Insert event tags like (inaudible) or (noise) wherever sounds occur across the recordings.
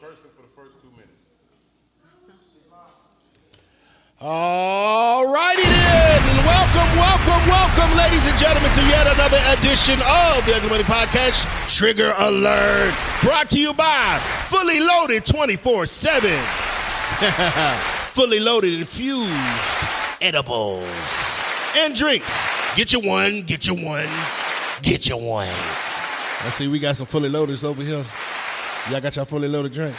person for the first two minutes. All righty then. Welcome, welcome, welcome, ladies and gentlemen, to yet another edition of the Ugly Money Podcast. Trigger Alert. Brought to you by Fully Loaded 24 7. (laughs) Fully Loaded Infused Edibles and Drinks. Get your one, get your one, get your one. I see we got some Fully Loaders over here. Y'all got y'all Fully Loaded drink.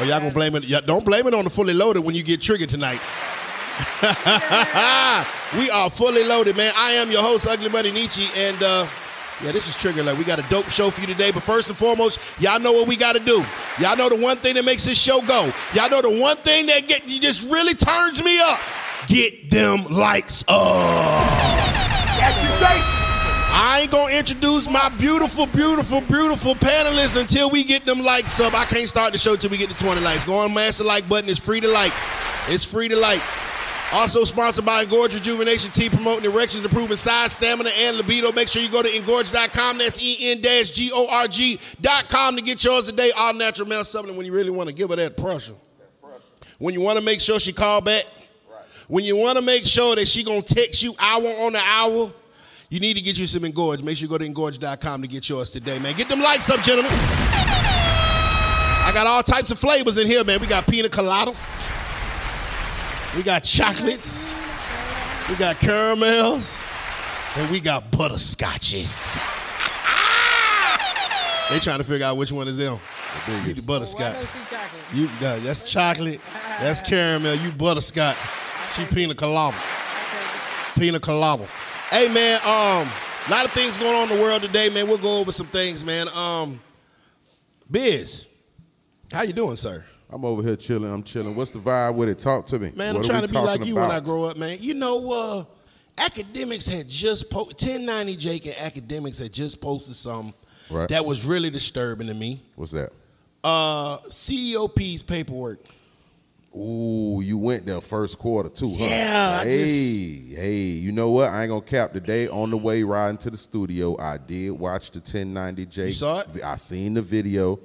Oh, y'all gonna blame it. Y'all, don't blame it on the Fully Loaded when you get triggered tonight. (laughs) we are fully loaded, man. I am your host, Ugly Buddy Nietzsche, and uh, yeah, this is Trigger Alert. We got a dope show for you today, but first and foremost, y'all know what we got to do. Y'all know the one thing that makes this show go. Y'all know the one thing that get you just really turns me up. Get them likes up. I ain't gonna introduce my beautiful, beautiful, beautiful panelists until we get them likes up. I can't start the show till we get to 20 likes. Go on, mash the like button. It's free to like. It's free to like. Also sponsored by Engorge Rejuvenation Tea, promoting erections, improving size, stamina, and libido. Make sure you go to engorge.com. That's E E-N-G-O-R-G.com to get yours today. All natural male supplement when you really want to give her that pressure. When you want to make sure she call back. When you want to make sure that she gonna text you hour on the hour, you need to get you some engorge. Make sure you go to engorge.com to get yours today, man. Get them likes up, gentlemen. I got all types of flavors in here, man. We got pina coladas. We got chocolates. We got caramels. And we got butterscotches. they trying to figure out which one is them. You the Why butterscotch. don't she chocolate? You uh, that's chocolate, that's caramel, you butterscotch, she pina colada, pina colada. Hey man, um, a lot of things going on in the world today, man. We'll go over some things, man. Um, Biz, how you doing, sir? I'm over here chilling. I'm chilling. What's the vibe with it? Talk to me. Man, I'm What are trying we to be like talking you when about? I grow up, man. You know, uh, academics had just po- 1090 Jake and academics had just posted something Right. that was really disturbing to me. What's that? Uh, CEOP's paperwork. Ooh, you went there first quarter too, huh? Yeah, I Hey, hey, you know what? I ain't gonna cap today. On the way riding to the studio, I did watch the 1090 J. You saw it? I seen the video,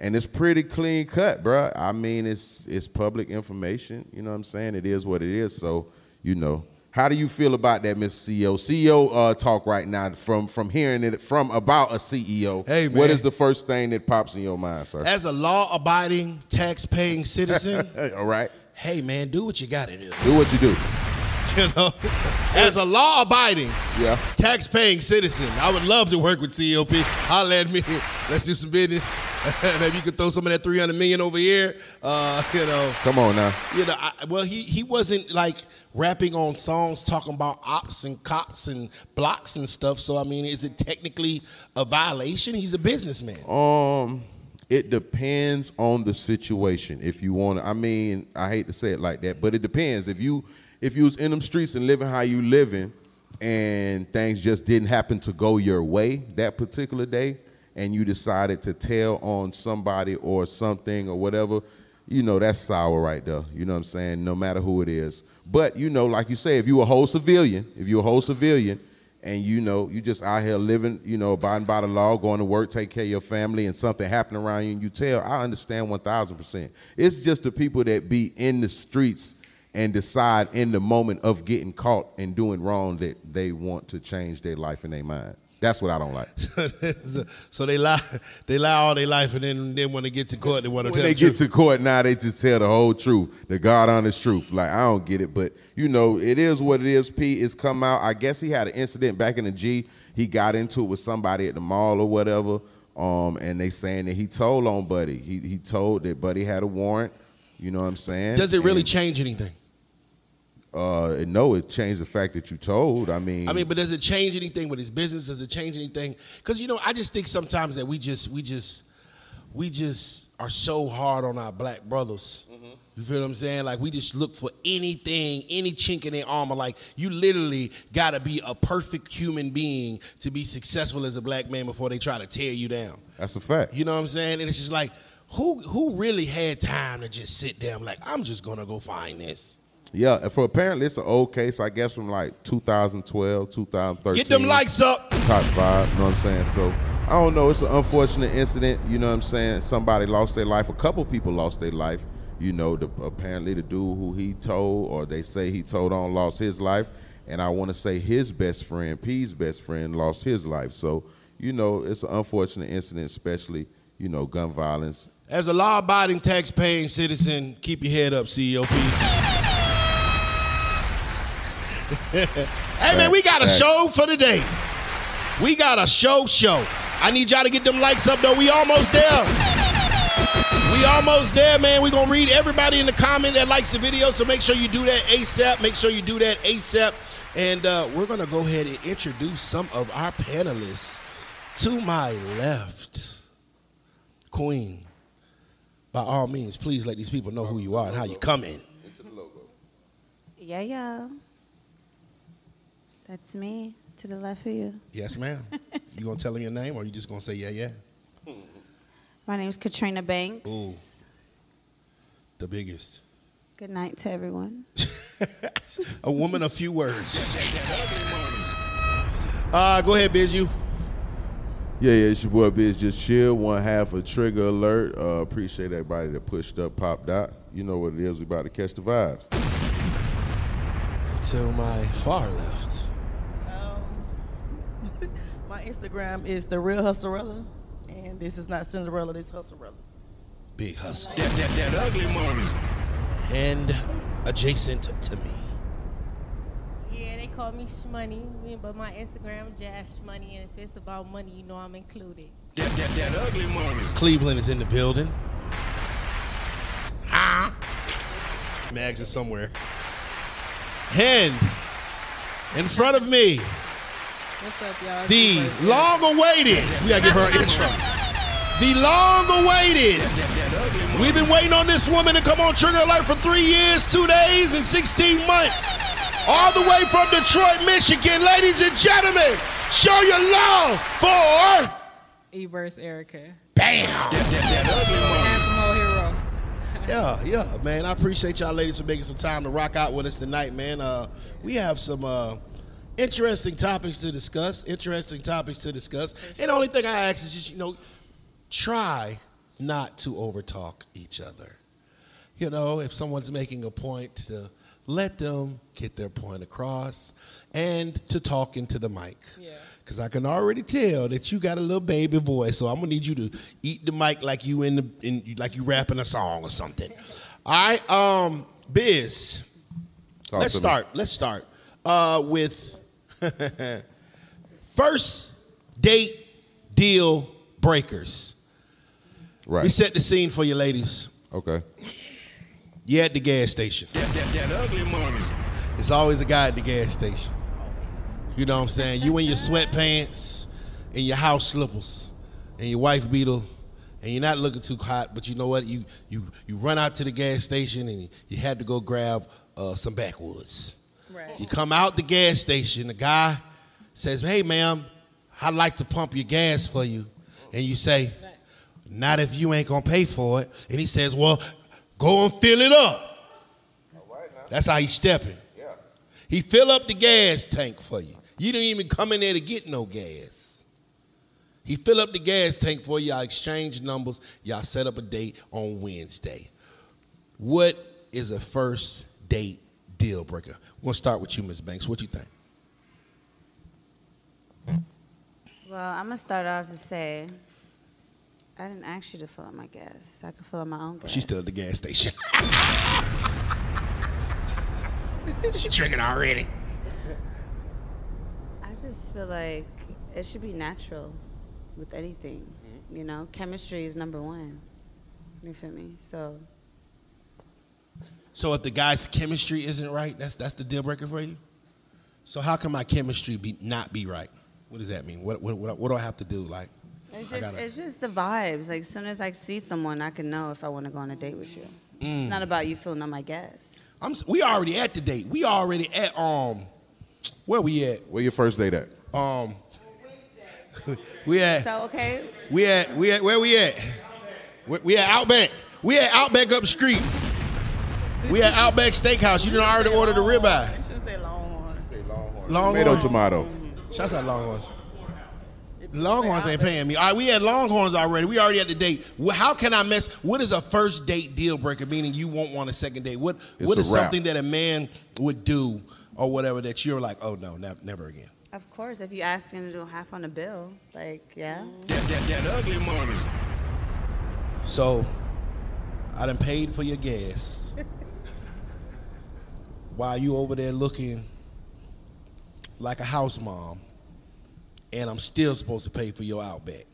and it's pretty clean cut, bruh. I mean, it's it's public information. You know what I'm saying? It is what it is. So you know, how do you feel about that, Miss CEO? CEO uh, talk right now from from hearing it from about a CEO. Hey, what man. is the first thing that pops in your mind, sir? As a law-abiding, tax-paying citizen. Hey, all right, hey man, do what you gotta do. do what you do. You know, as a law-abiding, Yeah. tax-paying citizen, I would love to work with COP. Holla at me. (laughs) Let's do some business. (laughs) Maybe you could throw some of that three hundred million over here. Uh, you know, Come on now. you know. I, well, he he wasn't like rapping on songs talking about ops and cops and blocks and stuff. So I mean, is it technically a violation? He's a businessman. (laughs) Um, it depends on the situation. If you want, to, I mean, I hate to say it like that, but it depends. If you if you was in them streets and living how you living, and things just didn't happen to go your way that particular day, and you decided to tell on somebody or something or whatever, you know that's sour right there. You know what I'm saying? No matter who it is. But you know, like you say, if you a whole civilian, if you a whole civilian, and you know you just out here living, you know, abiding by the law, going to work, take care of your family, and something happened around you, and you tell, I understand one thousand percent. It's just the people that be in the streets and decide in the moment of getting caught and doing wrong that they want to change their life and their mind. That's what I don't like. so, so they lie, they lie all their life, and then then when they get to court, they want to When tell they the truth. get to court now, they just tell the whole truth, the God honest truth. Like I don't get it, but you know, it is what it is. P is come out. I guess he had an incident back in the G. He got into it with somebody at the mall or whatever. Um, and they saying that he told on Buddy. He he told that Buddy had a warrant. You know what I'm saying? Does it really And, change anything? uh, no, it changed the fact that you told. I mean, I mean, but does it change anything with his business? Does it change anything? Because you know, I just think sometimes that we just we just we just are so hard on our black brothers. You feel what I'm saying? Like we just look for anything, any chink in their armor. Like you literally gotta be a perfect human being to be successful as a black man before they try to tear you down. that's a fact. You know what I'm saying? And it's just like, who who really had time to just sit there? and be like, I'm just gonna go find this. Yeah, and for apparently it's an old case, I guess from like 2012, 2013. Get them likes up. Top five, you know what I'm saying? So I don't know. It's an unfortunate incident, you know what I'm saying? Somebody lost their life. A couple people lost their life. You know, the, apparently the dude who he told, or they say he told on, lost his life. And I want to say his best friend, P's best friend, lost his life. So, you know, it's an unfortunate incident, especially, you know, gun violence. As a law-abiding, tax-paying citizen, keep your head up, E CEOP. (laughs) hey man, we got a Facts. show for today. We got a show show. I need y'all to get them likes up though. We almost there. We almost there, man. we gonna read everybody in the comment that likes the video. So make sure you do that ASAP. Make sure you do that ASAP. And uh, we're gonna go ahead and introduce some of our panelists. To my left, Queen. By all means, please let these people know who you are and how you come in. Yeah, yeah. That's me to the left of you. Yes, (laughs) ma'am. You gonna tell them your name, or you just gonna say yeah, yeah? My name is Katrina Banks. Ooh, the biggest. Good night to everyone. A woman, a few (laughs) words. Uh, go ahead, Biz. You. Yeah, yeah, it's your boy Biz Just Chill, one half of Trigger Alert. Uh, appreciate everybody that pushed up, popped out. You know what it is, we about to catch the vibes. To my far left. Um, (laughs) My Instagram is the real Husserella, and this is not Cinderella, this Husserella. Big hustle. that, that ugly money. And adjacent to me. Yeah, they call me Shmoney, but my Instagram Jash Money, and if it's about money, you know I'm included. That, that, that ugly money. Cleveland is in the building. Ah. Mags is somewhere. And in front of me, What's up, y'all? the long awaited. We gotta give her (laughs) an intro. The long awaited. We've been waiting on this woman to come on Trigger Alert for three years, two days, and 16 months. All the way from Detroit, Michigan. Ladies and gentlemen, show your love for. Everse Erica. Bam! Handsome old hero. Yeah, yeah, man. I appreciate y'all ladies for making some time to rock out with us tonight, man. Uh, we have some uh, interesting topics to discuss. Interesting topics to discuss. And the only thing I ask is just, you know, try not to overtalk each other. You know, if someone's making a point to let them get their point across and to talk into the mic. Yeah. Cause I can already tell that you got a little baby voice, so I'm gonna need you to eat the mic like you in the in like you rapping a song or something. I um Biz, Talk let's to me. start. Let's start uh, with (laughs) first date deal breakers. We Right. set the scene for you, ladies. okay. You're at the gas station. That, that, that ugly money. There's always a guy at the gas station. You know what I'm saying? You in your sweatpants and your house slippers and your wife beater and you're not looking too hot, but you know what? You you you run out to the gas station and you, you had to go grab uh, some backwoods. Right. You come out the gas station, the guy says, "Hey ma'am, I'd like to pump your gas for you." And you say, "Not if you ain't going to pay for it." And he says, "Well, go and fill it up." That's how he's stepping. He fill up the gas tank for you. You didn't even come in there to get no gas. He fill up the gas tank for you. Y'all exchange numbers. Y'all set up a date on Wednesday. What is a first date deal breaker? We're gonna start with you, Ms. Banks. What you think? Well, I'm gonna start off to say I didn't ask you to fill up my gas. I could fill up my own gas. She's still at the gas station. she tricking already. I just feel like it should be natural with anything. Mm-hmm. You know, chemistry is number one. You feel me? So So if the guy's chemistry isn't right, that's that's the deal breaker for you. So how can my chemistry be not be right? What does that mean? What what what, what do I have to do? Like, It's I just, it's just the vibes. Like, as soon as I see someone, I can know if I want to go on a date with you. Mm. It's not about you filling up my gas. I'm s- we already at the date. We already at um, where we at? Where your first date at? Um, we at So, okay, we at we at where we at? We, we at Outback. We at Outback up the street. We at Outback Steakhouse. You didn't already order the ribeye. You should say Longhorn. Longhorn. Tomato, tomato. Shouts out Longhorns. Longhorns ain't paying me. All right, we had Longhorns already. We already at the date. Wh- How can I mess? What is a first date deal breaker? Meaning you won't want a second date. What What a is wrap. something that a man would do or whatever that you're like, oh no, nev- never again. Of course, if you ask him to do half on a bill, like yeah, That, that, that ugly money. So, I done paid for your (laughs) gas. While you over there looking like a house mom, and I'm still supposed to pay for your Outback.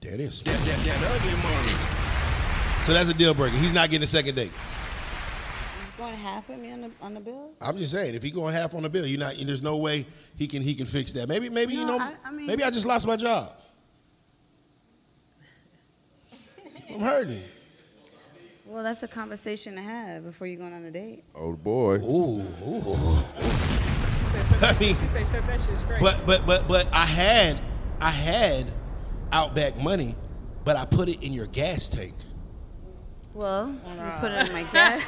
There it is. That, that, that ugly money. So that's a deal breaker. He's not getting a second date. you going half with me on the on the bill? I'm just saying, if he going half on the bill, you're not. There's no way he can he can fix that. Maybe maybe you No, know. I- I mean- maybe I just lost my job. I'm hurting. (laughs) Well, that's a conversation to have before you going on a date. Oh boy. Ooh, ooh. I mean- she said, "Shut that shit straight." But but but but I had I had Outback money, but I put it in your gas tank. Well, you put it in my (laughs) gas.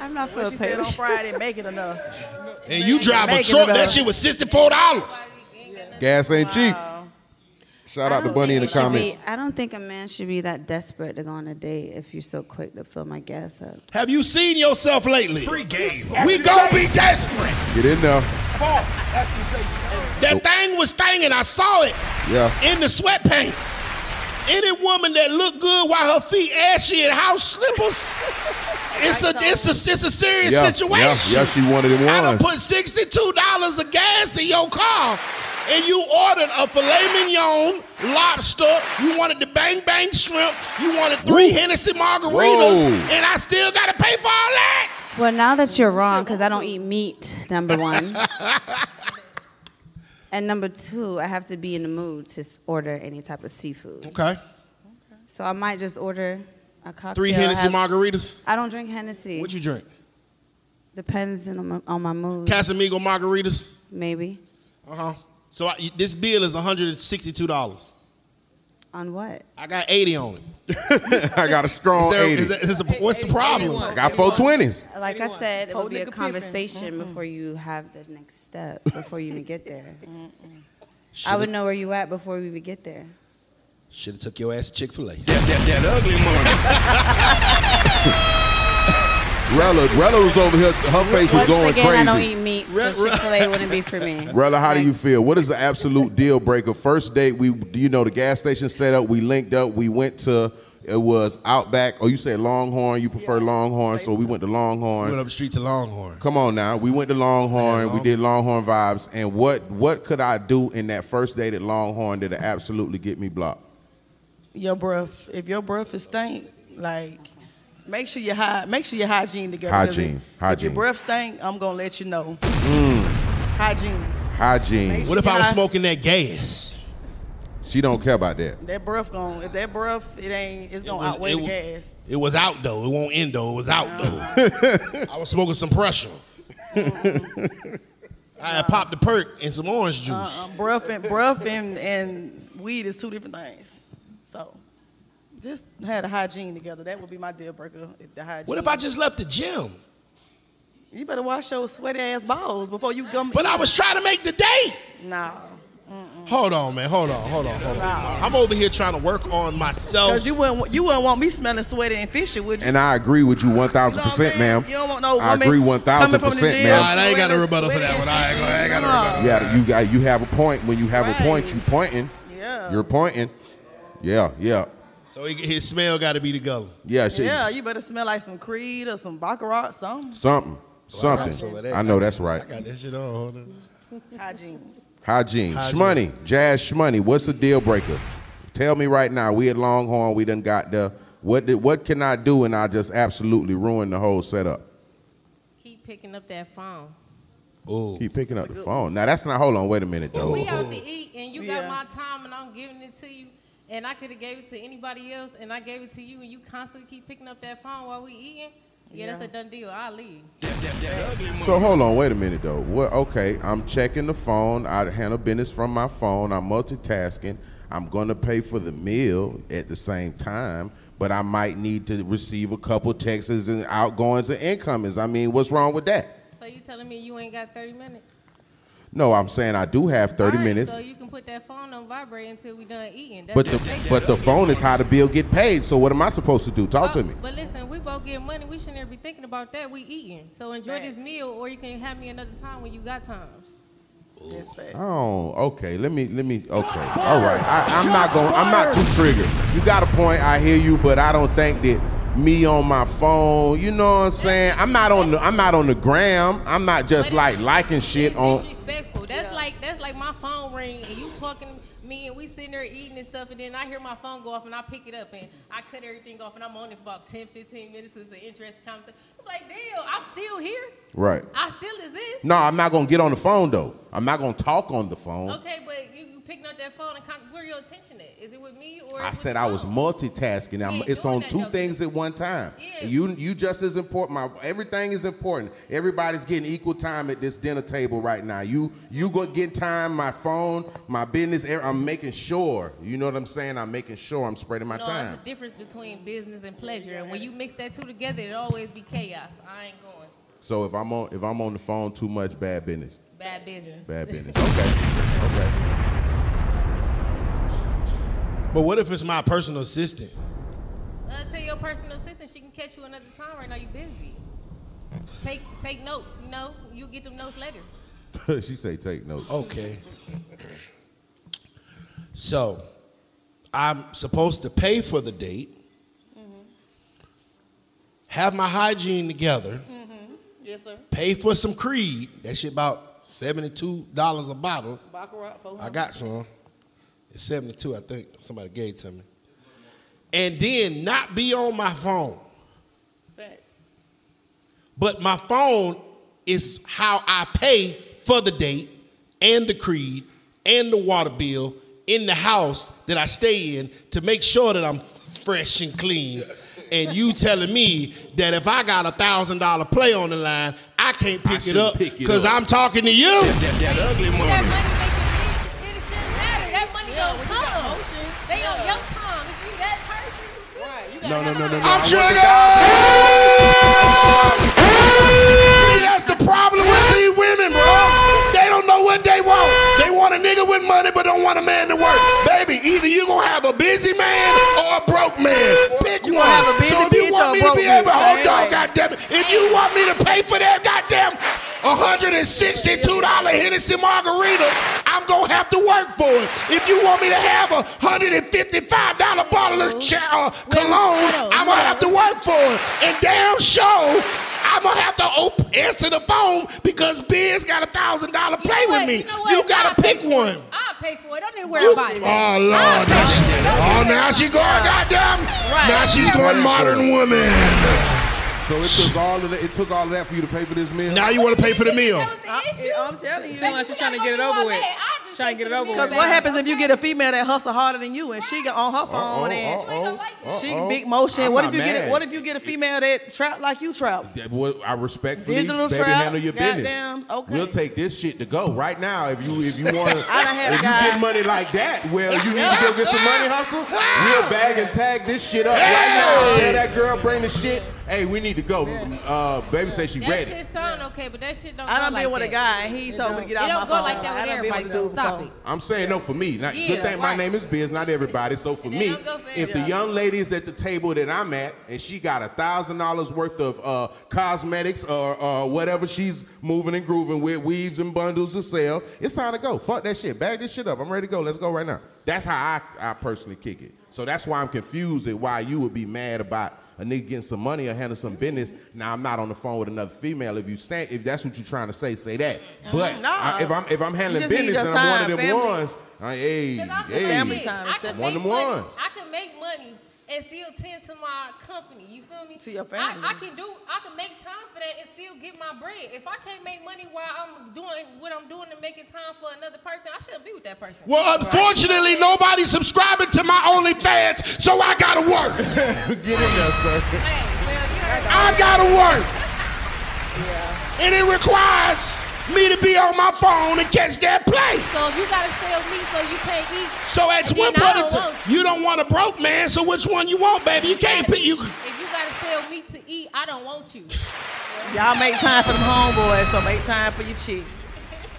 I'm not for What a she said pay. on on Friday, make it enough. And you drive a Make it truck. about- That shit was sixty four dollars. Gas ain't cheap. Shout out to Bunny in the comments. I don't think a man should be that desperate to go on a date if you're so quick to fill my gas up. Have you seen yourself lately? Free game. We gonna be desperate. Get in there. That thing was thinging. I saw it. Yeah. in the sweatpants. Any woman that look good while her feet ashy in house (laughs) slippers, it's a it's a it's a serious Yeah, situation. yeah, yeah, she one of them I done ones. put sixty two dollars of gas in your car, and you ordered a filet mignon, lobster. You wanted the bang bang shrimp. You wanted three Hennessy margaritas, Whoa. and I still gotta pay for all that. Well, now that you're wrong, because I don't eat meat, (laughs) number one. and number two, I have to be in the mood to s- order any type of seafood. Okay, So I might just order a cocktail. three Hennessy have- margaritas. I don't drink Hennessy. What you drink? Depends on my, on my mood, Casamigo margaritas. maybe. Uh Uh-huh. huh. So I, this bill is one hundred and sixty two dollars. On what? I got 80 on it. (laughs) I got a strong Is there- 80. is there- is there- what's the problem? I Oh, got four twenties. Like I said, it Whole would be a nigga pimping. conversation before you have the next (laughs) step, before you even get there. I would know where you at before we even get there. Should have took your ass to Chick-fil-A. That, that, that ugly money. Rella, Rella was over here. Her face was Once going again, I don't crazy. eat meat, Re- so re- Chick-fil-A wouldn't be (laughs) for me. Rella, how do you Thanks. feel? What is the absolute deal breaker? First date, we do you know the gas station set up. We linked up. We went to it was Outback. Oh, you said Longhorn. You prefer Longhorn, so we went to Longhorn. Went up the street to Longhorn. Come on now. We went to Longhorn. Yeah, we did Longhorn vibes. And what what could I do in that first date at Longhorn that absolutely get me blocked? Your breath. If your breath is stink, like make sure you hide. Make sure your hygiene together. 'cause Hygiene, If, If hygiene. your breath stink, I'm gonna let you know. Hygiene. Hygiene. What if I was smoking that gas? She don't care about that. That breath gone. If that breath, it ain't. It's gonna was- outweigh it the w- gas. It was out though. It won't end though. It was out though. (laughs) I was smoking some pressure. I had popped a perk and some orange juice. Uh, uh, breath and breath and, and weed is two different things. So just had a hygiene together. That would be my deal breaker. If the hygiene. What if I just left the gym? You better wash your sweaty ass balls before you come. But I was trying to make the date. nah. Hold on, man. Hold on. Hold on. Hold on. I'm over here trying to work on myself. Cause you wouldn't wa- you wouldn't want me smelling sweaty and fishy, would you? And I agree with you 1,000%, You know what I'm saying? ma'am. You don't want no I woman agree 1,000%, coming from the gym. All ma'am. right, I ain't got a Sweaty- rebuttal for that one. I ain't gonna- I ain't got a Nah. rebuttal. Yeah, you got you have a point. When you have a point, Right. you pointing. Yeah. You're pointing. Yeah, yeah. So he- his smell got to be the gully. Yeah, she, Yeah, you better smell like some Creed or some Baccarat, some something. Well, I got Something. some of that. I know that's right. I got that shit on. Hold on. hygiene. Hygiene. Hygiene. Shmoney. Jazz Shmoney. What's the deal breaker? Tell me right now. We at Longhorn. We done got the what did, what can I do and I just absolutely ruin the whole setup. Keep picking up that phone. Ooh. Keep picking up the phone. Now that's not hold on, wait a minute though. We out to eat, and you Yeah. got my time, and I'm giving it to you. And I could have gave it to anybody else, and I gave it to you, and you constantly keep picking up that phone while we eating. Yeah, that's a done deal. I'll leave. That, that, that ugly money. So hold on, wait a minute though. What? Okay, I'm checking the phone. I handle business from my phone. I'm multitasking. I'm gonna pay for the meal at the same time, but I might need to receive a couple texts and outgoings and incomings. I mean, what's wrong with that? So you telling me you ain't got 30 minutes? No, I'm saying I do have 30 All right, minutes, So you can put that phone on vibrate until we done eating. That's but what the they but the phone is how the bill get paid. So what am I supposed to do? Talk to Oh, me. But listen, we both get money. We shouldn't be thinking about that. We eating. So enjoy this Facts. meal, or you can have me another time when you got time. That's fact. Oh, okay. Let me let me. Okay, all right. I, I'm not going. to I'm not too triggered. You got a point. I hear you, but I don't think that me on my phone. You know what I'm saying? I'm not on the. I'm not on the gram. I'm not just But like liking shit It's on. disrespectful. That's like that's like my phone ring and you talking to me and we sitting there eating and stuff and then I hear my phone go off and I pick it up and I cut everything off and I'm on it for about 10, 15 minutes. It's an interesting conversation. I'm like, damn, I'm still here. Right. I still exist. No, I'm not gonna get on the phone though. I'm not gonna talk on the phone. Okay, but you, you picking up that phone and con- where your attention at? Is it with me or? I is it said with I the was phone? multitasking. I'm, ain't it's doing on that, two though. things at one time. Yeah. You you just as important. My everything is important. Everybody's getting equal time at this dinner table right now. You you go get time. My phone, my business. er- I'm making sure. You know what I'm saying? I'm making sure I'm spreading my No, time. it's a difference between business and pleasure, and when you mix that two together, it always be chaos. I ain't going. So if I'm on if I'm on the phone too much, bad business. Bad business. (laughs) Bad business. Okay. (laughs) But what if it's my personal assistant? Uh, tell your personal assistant she can catch you another time. Right now you busy. Take take notes. You know you get them notes later. she say take notes. Okay. So, I'm supposed to pay for the date, have my hygiene together, Yes, sir. pay for some Creed. That shit about seventy-two dollars a bottle. Baccarat. I got some. It's 72, I think. Somebody gave it to me. And then not be on my phone. Facts. But my phone is how I pay for the date and the creed and the water bill in the house that I stay in to make sure that I'm fresh and clean. And you telling me that if I got a thousand dollar play on the line, I can't pick it shouldn't up pick it because up. I'm talking to you. That, that ugly That money. money make you rich. It shouldn't matter. That money Yeah, gonna when you got come. motion, They on yeah. your time. If you that person, you good. Right. You got No no no no no. I'm I triggered. That's the problem with these women, bro. They don't know what they want. They want a nigga with money, but don't want a man to work. Baby, either you gonna have a busy man or a broke man. Pick You one. gonna have a busy so if you bitch want or a me to broke be able, bitch, hold man? on, Like- goddamn it. If you want me to pay for that goddamn $162 Hennessy margarita, I'm gonna have to work for it. If you want me to have a $155 bottle of cha- uh, cologne, I'm gonna have to work for it. And damn sure, I'm gonna have to op- answer the phone because Ben's got a thousand dollar You know play with what? me. You, know what? You gotta I'll pay pick for it. one. I'll pay for it. Don't even worry You- about it. Oh Lord, now she, oh now she going goddamn. Now she's going modern woman. So it took all of that. It took all of that for you to pay for this meal. Now you want to pay for the meal. That was the issue. I'm telling you. Sound like she's trying to get it over with. Trying to get it over Because with. what happens if you get a female that hustle harder than you and she got on her Oh, Uh-oh, phone and uh-oh, uh-oh. she big motion? I'm what not if you get mad. a, what if you get a female that trap like you trap? That boy, I respectfully Digital baby trap, handle your business. goddamn, okay. We'll take this shit to go right now. If you (laughs) if you want to, I done had if you a guy- get money like that, well, you need to go get some money (laughs) hustle. We'll bag and tag this shit up right now. Tell that girl bring the shit. Hey, we need to go. Uh, baby say she That ready. shit sound okay, but that shit don't. I done go been like with a that. guy and he told me to get It out my don't phone. go like that I with done been everybody. with a Though. dude. Stop so- it. I'm saying no for me. Not, good Yeah, thing my right. name is Biz, not everybody. So for It me, don't go for if the everybody. young lady is at the table that I'm at and she got a thousand dollars worth of uh, cosmetics or uh, whatever she's moving and grooving with, weaves and bundles to sell, it's time to go. Fuck that shit. Bag this shit up. I'm ready to go. Let's go right now. That's how I, I personally kick it. So that's why I'm confused at why you would be mad about a nigga getting some money or handling some business. Now I'm not on the phone with another female. If you stand, if that's what you're trying to say, say Mm. that. But Mm, Nah. I- if I'm if I'm handling just need business your and I'm one of time, them family. ones, I, hey, Cause I feel hey, like Family shit, time I is can separate. One of make them money. ones. I can make money and still tend to my company. You feel me? To your family. I, I can do. I can make time for that and still get my bread. If I can't make money while I'm doing what I'm doing and making time for another person, I shouldn't be with that person. Well, unfortunately, nobody's subscribing to my OnlyFans, so I gotta work. get in there, sir. Hey, well, you heard right. I gotta work. And it requires me to be on my phone to catch that play. So if you gotta sell me so you can't eat, So at And one then I point in don't time, want- you don't want a broke man. So which one you want, baby? You can't pick. You if you gotta sell me to eat, I don't want you. Y'all make time for them homeboys, so make time for your chick.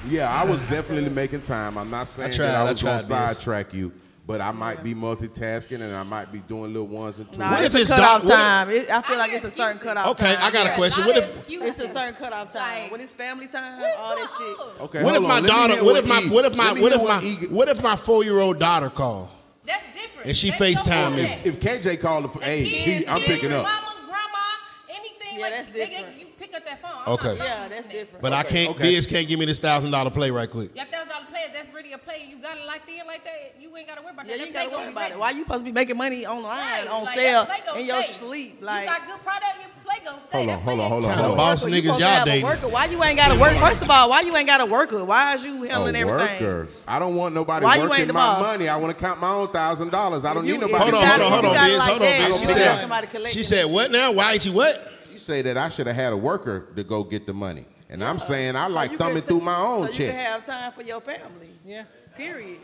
Yeah, I was definitely making time. I'm not saying tried, that I I was going to tried, Biz. sidetrack you, but I might be multitasking and I might be doing little ones and twos. Nah, What it's if a it's cutoff dark- what if- time. It- I feel I like hear it's a certain excuses. cutoff okay? time. I got a Yeah, question. I What have if excuses. It's a certain cutoff time. Like, when it's family time, What's all that going shit. on? Okay, what if hold my on. Let me daughter? hear What if my E- what if my let me what hear if my E- what if my four year old daughter call? That's different. And she That's your FaceTime fault. me. That- if KJ called for that hey, kids, he, I'm kids, picking up. Mama, grandma, anything Yeah, like that's they- different. you pick up that phone. I'm Okay. Yeah, not Yeah, doing that's that. different. But I can't. okay. Biz can't give me this thousand dollar play right quick. Yeah, that was all the player. That's really a player. You got it locked in like that. You ain't got to worry about Yeah, that. you ain't That gotta play gonna worry be about ready. it. Why you supposed to be making money online, Right. on Like, sale, that play gonna in your stay. sleep? you Like, got good product, your play gonna stay. Hold That on, play hold on, ain't hold on, gonna Kinda hold on. boss niggas worker, you supposed to y'all have a dating. worker. Why you ain't got to work? First of all, why you ain't got to worker? Why is you handling A everything? worker. I don't want nobody Why you working ain't the my boss? money. I want to count my own thousand dollars. I don't you- need if nobody. you Hold on, hold got it- on, if hold you on, got it Biz. like Hold that, on, you Biz. She gotta have somebody said. collecting She said what now? Why ain't you what? She say that I should have had a worker to go get the money, and I'm saying I So like you can thumbing t- through my own so you can check. have time for your family. Yeah. Period.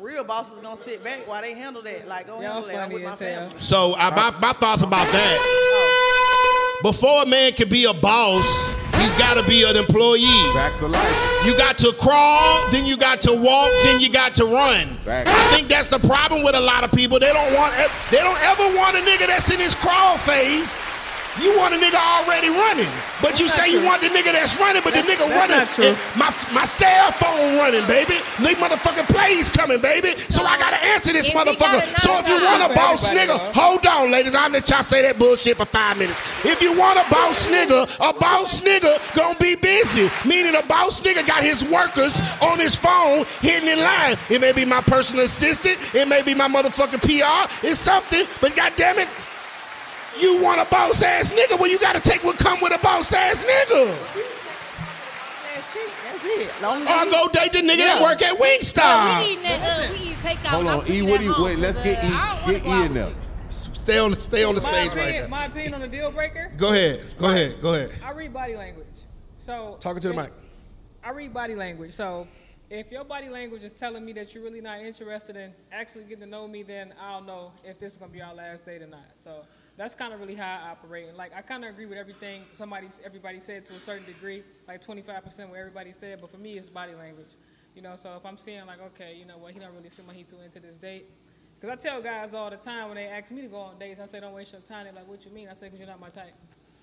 Real bosses gonna sit back while they handle that. Like, go handle Y'all that. I'm funny with my as hell. family. So I, my, my thoughts about that. Before a man can be a boss, he's got to be an employee. Facts of life. You got to crawl, then you got to walk, then you got to run. Facts. I think that's the problem with a lot of people. They don't want they don't ever want a nigga that's in his crawl phase. You want a nigga already running, but you say you want the nigga that's running, but the nigga running. that's not true. and My my cell phone running, baby. Nigga, motherfucking plays coming, baby. So I gotta answer this If he motherfucker. got a So if you nine to want a five, boss everybody nigga, does. Hold on, ladies. I'll let y'all say that bullshit for five minutes. If you want a boss nigga, a boss nigga gonna be busy. Meaning a boss nigga got his workers on his phone hidden in line. It may be my personal assistant, it may be my motherfucking PR, it's something, but goddamn it, you want a boss ass nigga, well you gotta take what come with a boss ass nigga. That's cheap. That's it. Long as Or you- go date the nigga that work at Yeah, Wingstop. we need that. Uh, we need takeout. Hold and I'm on, E. cooking What at do you home, wait? Let's uh, get I E. don't wanna Get go E out in with there. you. Stay on the stay on the My stage opinion, right my now. opinion on the deal breaker. Go ahead, go ahead, go ahead. I read body language. So Talking to the mic. I read body language. So if your body language is telling me that you're really not interested in actually getting to know me, then I'll know if this is gonna be our last date or not. So that's kind of really how I operate. And like I kind of agree with everything somebody everybody said to a certain degree, like 25% what everybody said. But for me, it's body language. You know, so if I'm seeing like, okay, you know what, he don't really seem like he too into this date. Because I tell guys all the time when they ask me to go on dates, I say, don't waste your time. They're like, what you mean? I say, because you're not my type.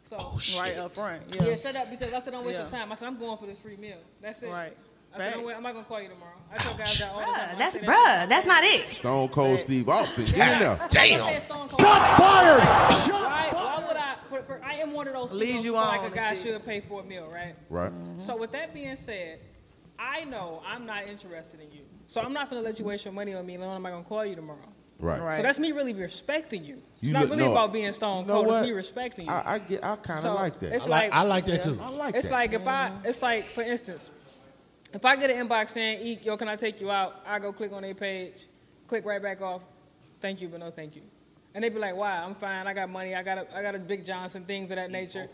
So, right up front. Yeah. yeah, shut up because I said don't waste Yeah. your time. I said I'm going for this free meal. That's it. Right. I said don't Facts. wait, I'm not gonna call you tomorrow. I tell guys that all the time. Bruh, I that's say that- bruh, that's not it. Stone Cold Steve Austin. Get in there. I say Damn. it's Stone Cold. Shots fired. Why, why would I? For, for, I am one of those. Lead people you who feel on Like a and guy shit. should pay for a meal, right? Right. So with that being said, I know I'm not interested in you. So I'm not gonna let you waste your money on me. And I'm not gonna call you tomorrow. Right. Right. So that's me really respecting you. It's You not look- really no. about being stone You know cold. what? It's me respecting you. I, I get. I kind of So like that. it's I like, I like that too. I like it's that. like if I, it's like for instance, if I get an inbox saying, "Eek, yo, can I take you out?" I go click on their page, click right back off, "Thank you, but no, thank you," and they be like, "Why? I'm fine. I got money. I got a, I got a Big Johnson, things of that nature.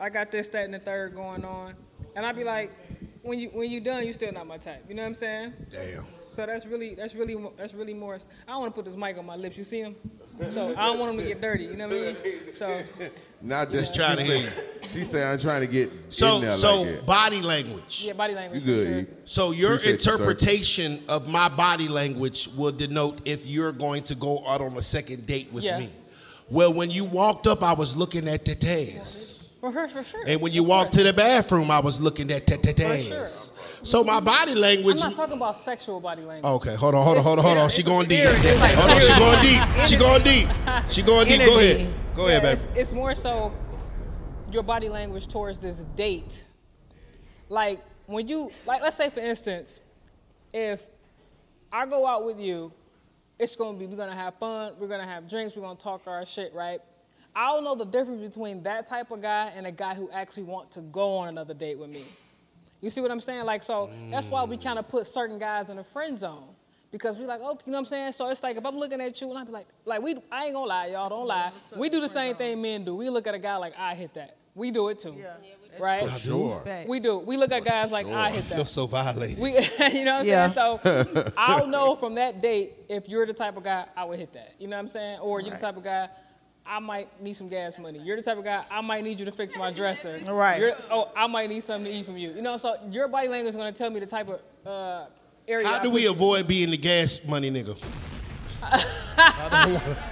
I got this, that, and the third going on," and I be like, "When you when you done, you still not my type. You know what I'm saying?" Damn. So that's really that's really mo- that's really more. I don't want to put this mic on my lips. You see him? So I don't want him to get dirty. You know what I mean? So Not just trying to she hear say- She say I'm trying to get So in there so like that. body language. yeah, body language. You good? for sure. E. So your Appreciate you, sir. interpretation of my body language will denote if you're going to go out on a second date with Yeah. me. Well, when you walked up, I was looking at the tails. For her, for sure. And when you Of walked course. to the bathroom, I was looking at the tails. So my body language. I'm not talking about sexual body language. Okay, hold on, hold on, hold on, hold on. She going deep. spirit. It's like Hold on, she going deep. She going deep. She going deep. Go ahead. Go ahead, Yeah, baby. it's, it's more so your body language towards this date. Like when you like let's say for instance, if I go out with you, it's gonna be we're gonna have fun, we're gonna have drinks, we're gonna talk our shit, right? I don't know the difference between that type of guy and a guy who actually want to go on another date with me. You see what I'm saying? Like so that's why we kind of put certain guys in a friend zone. Because we like, oh, you know what I'm saying? So it's like if I'm looking at you and I be like, like we, I ain't gonna lie, y'all, don't lie. We do the same thing men do. We look at a guy like I hit that. We do it too, Yeah. Yeah, right? Sure. Facts. We do. We look at guys like I hit I feel that. so violated. We, (laughs) you know what Yeah. I'm saying? (laughs) So I don't know from that date if you're the type of guy I would hit that. You know what I'm saying? Or you're the type of guy I might need some gas money. You're the type of guy I might need you to fix my dresser. Right. You're, oh, I might need something to eat from you. You know, so your body language is going to tell me the type of uh, area. How I do we put- avoid being the gas money nigga?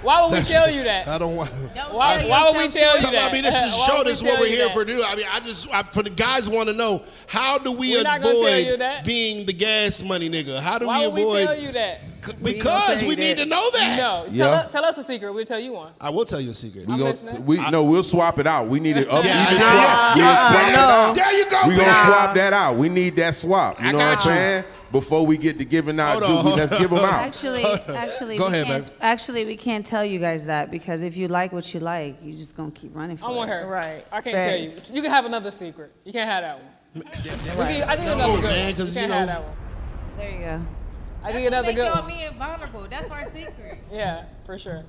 Why would we tell (laughs) you that? I don't want. Why, why would we tell you Come on, that? I mean, this is (laughs) Uh, Why show. would we This is what tell we're you here that? for. Do I mean? I just I, for the guys want to know how do we We're not gonna tell you avoid that. being the gas money nigga? How do we Why would we tell avoid? you that? C- We ain't gonna Because tell we you need that. to know that. No, tell, Yeah. us, tell us a secret. We'll tell you one. I will tell you a secret. We I'm gonna listening. we no, we'll swap it out. We need it up. Yeah, even yeah, yeah, swap. We'll yeah, swap it no. out. There you go, We gonna Nah. swap that out. We need that swap. You I know what I'm got you. saying? Before we get to giving out, Hold on, dude, we- let's give (laughs) them out. Actually, actually, Go we ahead, can't, babe. actually, we can't tell you guys that because if you like what you like, you're just gonna keep running for I it. want her. Right. I can't Facts. tell you. You can have another secret. You can't have that one. We can- I can get No, another good man, one. 'cause, You you can't know- have that one. There you go. I can get another Make good y'all one. men vulnerable. That's our secret. Yeah, for sure.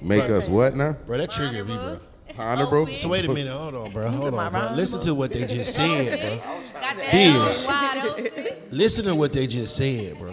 Make us what now? bro, that triggered me, bro. Vulnerable. Honorable. Open. So Oh, wait a minute, hold on, bro, hold my on, bro. round Listen to what they just said, bro. Got that Biz. L wide open. Listen to what they just said, bro.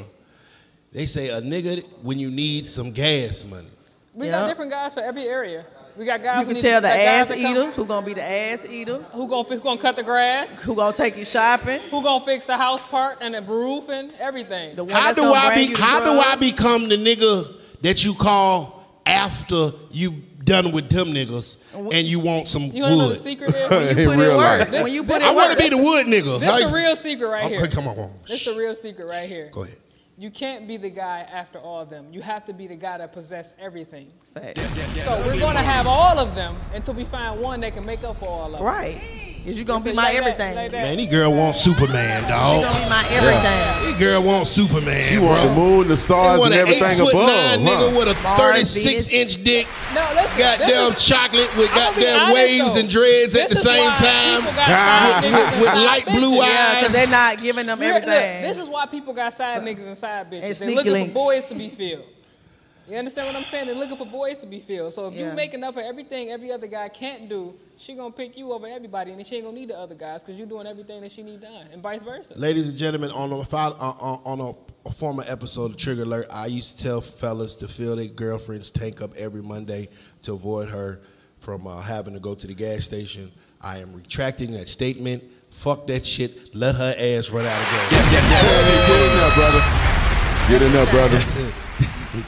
They say a nigga when you need some gas money. We got Yeah. different guys for every area. We got guys You who can need- tell the got guys ass that come- eater who gonna be the ass eater, who gonna who gonna cut the grass, who gonna take you shopping. who gonna fix the house part and the roof and everything. The one How that's do gonna I bring be? you the How do I drugs. become the nigga that you call after you done with them niggas and you want some you wanna know the wood? secret (laughs) is? In Put real in life. work. When you put I in work, want to be the wood nigga. This How is you- the real secret right Okay, here. come on, come on. This the real secret right here. Go ahead. You can't be the guy after all of them. You have to be the guy that possess everything. Facts. So we're gonna have all of them until we find one that can make up for all of them. right? Is you gonna So be my like that, everything? like that. Man, these girl wants Superman, You dog. gonna be my everything? These girl wants Superman, You bro. want the moon, the They stars, want and an eight everything foot above. nine nigga huh? with a Mars, thirty six Venus. inch dick, No, listen. goddamn this is- chocolate with I'm gonna be goddamn honest, waves though. and dreads at This the is same why time. people got side Ah, With- niggas with- and with side light bitches. blue eyes. Yeah, because they're not giving them Here- look, everything. this is why people got side niggas and side bitches. and They're sneaky looking links. for boys to be filled. You understand what I'm saying? They're looking for boys to be filled. So if Yeah. you make enough of everything every other guy can't do, she gonna pick you over everybody, and then she ain't gonna need the other guys because you're doing everything that she need done, and vice versa. Ladies and gentlemen, on a, fol- uh, on on a, a former episode of Trigger Alert, I used to tell fellas to fill their girlfriend's tank up every Monday to avoid her from uh, having to go to the gas station. I am retracting that statement. Fuck that shit. Let her ass run out of gas. Get in there, brother. Get in there, brother. (laughs)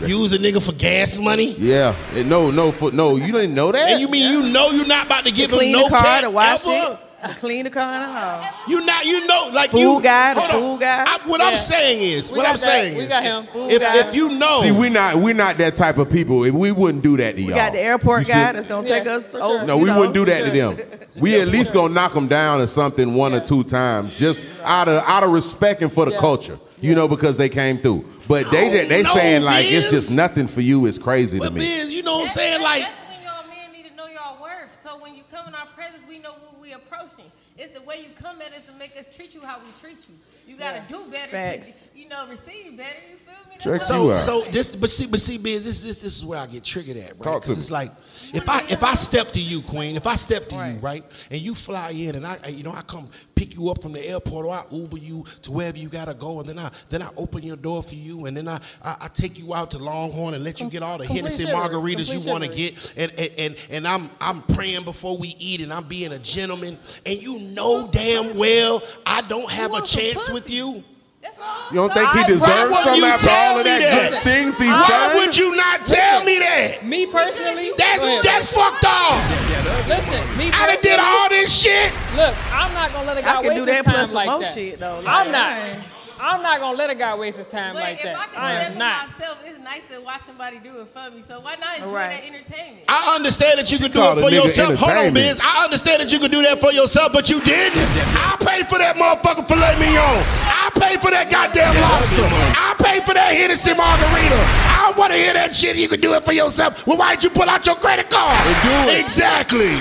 Use a nigga for gas money? Yeah. And no, no, for, no. You didn't know that. And you mean you know you're not about to To give them clean no the car, cat to wash ever? it, to clean the car and the house. You not you know like Food you guy, the hold on. food guy. I- what Yeah. I'm saying is We what got I'm that. saying We is got him. Food if guy. if you know See, we not we not that type of people. If we wouldn't do that to y'all, We got the airport You guy see- that's gonna Yeah, take us for over. sure. No, you we know. wouldn't do that to them. We at least gonna knock them down or something one or two times, just out of out of respect and for the Yeah. culture, you know, because they came through. But they they, they No, saying like it's Biz. just nothing for you is crazy to but me. biz, you know what I'm That's- saying that's- like that's when y'all men need to know y'all worth. So when you come in our presence, we know what we approaching. It's the way you come at us to make us treat you how we treat you. You gotta do better. Facts. To, you know, receive better. You feel me? Check That's you all. So are. so this but see but see biz this this this is where I get triggered at right Talk to because me. it's like if I if I step to you queen if I step to you right and you fly in and I I- you know I come pick you up from the airport or I Uber you to wherever you gotta go and then I then I open your door for you and then I I, I take you out to Longhorn and let you get all the complete Hennessy chivalry. margaritas you Complete want to chivalry. get and, and and and I'm I'm praying before we eat and I'm being a gentleman and you know damn well I don't have a want some chance with pussy. you. That's all. You don't think he I- deserves why wouldn't something you after tell all of me that, that? good things he Why done? would you not tell me that? Me personally, go That's ahead. that's fuckked off. listen. Me I done did personally- all this shit. Look, I'm not gonna let a guy can do waste his that time plus some like more that. shit, though. Like, I'm not. I ain't- I'm not gonna let a guy waste his time But like if I that. can I do that am for not. myself, it's nice to watch somebody do it for me. So why not enjoy Right. that entertainment? I understand that you could do called it for a nigga yourself. Hold on, Biz. entertainment. I understand that you could do that for yourself, but you didn't. I paid for that motherfucking filet mignon. I paid for that goddamn lobster. I paid for that Hennessy margarita. I want to hear that shit. You could do it for yourself. Well, why'd you pull out your credit card? And do it. Exactly.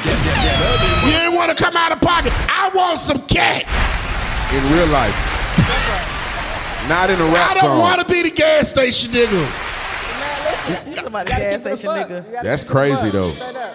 You didn't want to come out of pocket. I want some cat. In real life, Not in a rap I song. don't want to be the gas station nigga. Now, listen, (laughs) You somebody gotta gas keep it a station buck. nigga. You gotta That's keep it a crazy, buck. though. Straight up.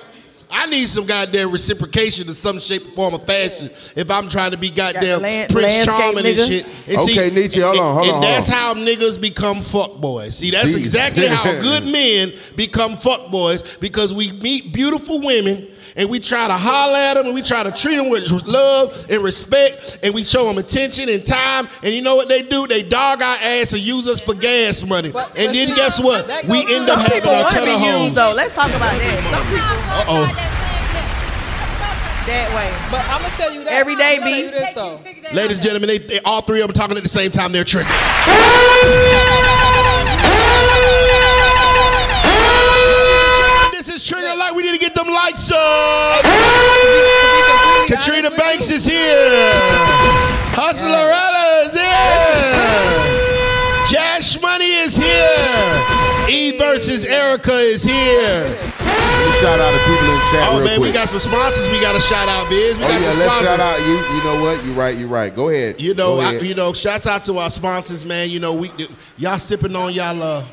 I need some goddamn reciprocation in some shape, form, or fashion if I'm trying to be goddamn land- Prince landscape Charming nigga. and shit. And Okay, Nietzsche, hold and- on, hold and on, hold that's on. how niggas become fuckboys. See, that's Jeez. exactly (laughs) how good men become fuckboys because we meet beautiful women and we try to holler at them and we try to treat them with love and respect and we show them attention and time. And you know what they do? They dog our ass and use us for gas money. But- and but then see, guess what? that We goes- end up Some having people a want to ton of be homes. used though. Let's talk about that. Some people Uh-oh. that way. But I'm gonna tell you that Every day, I'm gonna B. tell you this though. Ladies and gentlemen, they, they- all three of them talking at the same time. They're triggered. This is Trigger Light. We need to get them lights up. Katrina Banks is here. Hustler Ella is here. Jash Money is here. E versus Erica is here. Shout out to people in the chat Oh real man, quick. we got some sponsors. We got to shout out, Biz. We oh got yeah, some let's sponsors. shout out you. You know what? You right. You right. Go ahead. You know, Go I, ahead. you know, shouts out to our sponsors, man. You know, we y'all sipping on y'all uh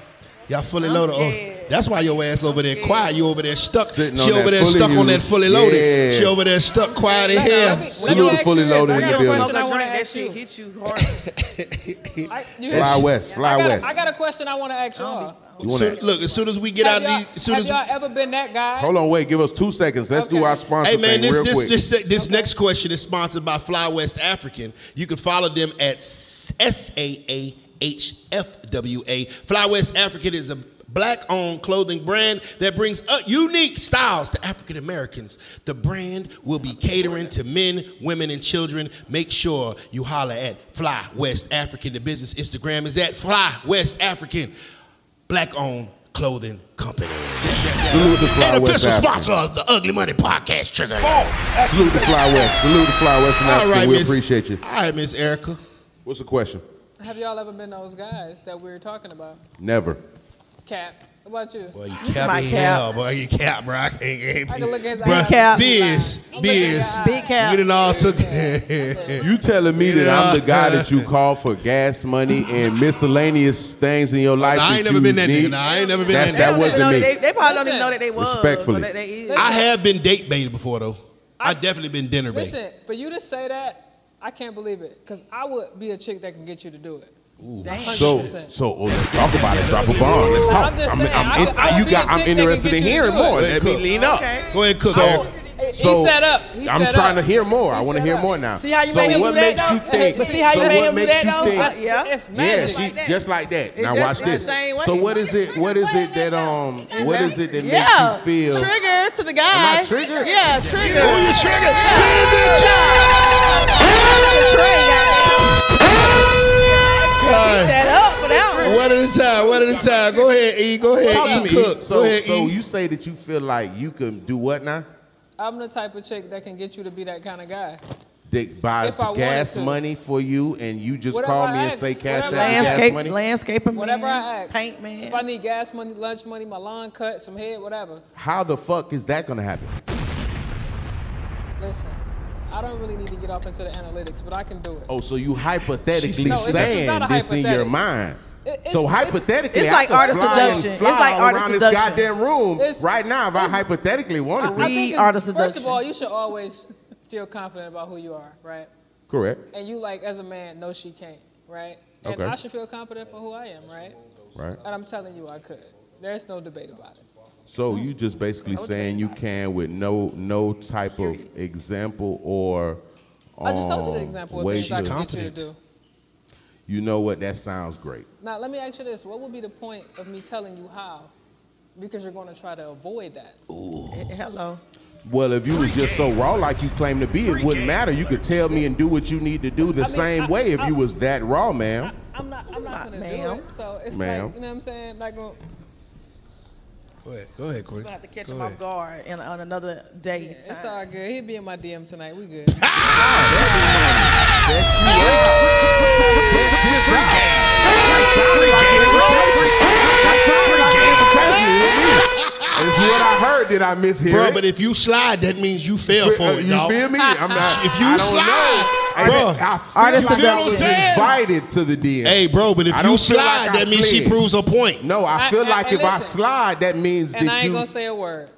y'all fully I'm loaded. Oh, scared. that's why your ass over there quiet. You over there stuck. Sitting she on over that there fully stuck on used. that fully loaded. Yeah. She over there stuck quiet in Let here. me- let me Salute ask fully you this. loaded I in got the a building. question Smoke I a wanna drink, that ask you. shit hit you hard. I- you- Fly west. I Fly got, west. I got a question I want to ask y'all. You wanna- Soon- look, as soon as we get Have out y'all, of these, soon have as y'all ever been that guy? Hold on. Wait. Give us two seconds. Let's do Okay. our sponsor Hey man, thing this real this, quick. this this next question is sponsored by Fly West African. You can follow them at S A A H F W A. Fly West African is a black-owned clothing brand that brings uh, unique styles to African Americans. The brand will be catering to men, women, and children. Make sure you holler at Fly West African. The business Instagram is at Fly West African, black-owned clothing company. Salute to Fly And West. official Africa. sponsor of the Ugly Money Podcast, Trigger. Salute to Fly West. Salute to Fly West. And All Africa. right, we Miss- appreciate you. All right, Miss Erica. What's the question? Have y'all ever been those guys that we were talking about? Never. Cap, what about you? Boy, you cap my in cap. hell, boy. You cap, bro. I can't (laughs) get I can look at his Bruh, eyes. Cap. Biz, I'm looking at Biz. his eyes. Big You cap. didn't all took. You telling me that Yeah. I'm the guy that you call for gas money and miscellaneous things in your life? I ain't that never you been that nigga. need? Nah, I ain't never been That's- that They That don't even wasn't know me. that they, they probably don't even Listen. know that they was. Respectfully. Or that they is. I have been date baited before though. I, definitely been dinner baited. Listen, for you to say that, I can't believe it. Because I would be a chick that can get you to do it. So, so oh, let's talk about it. Drop a bomb. Let's talk. I'm just I'm, saying, I'm, I could- I you would be got. a I'm chick that can interested get in you to hearing do it. more. Let Let me me cook. lean up. Okay. Go ahead, cook, Erica. He- So he set up. He I'm set trying up. to hear more. I He want to set hear up. more now. See how you so made him what do that, makes you though? think? But see how you so made what him do makes that, you though? think? Uh, yeah. It's Yeah, magic. see, that. just like that. It Now just watch the this. same way. So what is it? What is it that um? What is it that yeah. makes you feel? Trigger to the guy. Am I triggered? Oh, Yeah, trigger. Who you triggered? Set up for that one. One at a time. One at a time. Go ahead, E. Go Talk ahead, to E. me. Cook. So, Go ahead, so E. you say that you feel like you can do what now? I'm the type of chick that can get you to be that kind of guy. That buys If I the gas wanted to. money for you, and you just Whatever call I me and ask, say cash out whatever the I ask. gas money. Landscape, landscaping Whatever man, I ask. paint man. If I need gas money, lunch money, my lawn cut, some head, whatever. How the fuck is that gonna happen? Listen, I don't really need to get off into the analytics, but I can do it. Oh, so you hypothetically She said- No, this is saying not a this in your hypothetical. mind. It- it's- so it's- hypothetically, it's I like could artist fly seduction. and fly It's like all artist around seduction. This goddamn room It's- right now, if I it's- hypothetically I, wanted I to. Read think it's- artist First of seduction. all, you should always feel confident about who you are, right? Correct. And you, like, as a man, know she can't, right? And Okay. I should feel confident for who I am, right? Right. And I'm telling you, I could. There's no debate about it. So you just basically saying you can with no no type of example or. I just told you um, the example of way things I to- can get you to confident. do. You know what? That sounds great. Now, let me ask you this: What would be the point of me telling you how? Because you're going to try to avoid that. Hello. Well, if you were just so raw like you claim to be, it wouldn't matter. You could tell me and do what you need to do the I mean, same I- way if I- you was that raw, ma'am. I, (laughs) I'm not. I'm not going to do ma'am. it. So it's Ma'am. like you know what I'm saying. Like, uh, well, Go ahead. Go ahead, Quick. I have to catch Go him ahead. off guard in, on another day. it's time. all good. He'll be in my DM tonight. We good. It's what I heard that I mishear. Bro, but if you slide, that means you fell for it, uh, you dog. feel me? I'm not. If you I don't slide, And Bruh. I Artists feel like I adopt was it. invited to the DM. Hey, bro, but if I you don't feel slide, like I that means she slid. proves her point. No, I I- feel I- like I if I listen. slide, that means And I that ain't you. gonna say a word.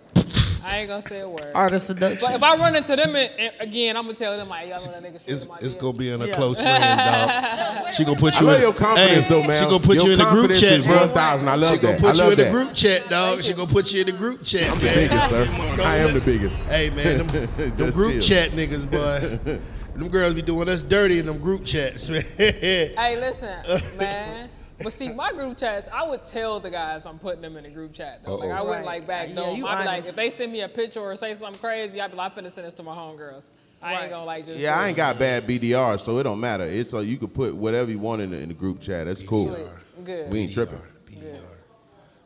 I ain't gonna say a word. Artist seduction. But if I run into them and, and again, I'm gonna tell them like, y'all know that nigga shit It's, in my it's DM. gonna be in her Yeah. close friends, dog. She gonna put I you love in. your confidence hey, though, man. She gonna put Your you in the group confidence chat, is bro. 1,000. I love She gonna that. I put you love in the that. group chat, dog. She gonna put you in the group chat, The man. biggest, sir. I am the biggest. Hey man, (laughs) them, them Just group chill. chat niggas, (laughs) boy. them girls be doing us dirty in them group chats, (laughs) man. Hey, listen, man. But see, my group chats, I would tell the guys I'm putting them in a group chat. Though. Like Uh-oh. I wouldn't Right. like back Yeah, though. you I'd be like, honest. if they send me a picture or say something crazy, I'd be like, I'm finna send this to my homegirls. I Right. ain't gonna like just. Yeah, do I it. ain't got bad BDR, so it don't matter. It's uh, you can put whatever you want in the, in the group chat. That's cool. Good. We ain't tripping. BDR.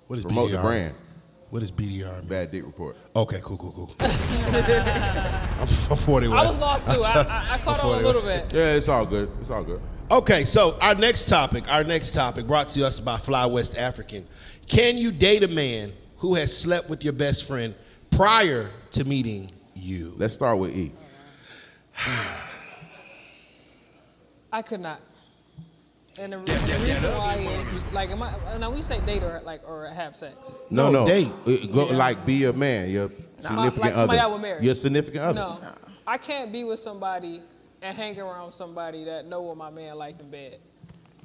What is Promote BDR? the brand. What is BDR? Man? Bad dick report. Okay, cool, cool, cool. (laughs) I'm, I'm 41. I was lost too. I, I, I caught on a little bit. Yeah, it's all good. It's all good. Okay, so our next topic, our next topic brought to us by Fly West African. Can you date a man who has slept with your best friend prior to meeting you? Let's start with E. I could not. And the, re- the reason why is like, am I, now we say date or like or have sex. No, No, no. date. Uh, Go, Like be a man. Your significant like other. somebody I would marry. Your significant other. No, I can't be with somebody and hang around somebody that know what my man like in bed.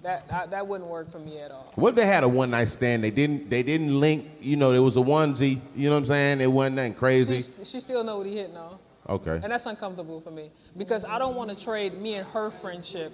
That I, that wouldn't work for me at all. What if they had a one night stand? They didn't. They didn't link. You know, there was a onesie. You know what I'm saying? It wasn't nothing She, crazy. she still know what he hitting on, Okay. and that's uncomfortable for me because I don't want to trade me and her friendship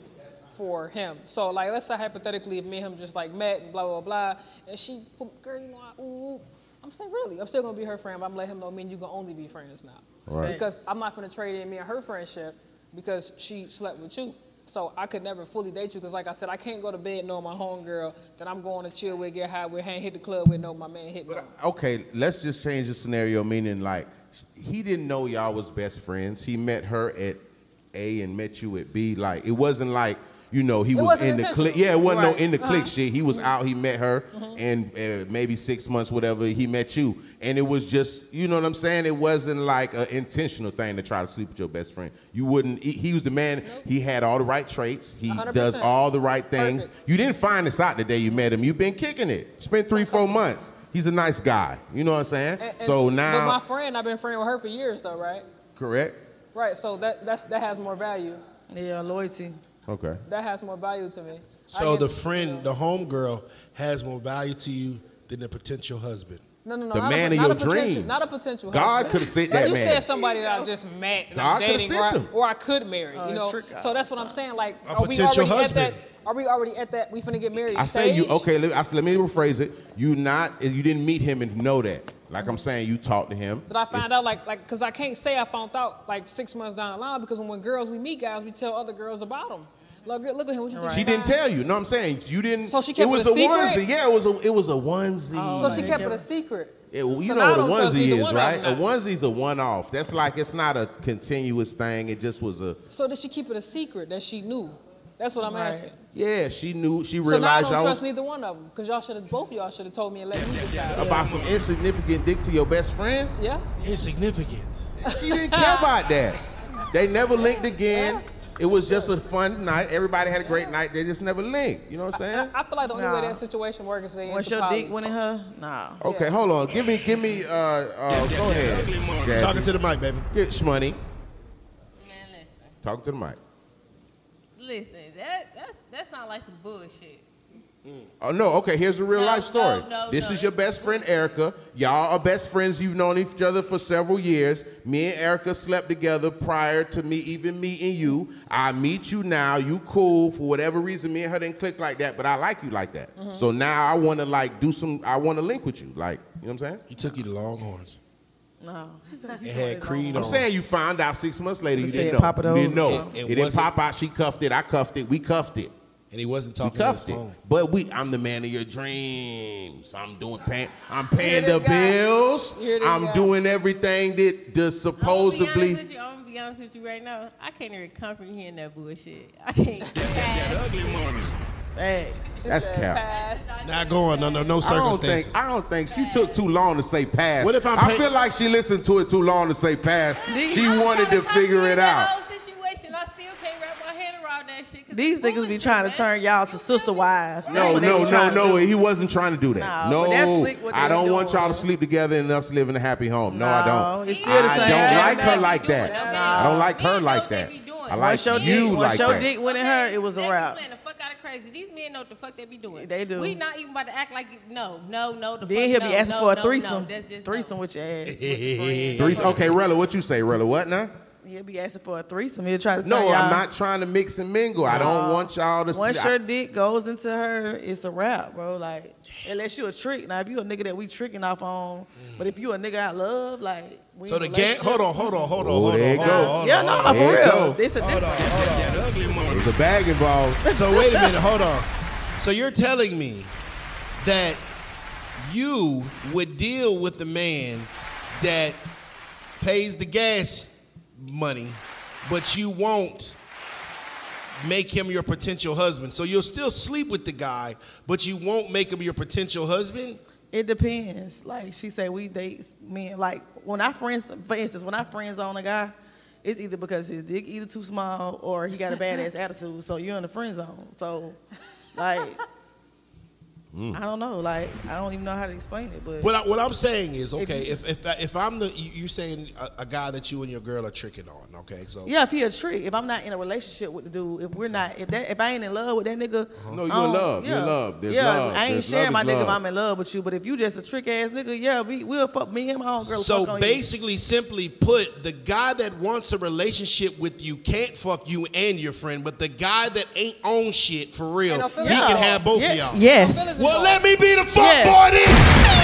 for him. So like, let's say hypothetically, if me and him just like met and blah blah blah, and she, girl, you know, I, ooh, ooh." I'm saying really, I'm still gonna be her friend, but I'm letting him know me and you gonna only be friends now. Right. Because I'm not gonna trade in me and her friendship because she slept with you. So I could never fully date you because, like I said, I can't go to bed knowing my homegirl that I'm going to chill with, get high with, hang hit the club with, know my man hit. me. Okay. Let's just change the scenario. Meaning, like, he didn't know y'all was best friends. He met her at A and met you at B. Like, it wasn't like. You know, he It was wasn't in the click. intentional. Yeah, it wasn't Right. Uh-huh. Mm-hmm. no in the click shit. He was out. He met her, and uh, maybe six months, whatever. He met you, and it was just, you know what I'm saying. It wasn't like an intentional thing to try to sleep with your best friend. You wouldn't. He, he was the man. He had all the right traits. He does 100%. all the right things. Perfect. You didn't find this out the day you met him. You've been kicking it. Spent three, four months. He's a nice guy. You know what I'm saying? And- and- so but now, my friend, I've been friend with her for years, though, right? correct? Right. So that that's that has more value. yeah, loyalty. Okay. That has more value to me. So I the get- friend, the homegirl, has more value to you than the potential husband. No, no, no. the not man a, of not your a potential- dreams. Not a potential. God husband. could have sent Like that you man. said somebody that I just met and God I'm coulda dating, sent or I, them. or I could marry. Oh, you know. trick So that's what I'm outside. saying. Like, A are we potential already husband. at that? Are we already at that? We finna get married. I say you stage? okay. Let, I, say- let me rephrase it. You not you didn't meet him and know that. Like I'm saying, you talked to him. Did I find out like like because I can't say I found out like six months down the line because when, when girls we meet guys we tell other girls about them. Look, look at him. What you think She he didn't fine? tell you. No, I'm saying you didn't. So she it kept was it a a secret? Oh. onesie. Yeah, it was a it was a onesie. Oh, So she kept it a secret. Yeah, well, you So now I know don't what a trust either onesie is, one of right? A them now. onesie's a one-off. That's like it's not a continuous thing. It just was a So did she keep it a secret that she knew? That's what I'm Right. asking. yeah. She knew. She So now I realized don't y'all trust was neither one of them because y'all should have both of y'all should have told me and let me decide. about some insignificant dick to your best friend. Yeah. Insignificant. She didn't care about that. They never linked again. It was just a fun night. Everybody had a great night. They just never linked. You know what I'm I, (laughs) saying? I feel like the only way Nah. that situation works is when Once it's your a poly. dick went in her, nah. Okay, hold on. Give me, give me. Uh, uh, go ahead. Jazzy. Talking to the mic, baby. Get Shmoney. Man, listen, Talk to the mic. listen. That that's that's not like some bullshit. Oh no, okay, here's a real No, life story. no, no, this no, is your best friend Erica. Y'all are best friends. You've known each other for several years. Me and Erica slept together prior to me even meeting you. I meet you now. You cool for whatever reason. Me and her didn't click like that, but I like you like that. Mm-hmm. So now I want to like do some. I want to link with you. Like you know what I'm saying? He took you to (laughs) Longhorns. No. It had Creed I'm on. saying you found out six months later. You They didn't said know. Papa you didn't Do's. know. It- it It, didn't wasn't- pop out. She cuffed it. I cuffed it. We cuffed it. And he wasn't We talking to his cuffed it. phone. But we, I'm the man of your dreams. I'm doing, pay, I'm paying hear the this guy? bills. You hear this I'm guy? doing everything that the I'm gonna be honest supposedly. with you. I'm gonna be honest with you right now. I can't even comprehend that bullshit. I can't. (laughs) Pass. Facts. That's cap. Pass. Not going under no I don't think. circumstances. I don't think she took too long to say pass. What if I'm I pay- feel like she listened to it too long to say pass. you- She I'm wanted trying to figure comprehend it out. that Whole situation. I still can't wrap my 'cause These it's niggas be bullshit, trying to man. turn y'all to You sister feel me? wives. That's No, what they no, be no, trying to no. do. He wasn't trying to do that. No, No, but that's slick what I they don't doing. want y'all to sleep together and us living in a happy home. No, I No, don't. it's still the I same don't thing, like man. her like Doing that. it, okay. I don't like her Men like know they that. be doing I it. like Once you your dick, like once your that. dick went in her, it was a they be wrap. playing the fuck out of crazy. These men know what the fuck they be doing. They do. We not even about to act like it- no, no, no. The Then fuck he'll be no, asking no, for a no, threesome. No, that's just no. threesome with your ass. (laughs) Threes- okay, Rella, what you say, Rella? What now? He'll be asking for a threesome. He'll try to No, tell y'all. I'm not trying to mix and mingle. I don't want y'all to. Once I- your dick goes into her, it's a wrap, bro. Like, unless you a trick. Now, if you a nigga that we tricking off on, but if you a nigga I love, like, we So in the relationship- gang, hold on, hold on, hold on, Oh, hold on, there hold you on, go. hold Yeah, on, no, hold no, on, for There you real. go. This a hold on, different. hold on. That ugly mother. There's a bag involved. So wait a minute, hold on. So you're telling me that you would deal with the man that pays the gas money, but you won't make him your potential husband. So you'll still sleep with the guy, but you won't make him your potential husband? It depends. Like she said, we date men. Like when I friends, for instance, when I friends on a guy, it's either because his dick either too small or he got a badass attitude. So you're in the friend zone. So, like, Mm. I don't know. Like I don't even know how to explain it. But What, I, what I'm saying is, okay, you- if if, I- if I'm the, you- you're saying a, a guy that you and your girl are tricking on, okay? So yeah, if he a trick, if I'm not in a relationship with the dude, if we're not, if that, if I ain't in love with that nigga, Uh-huh. No, you I in don't- love. You in love. There's yeah, love. I ain't There's sharing my love is nigga. If love. I'm in love with you, but if you just a trick ass nigga, yeah, we will fuck me and my own girl. So fuck on you. basically, simply put, the guy that wants a relationship with you can't fuck you and your friend, but the guy that ain't on shit for real, And I he feel like- can have both yeah, of y'all. Yes. Well, let me be the fuck Yes. boy then.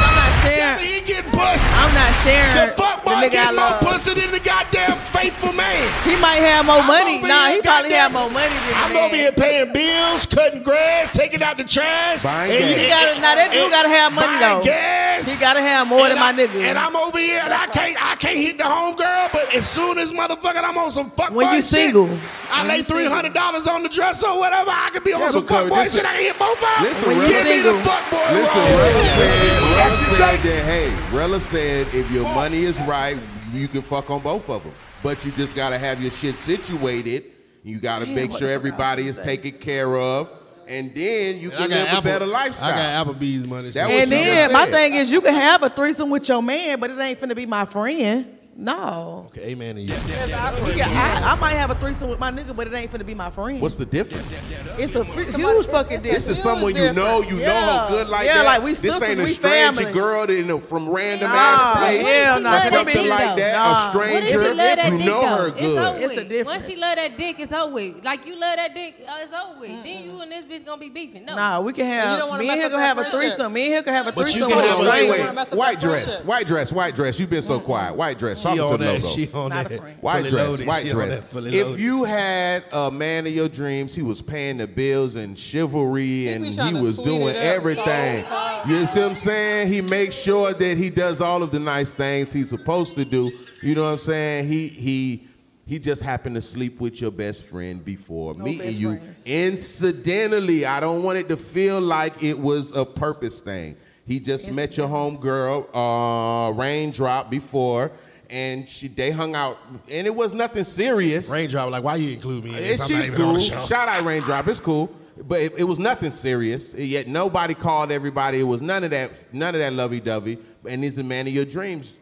I'm not sharing. He ain't getting pussy. I'm not sharing. The fuck boy the nigga I get more love. pussy than the goddamn faithful man. He might have more I'm money. over Nah, here, he probably have goddamn- more money than the I'm man. over here paying bills, cutting grass, taking out the trash. Buying and gas. you- He gotta, now that dude and- gotta have money buying though. Gas. He gotta have more than and my I- nigga. And I'm over here, and I can't, I can't hit the homegirl. But as soon as motherfucking I'm on some fuckboy When you shit, single. I When lay you three hundred dollars on the dress or whatever. I could be on Yeah, some because fuckboy this shit. is- I can hit both of Listen, them. When Give you me the single. fuckboy Listen, role. Rella said, Rella That's said exactly- that, hey, Rella said if your money is right, you can fuck on both of them. But you just got to have your shit situated. You got to Damn, make what sure the fuck I was everybody gonna is say. taken care of. And then you can live a better lifestyle. Applebee's money. That was and what you then just my said. thing is, you can have a threesome with your man, but it ain't finna be my friend. No. okay, amen to you. It's awkward. Yeah, I, I might have a threesome with my nigga, but it ain't finna be my friend. What's the difference? it's a fr- huge This fucking difference. is someone you know, you know Yeah. her good like Yeah, that. like we this sisters, ain't a we stranger family. girl that, you know, from random Nah, ass place. hell nah. or What if Something she like love that. Nah. A What What stranger. if she love that you dick know though? her It's good. over It's a with. Once she difference. love that dick, it's over with. Like you love that dick, uh, it's over with. Then you and this bitch gonna be beefing. No. Nah, we can you don't have. wanna Me and him mess up gonna that have a friendship. threesome. Me and him can have a But you threesome can with have a a- Wait, stranger. wait, Don't mess up White that dress, friendship. white dress, white dress. You've been so quiet. White dress. Talk She to on the that. logo. She on Not a that. friend. White Fully dress, loaded. white She on dress. that fully If loaded. you had a man of your dreams, he was paying the bills and chivalry, and be he trying to was sweet doing it up everything. so hard. You see what I'm saying? He makes sure that he does all of the nice things he's supposed to do. You know what I'm saying? He he he just happened to sleep with your best friend before No meeting best you. friends. Incidentally, I don't want it to feel like it was a purpose thing. He just met your homegirl, uh, Raindrop, before, and she they hung out, and it was nothing serious. Raindrop, like, why you include me in this? It's I'm not she's even on cool. the show. Shout out Raindrop. It's cool. But it, it was nothing serious. Yet nobody called everybody. It was none of that. None of that lovey dovey. And he's the man of your dreams.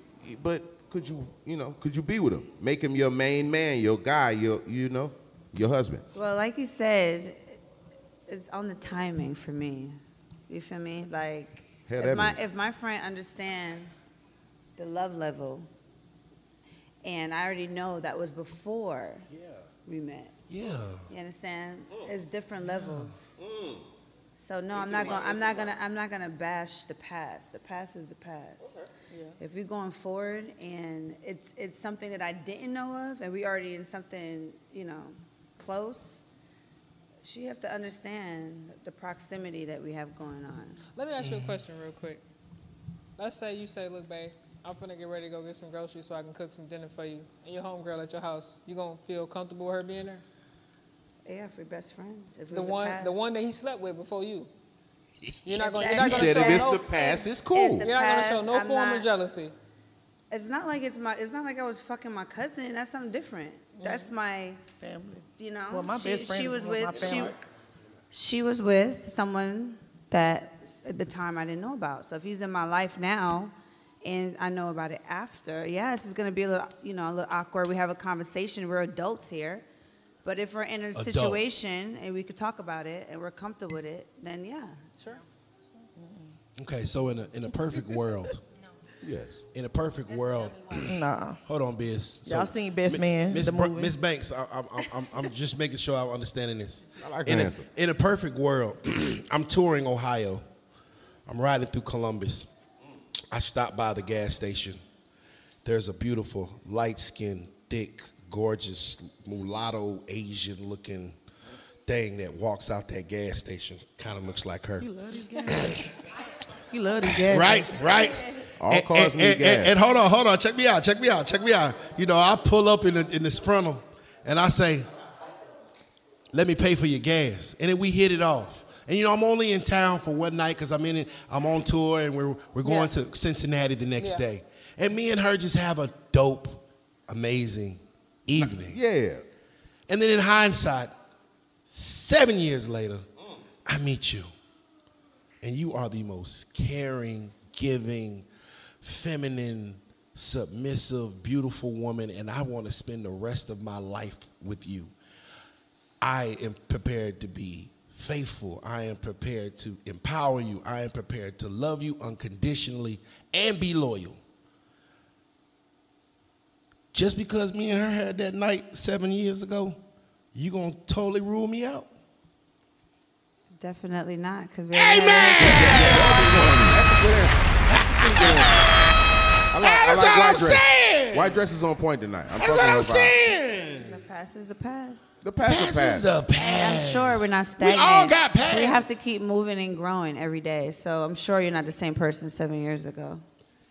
But could you, you know, could you be with him? Make him your main man, your guy, your, you know, your husband. Well, like you said, it's on the timing for me. You feel me? Like Hell, that if my be- if my friend understand the love level, and I already know that was before we met. Yeah. You understand? It's different levels. So no, I'm not gonna, I'm not gonna, I'm not gonna bash the past. The past is the past. If we're going forward and it's, it's something that I didn't know of and we already in something, you know, close, she have to understand the proximity that we have going on. Let me ask you a question real quick. Let's say you say, look, babe, I'm finna get ready to go get some groceries so I can cook some dinner for you. And your homegirl at your house, you gonna feel comfortable with her being there? Yeah, if we're best friends, if it The was one, past. the one that he slept with before you. You're not gonna, She you're She not gonna said show if it's no, the past, it's cool. the- you're not gonna show past, no I'm form not- of jealousy. It's not like it's my. It's not like I was fucking my cousin. That's something different. That's my. Family. You know. Well, my she, best friend she is was one of with. my she, family. she was with someone that at the time I didn't know about. So if he's in my life now, and I know about it after, yes, it's gonna be a little. You know, a little awkward. We have a conversation. We're adults here. But if we're in a situation and we could talk about it and we're comfortable with it, then yeah. Sure. Okay, so in a in a perfect world, Yes. in a perfect world, Nah. hold on, Biz. Y'all seen Best Man, Miss the Br- movie. Miss Banks? I, I'm, I'm I'm I'm just making sure I'm understanding this. I like in her a, answer. in a perfect world, (clears throat) I'm touring Ohio. I'm riding through Columbus. I stop by the gas station. There's a beautiful, light-skinned, thick, gorgeous, mulatto, Asian-looking thing that walks out that gas station. Kind of looks like her. You love these guys. you love these guys. Right, right. All and, cars and, need and- gas. and- and hold on, hold on. Check me out. Check me out. Check me out. You know, I pull up in the, in this frontal, and I say, "Let me pay for your gas," and then we hit it off. And you know, I'm only in town for one night because I'm in. it- I'm on tour, and we're we're going to Cincinnati the next day. And me and her just have a dope, amazing evening. Yeah. And then in hindsight, seven years later, I meet you. And you are the most caring, giving, feminine, submissive, beautiful woman. And I want to spend the rest of my life with you. I am prepared to be faithful. I am prepared to empower you. I am prepared to love you unconditionally and be loyal. Just because me and her had that night seven years ago, you gonna totally rule me out? Definitely not, because we I like, That I is like all white I'm dress. saying. White dress is on point tonight. I'm That's fucking what I'm with her vibe. saying. the past is the past. The past, Past is past. is the I'm past. sure we're not We all stagnant. got We have past. to keep moving and growing every day. So I'm sure you're not the same person seven years ago,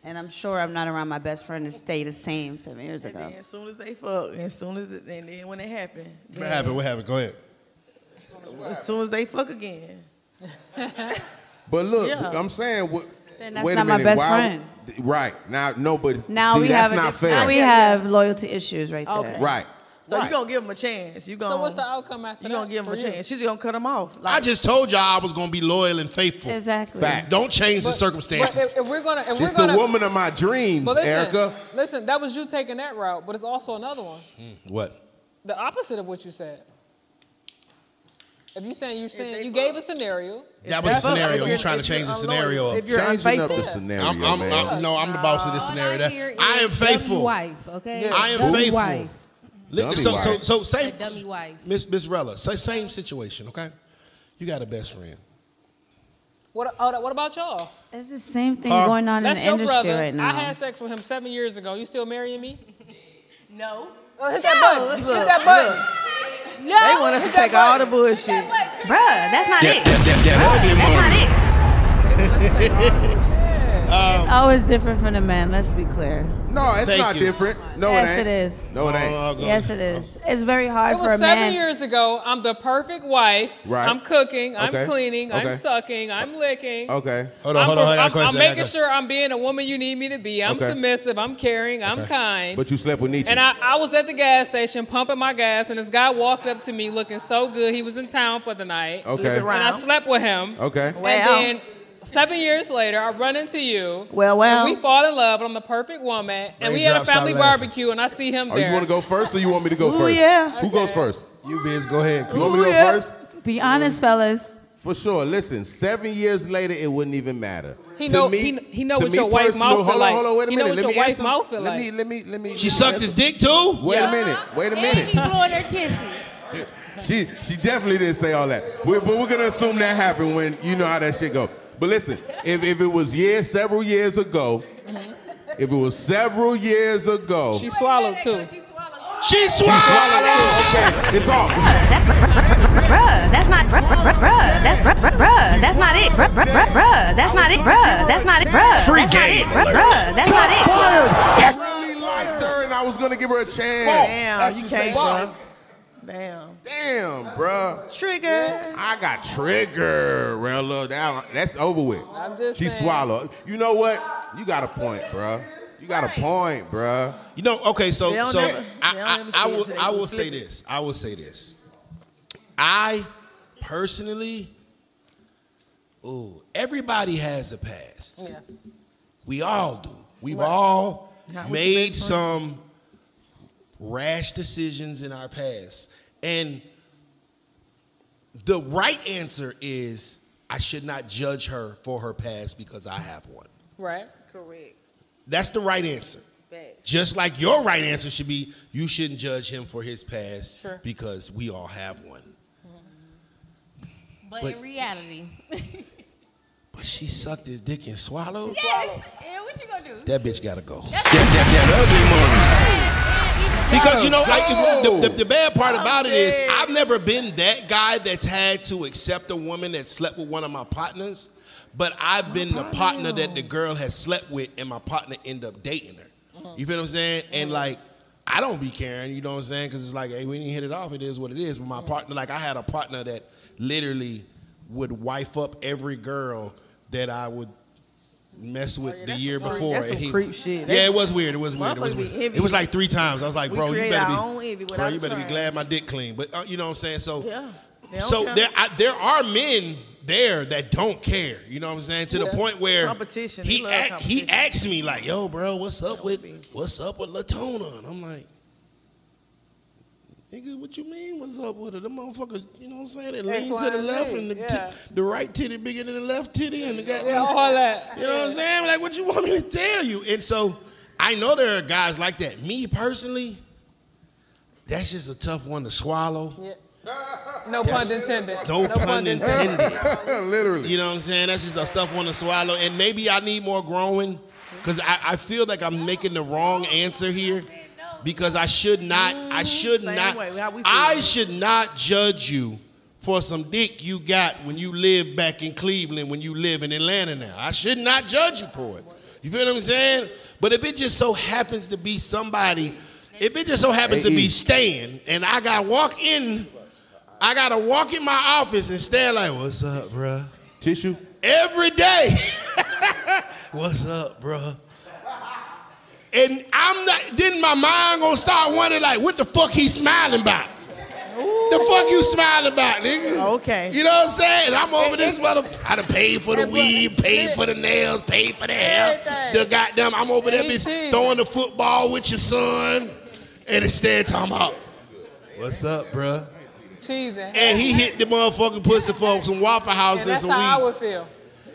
and I'm sure I'm not around my best friend to stay the same seven years And ago. then as soon as they fuck, and as soon as it- and then when it happened, What happened? What happened? Go ahead. As soon as they fuck again, But look, Yeah. I'm saying what. Then that's wait a not my minute, best why- friend. th- Right now, nobody. Now see, we that's have a not diff- fair. now we have loyalty issues right there. Okay. right. so right. you gonna give them a chance. You gonna So what's the outcome after Um, you that? gonna give them for a you? chance. She's gonna cut them off. I Like, just told y'all I was gonna be loyal and faithful. Exactly. Fact. Don't change the But- circumstances. but if, if we're gonna, if She's we're gonna, the woman of my dreams, but listen, Erica. listen, that was you taking that route, but it's also another one, what? the opposite of what you said. If you saying you're they saying fuck- you gave a scenario, That was the That's- scenario. if You're you're- trying to if change the you're scenario unloyal, up. if you're uh, Changing up unfaithful- the scenario, I'm, I'm, man. I'm, no, I'm the boss of this scenario. That- I am faithful. Wife, okay. Yeah. I am Dummy faithful. Wife. Li- Dummy So, so, wife. so same, A dummy wife. Miss Miss Rella, sa- same situation, okay? You got a best friend. what? Oh, what about y'all? It's the same thing Uh, Huh? going on That's in the your industry brother. right now. I had sex with him seven years ago. You still marrying me? No. Oh, hit that button. hit that button. No. they want us to take all the bullshit. Bruh, that's not it. Um, it's always different from the man. Let's be clear. No, it's Thank not you. different. No, yes, it ain't. it is. No, it ain't. Oh, God. Yes, it is. It's very hard It for a was man. seven years ago. I'm the perfect wife. Right. I'm cooking. Okay. I'm cleaning. Okay. I'm sucking. I'm licking. Okay. Hold on, hold on. I I'm, got a I'm, question. I got a making question. sure I'm being a woman you need me to be. I'm Okay. submissive. I'm caring. I'm Okay. kind. But you slept with Nietzsche. and I, I was at the gas station pumping my gas, and this guy walked up to me looking so good. He was in town for the night. Oh. okay. And I Wow. slept with him. Okay. Wow. And then seven years later, I run into you. Well, well. And we fall in love, and I'm the perfect woman. And we had a Raindrops, family stop laughing. barbecue, and I see him Oh, there. you want to go first, or you want me to go Ooh, first? yeah. Who goes first? You, Biz, go ahead. You want me to go yeah. first? Be honest, fellas. For sure. Listen, seven years later, it wouldn't even matter. He To know- me- he kn- he know to what me your wife personal- mouth feel Hold on, like. hold on, wait a He know minute. what let me your ask wife him- mouth feel let like. Me, let me, let me. She sucked his dick too? Wait a minute. Wait a And he minute. blowing her kisses. She she definitely didn't say all that. We, but we're gonna assume that happened when you know how that shit go. But listen, if, if it was years, several years ago, if it was several years ago, Mm-hmm. she swallowed too. She She swallowed. swallowed it. Okay, it's off. Bruh, that's not bruh, bruh, bruh, bruh, that's bruh, bruh, bruh, that's not it, bruh, bruh, bruh, bruh, that's not it, bruh, that's not it, bruh, Free that's not game it, bruh, bruh, that's not it. I really liked her and I was gonna give her a chance. Damn, you can't, Fuck. bro. Damn, Damn, bruh. trigger. I got triggered, Rella. That, that's over with. I'm just she saying. swallowed. You know what? You got a point, bruh. You got Right. a point, bruh. (laughs) You know, okay, so They don't so never- they don't I, never I, I see it will till they I will flip say it. this. I will say this. I personally, ooh, everybody has a past. Yeah. We all do. We've all Not with your made best friend. some rash decisions in our past. And the right answer is I should not judge her for her past because I have one. Right. Correct. That's the right answer. Facts. Just like your right answer should be, you shouldn't judge him for his past Sure. because we all have one. But, But- in reality, But she sucked his dick and swallowed. yes. And what you gonna do? That bitch gotta go. Because Because you know, I, go. the, the, the bad part about it is, dead. I've never been that guy that's had to accept a woman that slept with one of my partners, but I've been the partner that the girl has slept with, and my partner end up dating her. You feel what I'm saying? And like, I don't be caring. You know what I'm saying? Because it's like, hey, we didn't hit it off. It is what it is. But my partner, like, I had a partner that literally would wife up every girl that I would mess with the year some creep- before. that's and some he- creep shit. Yeah, it was weird. It was weird. It was Motherfuckers weird. be envious. It was like three times. I was like, We bro, you create better our be, own envy bro, without you better be trying. glad my dick clean. But uh, you know what I'm saying? So, Yeah. They don't so care. there, I, there are men there that don't care. You know what I'm saying? To the point where Competition. They He love act- he competition. asked me like, yo, bro, what's up with be- what's up with Latona? And I'm like. Nigga, what you mean? What's up with it? The motherfuckers, you know what I'm saying? They lean Y, to the and left, Z, and the, ti- yeah. the right titty bigger than the left titty, and the goddamn. Yeah, all that. You know what I'm saying? Like, what you want me to tell you? And so I know there are guys like that. Me personally, that's just a tough one to swallow. Yeah. No pun intended. No, pun intended. Literally. You know what I'm saying? That's just a tough one to swallow. And maybe I need more growing because I, I feel like I'm making the wrong answer here because I should not, I should Mm, Same not, way, how we feel. I should not judge you for some dick you got when you live back in Cleveland, when you live in Atlanta now. I should not judge you for it. You feel what I'm saying? But if it just so happens to be somebody, if it just so happens to be staying and I got to walk in, I got to walk in my office and stare like, what's up, bruh? Tissue. every day. (laughs) What's up, bruh? And I'm not. Then my mind gonna start wondering like, what the fuck he smiling about? The fuck you smiling about, nigga? Okay. You know what I'm saying? I'm over (laughs) this mother. I done paid for the weed, paid for the nails, paid for the hair. The goddamn, I'm over there bitch Everything. throwing the football with your son, and instead talking about, what's up, bruh? Cheesing. And he hit the motherfucking pussy for some Waffle House And and that's some how I weed. would feel.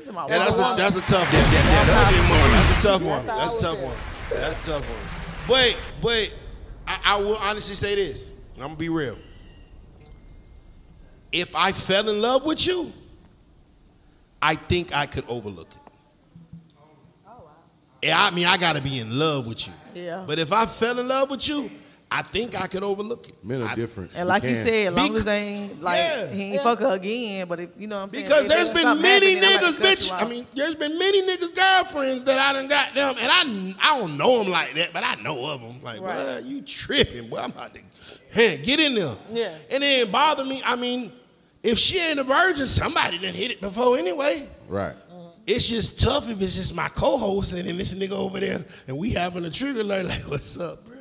Yeah, that's a, that's a tough one. That's a tough one. how I That's a would tough feel. one. That's a tough one. But but I, I will honestly say this. and I'm gonna be real. If I fell in love with you, I think I could overlook it. Yeah, I mean I gotta be in love with you. Yeah. But if I fell in love with you, I think I could overlook it. Men I- are different. And like you can. said, as long Be- as they ain't like Yeah. he ain't fuck her again, but if you know what I'm saying. Because if there's it been something many happened, then I'm niggas, about to cut bitch. you I off. mean, there's been many niggas girlfriends that I done got them, and I I don't know them like that, but I know of them. Like, Right. bruh, you tripping? Boy, I'm about to hey, get in there. Yeah. And it didn't bother me. I mean, if she ain't a virgin, somebody done hit it before anyway. Right. It's just tough if it's just my co-host and then this nigga over there, and we having a trigger alert. Like, (laughs) what's up, bruh?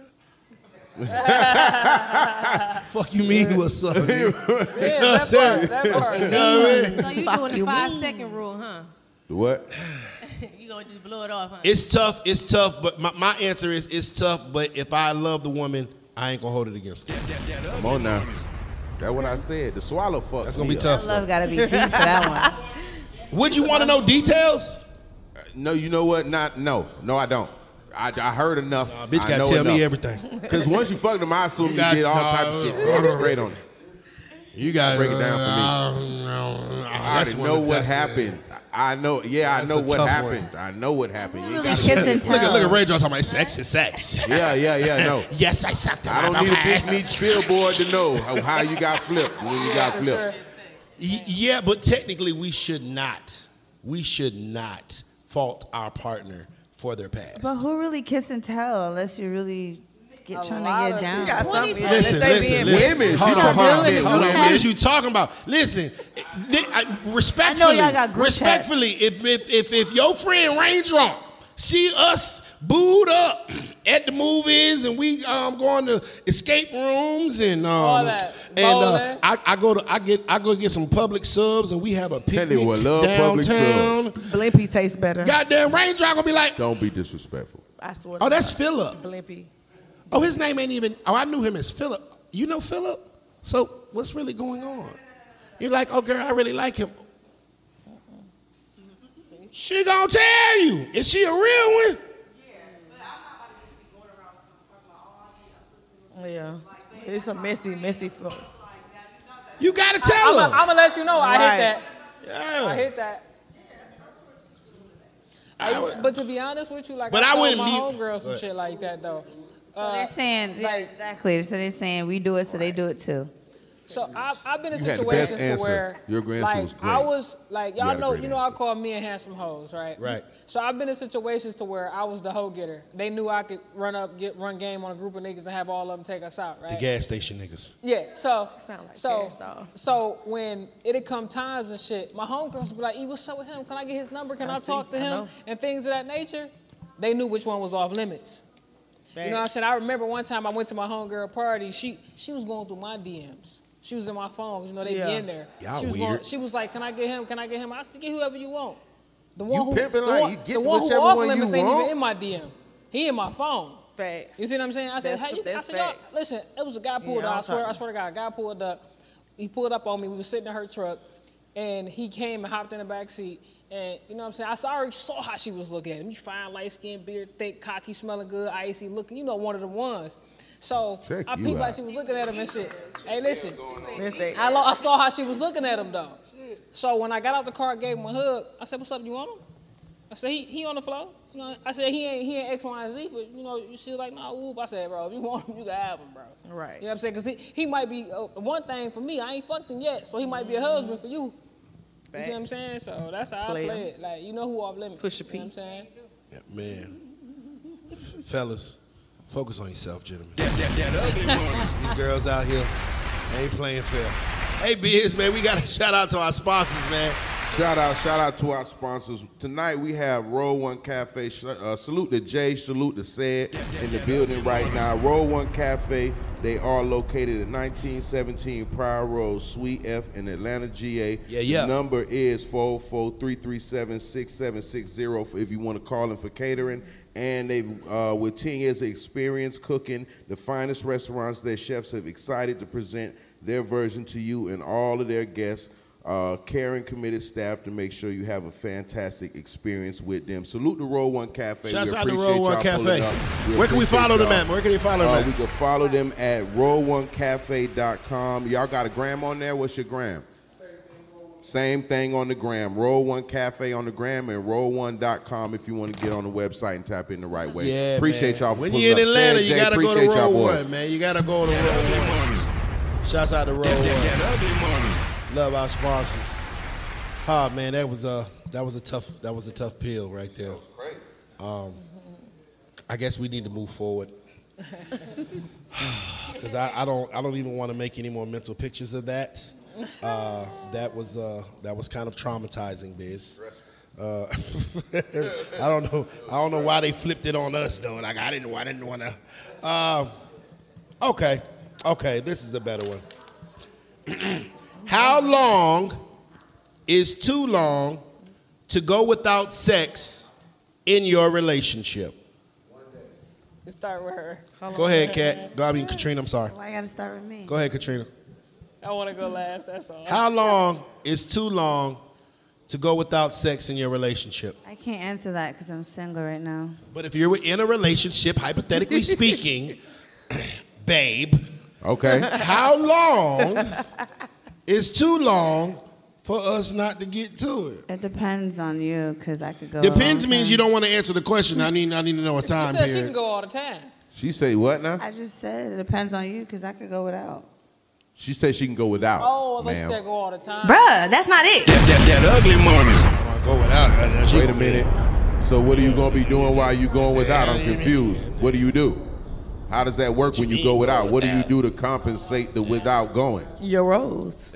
Fuck (laughs) you mean, what's up? nigga? Yeah, know that what I'm part. That (laughs) part. You know what I mean? So you doing the five second rule, huh? (laughs) The What? You gonna just blow it off, huh? It's tough. It's tough. But my, my answer is it's tough. But if I love the woman, I ain't gonna hold it against her. Come on now. That's what I said. The swallow fuck. That's gonna be tough. Love gotta be deep for that one. Would you want to know details? No, you know what? Not no. No, I don't. I, I heard enough. Nah, bitch gotta tell me everything. Because once you fucked them, I assume you, got- did all nah, type of shit. uh, I'm straight on it. You uh, gotta Break it down for me. I I already know what happened. I know. Yeah, That's I know a what tough happened. I know what happened. You got- Kiss and Look at tell. look at Ray Jones talking about sex is sex. yeah, yeah, yeah. (laughs) No, yes, I sucked him. I don't I'm need a high. big meat (laughs) billboard to know how how you got flipped when you got flipped. Y- Yeah, but technically we should not. We should not fault our partner for their past. But who really kiss and tell unless you really get trying lot to get of down? You got something. Listen, unless they listen, being listen. women. Hold She's on, hold on, doing it. hold on. Okay. What is you talking about? Listen, eh, li- I- respectfully, y'all got group chats. respectfully, if, if if if your friend Raindrop see us booed up at the movies, and we um, going to escape rooms and um, All that. and uh, Bowling. I, I go to I get I go get some public subs, and we have a Tell picnic you what, love public downtown. Blimpy tastes better. Goddamn, Raindrop gonna be like, Don't be disrespectful. I swear. oh, to that's God. Philip. Blimpy. Oh, his name ain't even. Oh, I knew him as Philip. You know Philip? So what's really going on? You're like, oh, girl, I really like him. She gonna tell you. Is she a real one? Yeah. It's a messy, messy folks. You gotta I'm tell her. gonna let you know I Right. hit that. Yeah. I hit that. I would- But to be honest with you, like But I I, told wouldn't my be- homegirls some but- shit like that though. So they're saying, yeah, exactly. So they're saying we do it, so they do it too. So I've, I've been in You had the best situations to answer. where Your grandson like, was great. I was like You y'all had a know great you know I answer. call men handsome hoes, right? Right. So I've been in situations to where I was the hoe getter. They knew I could run up, get run game on a group of niggas and have all of them take us out, right? The gas station niggas. Yeah, so sound like so Cash Doll. so when it'd come times and shit, my homegirls would be like, "E, what's up with him? Can I get his number? Can I I, see, talk to I him?" know. And things of that nature. They knew which one was off limits. You know what I'm saying? I remember one time I went to my homegirl party. She she was going through my DMs. She was in my phone. You know they Yeah. be in there. Y'all she was weird. she was like, "Can I get him? Can I get him?" I said, "Get whoever you want." The one who pimping the like one, you get the one who whichever off one you limits ain't even want? in my DM. He in my phone. Facts. You see what I'm saying? I said, That's hey, tr- you, I that's said, y'all, facts. listen, it was a guy pulled Yeah, up. I I'm swear, I talking. swear to God, a guy pulled up. He pulled up on me. We were sitting in her truck, and he came and hopped in the back seat. And you know what I'm saying? I saw- I already saw how she was looking at him. You fine, light skinned, beard thick, cocky, smelling good, icy looking. You know, one of the ones. So Check I you peeped like out. she was looking at him and shit. Hey, listen, That's that. I, lo- I saw how she was looking at him though. So when I got out the car, gave him a hug. I said, "What's up? You want him?" I said, "He he on the floor." You know, I said, "He ain't he ain't X, Y, and Z." But you know, she was like, "Nah, whoop." I said, "Bro, if you (laughs) want him, you can have him, bro." Right. You know what I'm saying? Cause he, he might be uh, one thing for me. I ain't fucked him yet, so he might be a husband for you. You see what I'm Facts. saying? So that's how Player. I play it. Like you know who off limits. Pusha You know what I'm P. saying? Yeah, man. Fellas, focus on yourself, gentlemen. That, that, that ugly money. These girls out here ain't playing fair. Hey, Biz, man, we got to (laughs) shout out to our sponsors, man. Shout out, shout out to our sponsors. Tonight we have Roll One Cafe. Sh- Uh, salute to Jay, salute to Said in the building right now. Roll One Cafe, they are located at 1917 Prior Road, Suite F in Atlanta, GA. Yeah, yeah. The number is 404 337 6760 if you want to call them for catering. And they've, uh, with 10 years of experience cooking the finest restaurants, their chefs have excited to present their version to you and all of their guests. Uh, caring, committed staff to make sure you have a fantastic experience with them. Salute to Roll One Cafe. Shouts we out to appreciate Roll One y'all pulling Cafe. up. Where can we appreciate follow them y'all. at? Where can they follow them Uh, at? We can follow them at roll1cafe.com. Y'all got a gram on there? What's your gram? Same thing on the gram. Roll One Cafe on the gram and roll1.com if you want to get on the website and tap in the right way. Yeah, man. appreciate y'all. for When pulling you're in up. Shay Atlanta, J, you gotta go to appreciate y'all Roll boys. One, man. You gotta go to Roll Ugly One. money. Shouts out to Roll That, One. that, that ugly money. Love our sponsors. Ah, man, that was a that was a tough that was a tough pill right there. Um, I guess we need to move forward (sighs) because I, I don't I don't even want to make any more mental pictures of that. Uh, that was uh, that was kind of traumatizing, Biz. Uh, (laughs) I don't know I don't know why they flipped it on us though. Like I didn't I didn't want to. Um, okay, okay, this is a better one. (clears throat) How long is too long to go without sex in your relationship? Just start with her. Go ahead, Kat. Go, I mean, Katrina, I'm sorry. Why you gotta start with me? Go ahead, Katrina. I want to go last. That's all. How long is too long to go without sex in your relationship? I can't answer that because I'm single right now. But if you're in a relationship, hypothetically speaking, (coughs) babe, (laughs) Okay. how long is too long for us not to get to it? It depends on you because I could go. a long Depends means you time. don't want to answer the question. I need, I need to know a she time said she can period. go all the time. she say what now? I just said it depends on you because I could go without. She said she can go without. Oh, I thought she ma'am. said go all the time. Bruh, that's not it. That, that, that ugly money. I'm gonna go without her. She Wait a gonna be- minute. So what are you gonna be doing while you going without? I'm confused. What do you do? How does that work when you go without? What do you do to compensate the without going? Your rose.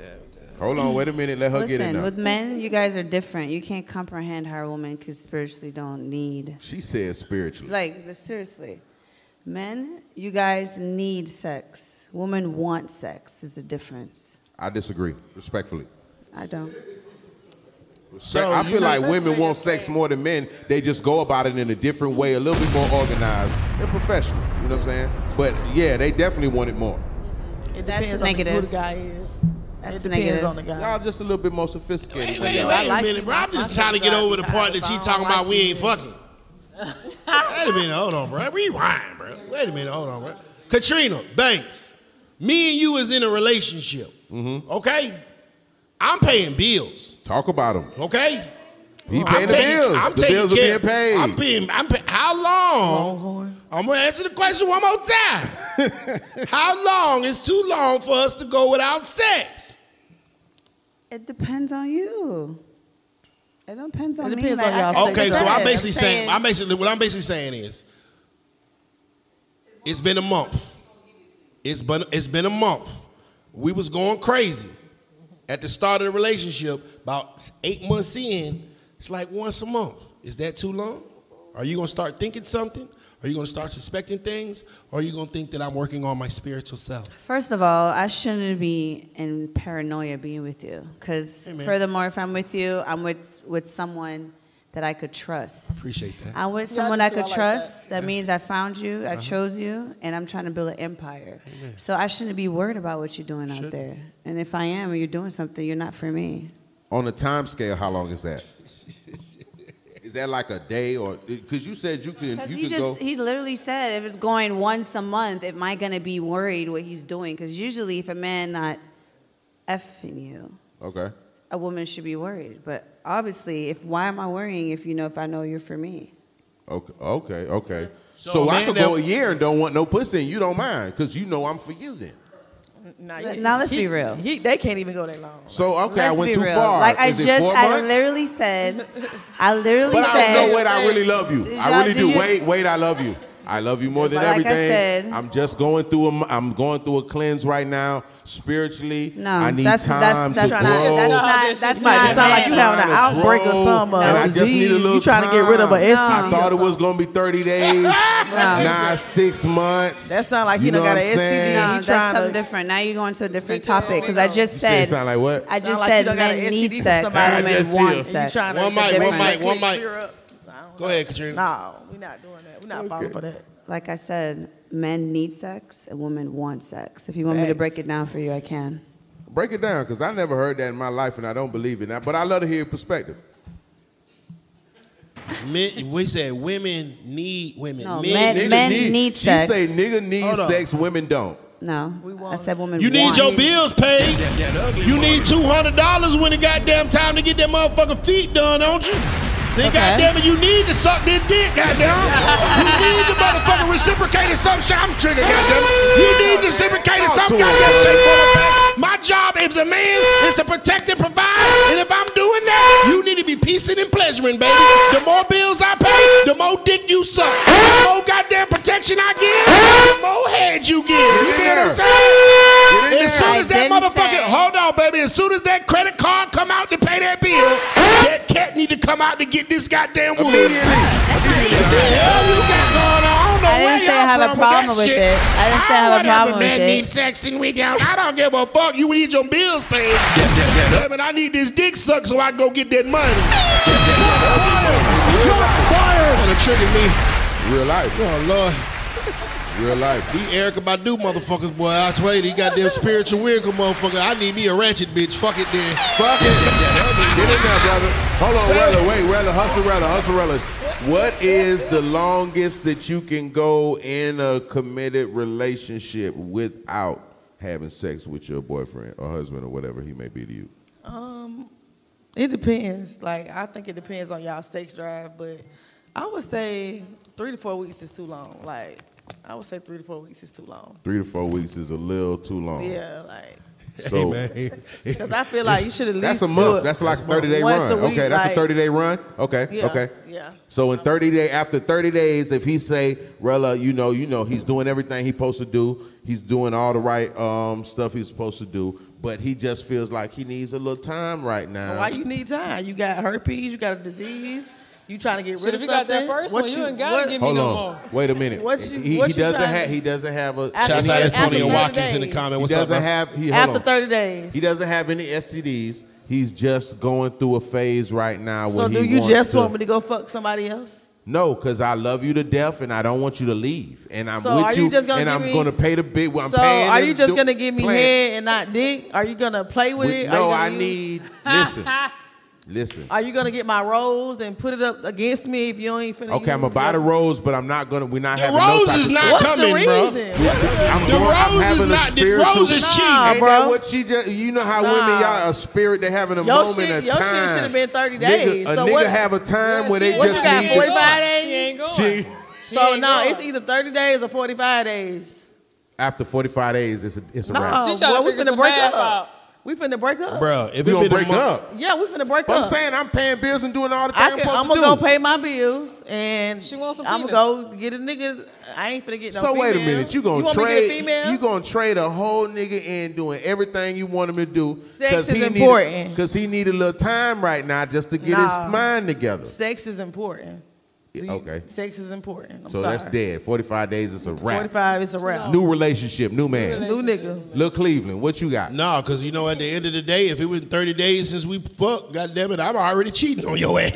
Hold on, wait a minute. Let her get it Listen, now. with men, you guys are different. You can't comprehend how a woman could spiritually don't need. she said spiritually. Like, seriously. Men, you guys need sex. Women want sex, is the difference. I disagree, respectfully. I don't. So I feel like women want sex more than men. They just go about it in a different way, a little bit more organized and professional. You know what I'm saying? But yeah, they definitely want it more. It That's depends on who the negative. guy is. That's it depends negative. on the guy. Y'all just a little bit more sophisticated. than Wait, y'all. wait I a like minute, you. bro. I'm just I trying to think get I'd over be the part tired that if she I talking don't about like we you. ain't fucking. Wait a minute, hold on, bro. Rewind, bro. Wait a minute, hold on, bro. Katrina Banks, me and you is in a relationship. Mm-hmm. Okay, I'm paying bills. Talk about them. Okay, He paying the bills. I'm the taking bills care. are being paid. I'm paying. I'm pay, how long? Longhorn. I'm gonna answer the question one more time. how long is too long for us to go without sex? It depends on you. It depends on It me. depends like, on I y'all can't Okay, so say I'm it. basically saying, saying- I'm basically what I'm basically saying is, it's been a month. It's been it's been a month. We was going crazy at the start of the relationship. About eight months in, it's like once a month. Is that too long? Are you gonna start thinking something? Are you gonna start suspecting things? Or are you gonna think that I'm working on my spiritual self? First of all, I shouldn't be in paranoia being with you. Because Amen. furthermore, if I'm with you, I'm with, with someone that I could trust. Appreciate that. I'm with Yeah, I someone do I too. could I like trust. That means I found you, I Uh-huh. chose you, and I'm trying to build an empire. So I shouldn't be worried about what you're doing out Shouldn't. there. And if I am, or you're doing something, you're not for me. (laughs) On a time scale, how long is that? (laughs) is that like a day or? Because you said you can. Because You he can just go. he literally said if it's going once a month, am I gonna be worried what he's doing? Because usually, if a man not effing you, Okay. a woman should be worried. But obviously, if why am I worrying if you know if I know you're for me? Okay. Okay. Okay. So, So I man could that- go a year and don't want no pussy, and you don't mind because you know I'm for you then. Nah, Let- you- now let's he- be real. he- they can't even go that long. So okay, Let's I went be too real. far. Like I Is it just, four I months? literally said, I literally But I said. know wait, I really love you. Did I y'all- really did do. you- Wait, wait, I love you. I love you more than Like I everything. said- am just going through a m- I'm going through a cleanse right now spiritually. No, I need that's time that's to that's grow. not that's not It's that's You might not. just sound like you having Trying an to outbreak or grow, something. and I Or just need a disease. little You trying to get rid of an time. STD. I thought it or was something. gonna be 30 (laughs) days. Uh-uh. Nah, six months. That sound like he You done know got what an I'm STD. saying? He No, trying that's something to- different. Now you're going to a different Big girl, topic big because I girl. just You said it said. sound like what? I Sound just like you said done got an men STD need from sex. somebody. Women Yeah, chill. want And you sex. trying to One make mic, that one man mic, one clear- mic. clear up. I don't Go know. ahead, Katrina. No, we're not doing that. We're not falling for that. Like I said, men need sex and women want sex. If you want me to break Facts. it down for you, I can. Break it down, cause I never heard that in my life, and I don't believe it. Now, but I love to hear your perspective. Men, we said women need women. No, men, Nigga men- need sex. She say nigga need Hold on. sex, women don't. No, We I want said women. you need want. your bills paid. That, that ugly You money. need two hundred dollars when it goddamn time to get that motherfucking feet done, don't you? Then Okay. goddamn it, you need to suck that dick, goddamn. you need to motherfucking reciprocate in some shit. I'm triggered, goddamn. it. You need to reciprocate in some goddamn shit, motherfucker. My job as a man is to protect and provide, and if I'm doing that, you need to be peacing and pleasuring, baby. The more bills I pay, the more dick you suck. The more goddamn protection I give, the more head you give. You get what I'm Get in saying? As there. soon as that I didn't motherfucking say. hold on, baby. As soon as that credit card come out to pay that bill, that cat need to come out to get this goddamn wood. Immediately. What the hell you got going on? I don't know I didn't where say y'all I have a from problem with, that with shit. it. I didn't say I have a whatever, problem with man it. need sex and we down. I don't give a fuck. You need your bills paid. Yeah, but I need this dick sucked so I can go get that money. Shot fired. triggered me. Real life. Oh Lord. Real life. He Erica Badu motherfuckers, boy. I swear to you, goddamn spiritual miracle motherfucker. I need me a ratchet bitch. Fuck it then. Fuck it. Get in there, brother. Hold on, Say- Rella. Wait, Rella. Hustle, Rella. Hustle, Rella. What is the longest that you can go in a committed relationship without having sex with your boyfriend or husband or whatever he may be to you? Um, it depends. Like I think it depends on y'all sex drive, but I would say three to four weeks is too long. Like I would say three to four weeks is too long. Three to four weeks is a little too long. Yeah, like So because I feel like you should at least that's a do month. it That's like a 30 day once run. a week, okay, that's a like- 30 day run. Okay, Yeah, okay. yeah. So in 30 day after 30 days, if he say, Rella, you know, you know, he's doing everything he's supposed to do. He's doing all the right um, stuff he's supposed to do. but he just feels like he needs a little time right now. Why you need time? You got herpes. You got a disease. You trying to get rid Shit, of if you something? got that first What one, you ain't gotta what- give me Hold no on, more. wait a minute. What you- he what he you doesn't trying have to- he doesn't have a After Shouts out After Antonio 30 Watkins in the days. comment. he What's up, doesn't bro? have he, hold After on. 30 days. He doesn't have any STDs. He's just going through a phase right now. Where So he do you wants just to, want me to go fuck somebody else? No, because I love you to death, and I don't want you to leave. And I'm So with are you just gonna and I'm give me- going to pay the big. Well, I'm so paying are the you just du- gonna give me plan. head and not dick? Are you gonna play with We- it? Are you no, gonna I use- need. (laughs) Listen, listen. Are you gonna get my rolls and put it up against me if you ain't finna? Okay, I'm gonna use buy the them? rose, but I'm not gonna. We're not The having rose no type is of not sex. What's coming, the bro. reason? What's the- I'm The going, I'm rose having is a not- the spiritual- rose is cheap. Nah, Ain't that bro. what she just? You know how women Nah. y'all a spirit. They having a Your moment shit- of your shit time. shoulda been 30 Nigga- days. A So nigga what- have a time where they she- what just you got, need ain't to- 45 going. days? She ain't going. She- She So ain't no, going. it's either 30 days or 45 days. after 45 days, it's a, it's a No, wrap. She tryna well, Oh, we figure finna some break math up. out. We finna break up. Bro, if it We been gonna a break month- up. Yeah, we finna break But I'm up. saying I'm paying bills and doing all the I things can, I'm I'm supposed gonna to go do. pay my bills and She wants some I'm gonna penis. go get a nigga. I ain't finna get no so female. wait a minute, you gonna want me to get trade? a female? You gonna trade a whole nigga in doing everything you want him to do? Sex is important. Because he need a little time right now just to get Nah. his mind together. Sex is important. Do you- Okay. Sex is important. I'm so sorry. that's dead. 45 days is a wrap. 45 is a wrap. New relationship, new man. New nigga. Look, Cleveland, what you (laughs) got? Nah, because you know, at the end of the day, if it was 30 days since we fucked, goddamn it, I'm already cheating on your ass.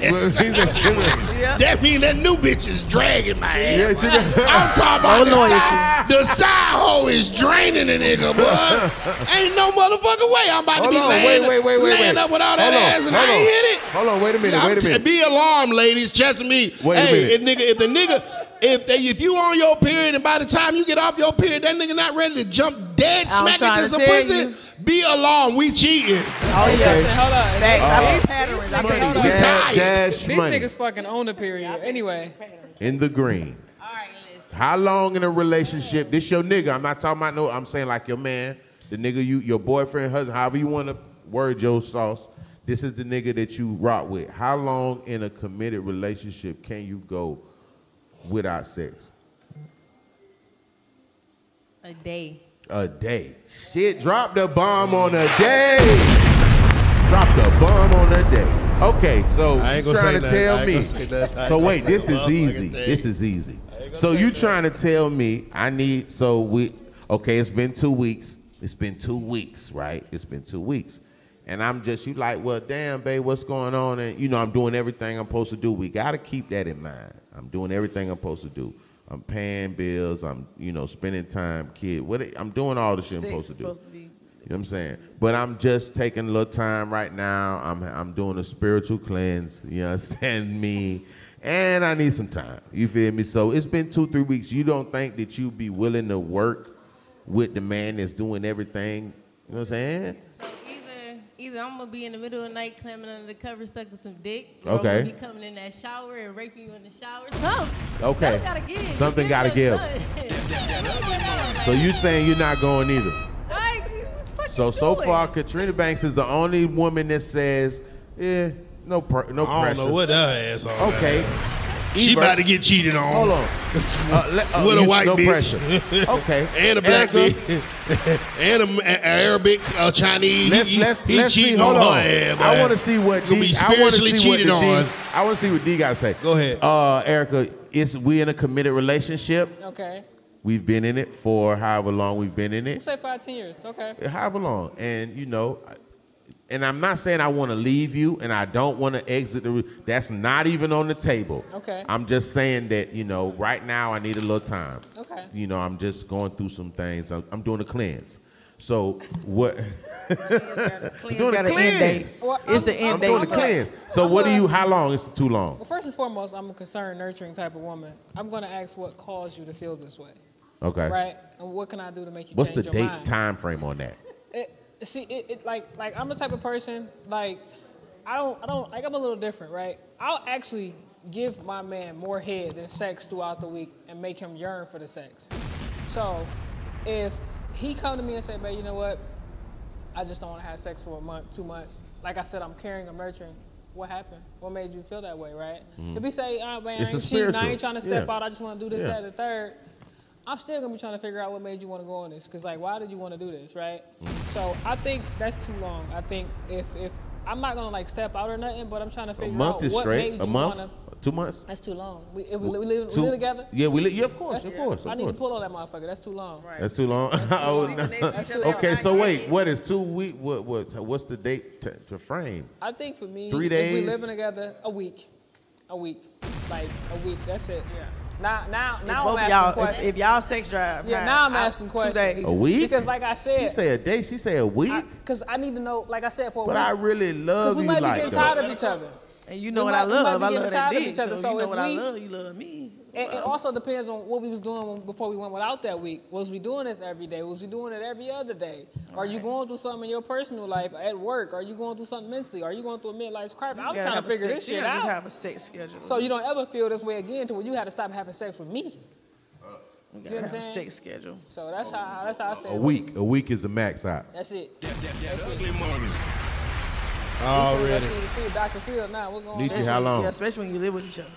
that mean that new bitch is dragging my (laughs) ass. bro. I'm talking Oh, about the loyalty. side, the side hoe is draining the nigga, boy. ain't no motherfucking way I'm about to Hold be on, laying, wait, wait, wait, wait, laying wait. up with all that Hold on, ass and I hold ain't on. hit it. Hold on, wait a minute, I'm wait a t- minute. Be alarmed, ladies. Trust me. Wait a hey, minute. if nigga, if the nigga, if they, if you on your period and by the time you get off your period, that nigga not ready to jump dead I'm smack trying into to some tell pussy, you. be alarmed. We cheating. Oh, Listen, yeah. Hold up. Facts. I be patterns. I can't Hold do on. it. Dash, tired. dash These money niggas fucking own the period. Anyway, in the green. All right, listen. How long in a relationship? This your nigga. I'm not talking about no. I'm saying like your man, the nigga you, your boyfriend, husband, however you want to word your sauce. This is the nigga that you rock with. How long in a committed relationship can you go without sex? A day. A day. Shit, drop the bomb on a day. Drop the bomb on a day. Okay, so I ain't you gonna say trying to nothing. I tell ain't me. gonna say nothing. I ain't So gonna wait, say this no is motherfucking easy. thing. This is easy. ain't gonna So say you nothing. trying to tell me I need so we okay, it's been two weeks. It's been two weeks, right? It's been two weeks. And I'm just you like, well, damn, babe, what's going on? And you know, I'm doing everything I'm supposed to do. We gotta keep that in mind. I'm doing everything I'm supposed to do. I'm paying bills. I'm, you know, spending time, kid. What I'm doing all the shit I'm Sex supposed to is do. supposed to be- You know what I'm saying? But I'm just taking a little time right now. I'm I'm doing a spiritual cleanse. You understand (laughs) me? And I need some time. You feel me? So it's been two, three weeks. You don't think that you'd be willing to work with the man that's doing everything? You know what I'm saying? So either either I'm gonna be in the middle of the night climbing under the cover, sucking some dick. Or Okay. I'm gonna be coming in that shower and raping you in the shower. Some. Okay. Something gotta give. Something You gotta give give. up something. So you saying you're not going either? I, what's fucking So so doing? far, Katrina Banks is the only woman that says, "Yeah, no, pr- I no don't pressure." know what her ass on. okay. She Ebert- about to get cheated on. (laughs) Hold on. Uh, le- uh, With a you- white no bitch. (laughs) pressure. Okay. And a black Erica, bitch. (laughs) and a, a Arabic, a Chinese. Let's he let's he let's cheating see. Hold on, on. her ass. I man. want to see what Gonna D, be I want to spiritually see what the cheated on. D, I want to see what D got to say. Go ahead. Uh, Erica, it's we in a committed relationship. okay. We've been in it for however long we've been in You it, say five, ten years. Okay. however long, and you know. I- And I'm not saying I want to leave you, and I don't want to exit the. re- That's not even on the table. Okay. I'm just saying that you know, right now I need a little time. Okay. You know, I'm just going through some things. I'm, I'm doing a cleanse. So what? (laughs) Cleanse doing a got an end date. cleanse. Well, It's the I'm- end I'm date. doing the I'ma- cleanse. So what do I'ma- you? How long? It's too long. Well, first and foremost, I'm a concerned, nurturing type of woman. I'm gonna ask what caused you to feel this way, Okay. right? And what can I do to make you What's the change date your mind? time frame on that? It, see, it, it like like I'm the type of person like I don't I don't like I'm a little different, right? I'll actually give my man more head than sex throughout the week and make him yearn for the sex. So if he come to me and say, "Babe, you know what? I just don't want to have sex for a month, two months." Like I said, I'm caring, I'm nurturing. What happened? What made you feel that way, way, right? If he say, "Ah, man, Mm. It's a I ain't cheating, I spiritual, ain't trying to step yeah. out. I just want to do this, Yeah. that, and the third. I'm still gonna be trying to figure out what made you want to go on this, cause like, why did you want to do this, right? Mm. So I think that's too long. I think if if I'm not gonna like step out or nothing, but I'm trying to A figure month out is what straight. made A you month, wanna. two months. That's too long. We, if we, li- we live, Two- we live together. Yeah, we live. Yeah, of course, That's of too- course, I of need to course. pull on that motherfucker. That's too long. Right. That's too long. (laughs) Oh, Sleeping no. next to each other Okay, every so night. wait, what is two week? What what what's the date to, to frame? I think for me, Three If we days? living together, a week, a week, like a week. That's it. Yeah. Now, now, If now both I'm of asking y'all, if, questions. if y'all sex drive, Yeah, fine. now I'm I- asking questions. Two Oh, days. A week? because, like I She said, say a day. She say a week. because I, need to know. Like I said, for a but week, I really because love we you might be like getting that. tired of each other. And you know We what might- I love. we might be I getting love tired that of dick. each other, So, so you know if what I we- love. You love me. It, it also depends on what we was doing when- before we went without that week. Was we doing this every day? Was we doing it every other day? Are you going through something in your personal life at work? Are you going through something mentally? Are you going through a midlife crisis? You I'm gotta trying have to a figure sex- this you shit gotta out. Just have a sex schedule. So you don't ever feel this way again to where you had to stop having sex with me. you see gotta what I'm have a saying? sex schedule. So that's how that's how I stay. A week. A week is the max out. That's it. That, that, that ugly money. Already. Doctor Field, now we're going. Nietzsche, how long? Yeah, especially when you live with each other.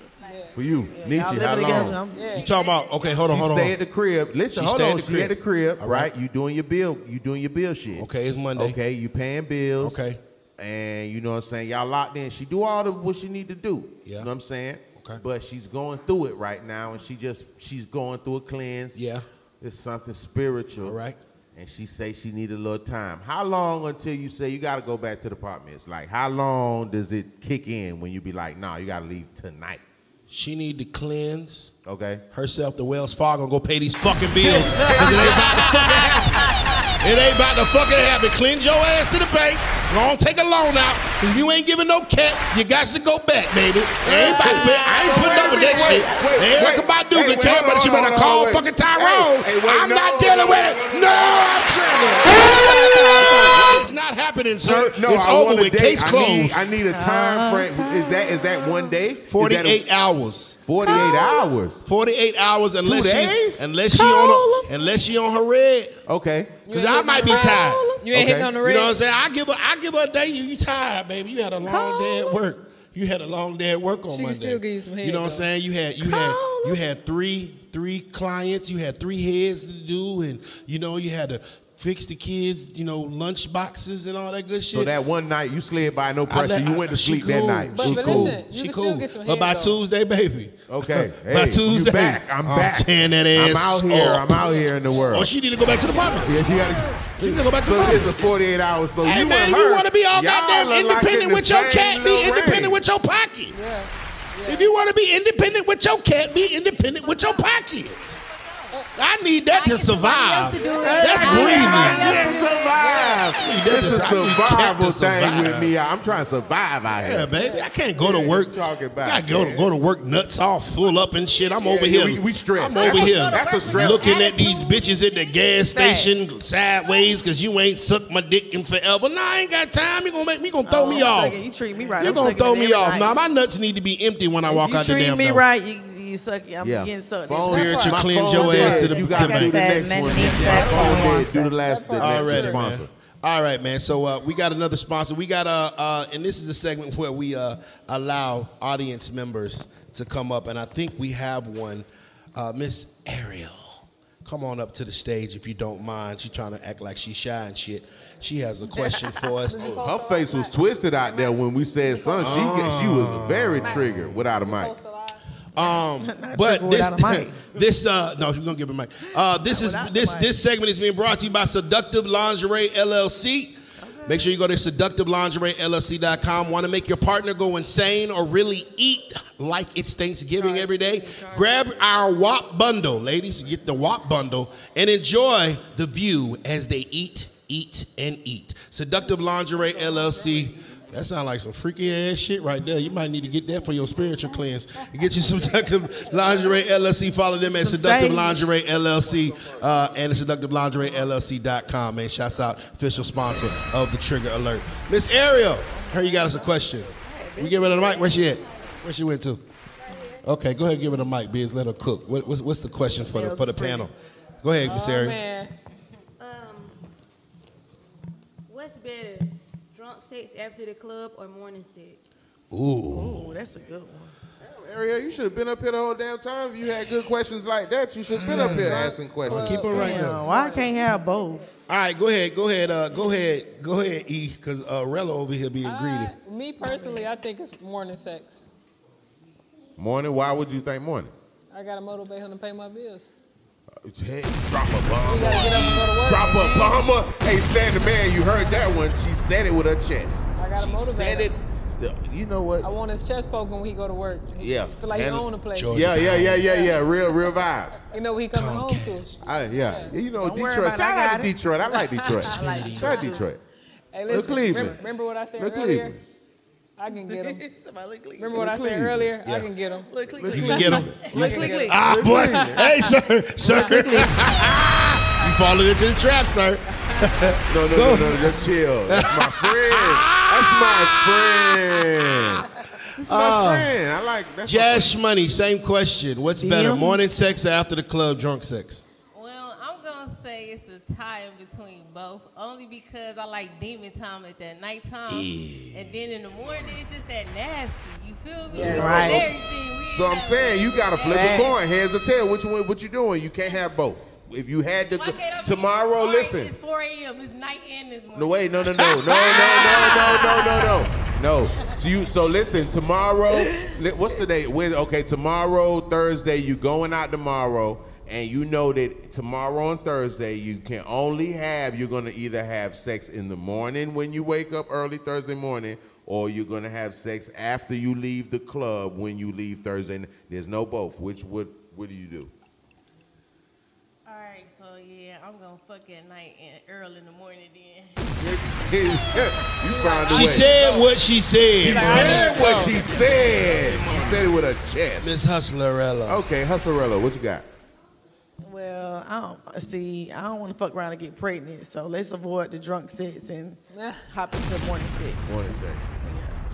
For you, Nietzsche, y'all how living together. long? I'm, You talking about, okay, hold on, She hold on. stay hold at the crib. Listen, She hold stay at on. the She at the crib. crib, All right. right? You doing your bill. You doing your bill shit. on. Okay, it's Monday. Okay, you paying bills. Okay. And you know what I'm saying? Y'all locked in. She do all the what she need to do. Yeah. You know what I'm saying? Okay. But she's going through it right now and she just she's going through a cleanse. Yeah. It's something spiritual. All right. And she say she need a little time. How long until you say you gotta go back to the apartments? Like how long does it kick in when you be like, nah, you gotta leave tonight? She need to cleanse Okay? herself to Wells Fargo and go pay these fucking bills. 'Cause it ain't about to fucking happen. It ain't about to fucking happen. Cleanse your ass to the bank. Don't take a loan out. If you ain't giving no cat, you got to go back, baby. It ain't about to be, I ain't putting up with that shit. Erica Badu Hey, can wait, come, hold but she on, better hold on, call wait. fucking Tyrone. Hey, hey, wait, I'm no, not no, dealing no, with no, it. no, No, no, I'm trying to. It's not happening, sir. No, it's I over want a with. date. Case I closed. Need, I need a time frame. Is that is that one day? Is that a- 48 hours. 48 hours. 48 hours unless days? she unless she on a, unless she on her red. Okay. Cause I might be tired. You ain't Okay. hitting on the You red. know what I'm saying? I give her I give her a day. You, you tired, baby. You had a long day at work. You had a long day at work on She can Monday. still give you some head, know what I'm though. saying? You had you had you had three three clients. You had three heads to do, and you know you had to fix the kids. You know lunch boxes and all that good shit. So that one night you slid by no I pressure. let- you went I- to she sleep cool. that night. But- She but cool. listen, you she can cool. still get some but by head, though. Tuesday, baby. Okay. (laughs) by Hey, Tuesday, You back. I'm back. tearing that ass. I'm out here. up. I'm out here in the world. Oh, she need to go back to the apartment. yeah, she gotta, She need to go back to so the it's apartment. a 48 hours. So Hey you man, and if her, you want to be all y'all goddamn look like in independent the with your same cat, be little independent ring. with your pocket. If you want to be independent with your cat, be independent with your pocket. I need that to survive. That's breathing. Survive. That It's is- I a need cat to survival thing survive. with me. I'm trying to survive out Yeah, here. baby, I can't go to Yeah, work. you talking about, I go to man. go to work nuts all full up and shit. I'm over yeah, here. we- we stressed. I'm over That's a- here. that's a stress. Looking at these bitches at the gas station sideways because you ain't sucked my dick in forever. Nah, I ain't got time. You gonna make me gonna throw Oh, me I'm off. sucking. You treat me right. You're I'm gonna sucking throw it me every off. night. Nah, my nuts need to be empty when I walk you out the treat damn me door. right, you, you suck. it. I'm getting sucked. Phone- Spiritual my cleanse phone your dead. ass to the- You to gotta the bank. do the Said next men one. need My sex phone for dead. one Do the last the All next right, sponsor. man. All right, man. So uh, we got another sponsor. We got uh, uh, and this is the segment where we uh, allow audience members to come up, and I think we have one, uh, Miss Ariel. Come on up to the stage if you don't mind. She's trying to act like she's shy and shit. She has a question for us. Her face was twisted out there when we said son. She she was very triggered without a mic. Um, but this, without a (laughs) mic. this, uh, no, we're gonna give him a mic. Uh, this is Without the this mic. this segment is being brought to you by Seductive Lingerie LLC. Make sure you go to seductivelingeriellc.com. Want to make your partner go insane or really eat like it's Thanksgiving every day? Grab our WAP bundle, ladies. Get the WAP bundle and enjoy the view as they eat, eat, and eat. Seductive Lingerie LLC. That sounds like some freaky ass shit right there. You might need to get that for your spiritual cleanse. Get (laughs) you seductive lingerie LLC. Follow them at Some seductive sage. lingerie LLC uh, and seductive lingerie LLC.com. Man, shouts out official sponsor of the Trigger Alert. Miss Ariel, her you got us a question. We give her the mic. Where she at? Where she went to? Okay, go ahead and give her the mic, Biz. Let her cook. What, what's, what's the question for the for the panel? Go ahead, Miss Oh, Ariel. man. What's better, drunk sex after the club or morning sex? Ooh. Ooh, that's a good one. Ariel, you should have been up here the whole damn time. If you had good questions like that, you should have been up here asking questions. Keep it right now. Why I can't have both? All right, go ahead, go ahead, uh, go ahead, go ahead, E, because uh, Rello over here being greedy. Uh, Me personally, I think it's more than sex. Morning, why would you think morning? I gotta motivate him to pay my bills. Hey, drop a You gotta bomber. get up and go to work. Drop a bomber. Hey, stand the man. You heard that one. She said it with her chest. I gotta She motivate said it. him. The- You know I what? want his chest poking when he go to work. He Yeah. Feel like he And- own the place. George. Yeah, yeah, yeah, yeah, yeah. Real, real vibes. You know what he coming home to. I, yeah. You know, Don't worry Detroit. about it, Shout I out got to it. Detroit. I like Detroit. Shout out to Detroit. Hey, Look listen. Cleveland. Remember, remember what I said Look earlier? Cleveland. I can get (laughs) him. Somebody look, click, Remember what I said Cleveland. earlier? I Yeah. can get him. look, click, You click, can get (laughs) him. click, click, click. Ah, boy. Hey, sir, sir. (laughs) you falling into the trap, sir. No, no, no, no, no, just chill. That's my friend. That's my friend. That's my friend. I like that's my Cash money, same question. What's better, morning sex or after the club drunk sex? (laughs) Well, I'm gonna say it's a tie in between both, only because I like demon time at that nighttime, and then in the morning it's just that nasty. You feel me? It's right. everything. We So I'm gotta- saying you gotta flip Facts. a coin, heads or tail. Which one? What you doing? You can't have both. If you had to Why can't I be- tomorrow, All right, listen. It's 4 a.m. It's night and it's morning. No wait, no, no, no, no, no, no, no, no, no, no. No. So you so listen, tomorrow li- what's the date? Wednesday. Okay, tomorrow, Thursday, you going out tomorrow, and you know that tomorrow and Thursday you can only have you're gonna either have sex in the morning when you wake up early Thursday morning, or you're gonna have sex after you leave the club when you leave Thursday. n- There's no both. Which would what do you do? (laughs) All right, so yeah, I'm gonna fuck at night and early in the morning then. you found a She way. said what she said, bro. said what she said. She said it with a chest. Miss Hustlerella. Okay, Husserella, what you got? Well, I don't see. I don't want to fuck around and get pregnant, so let's avoid the drunk sex and hop into morning sex. Morning sex.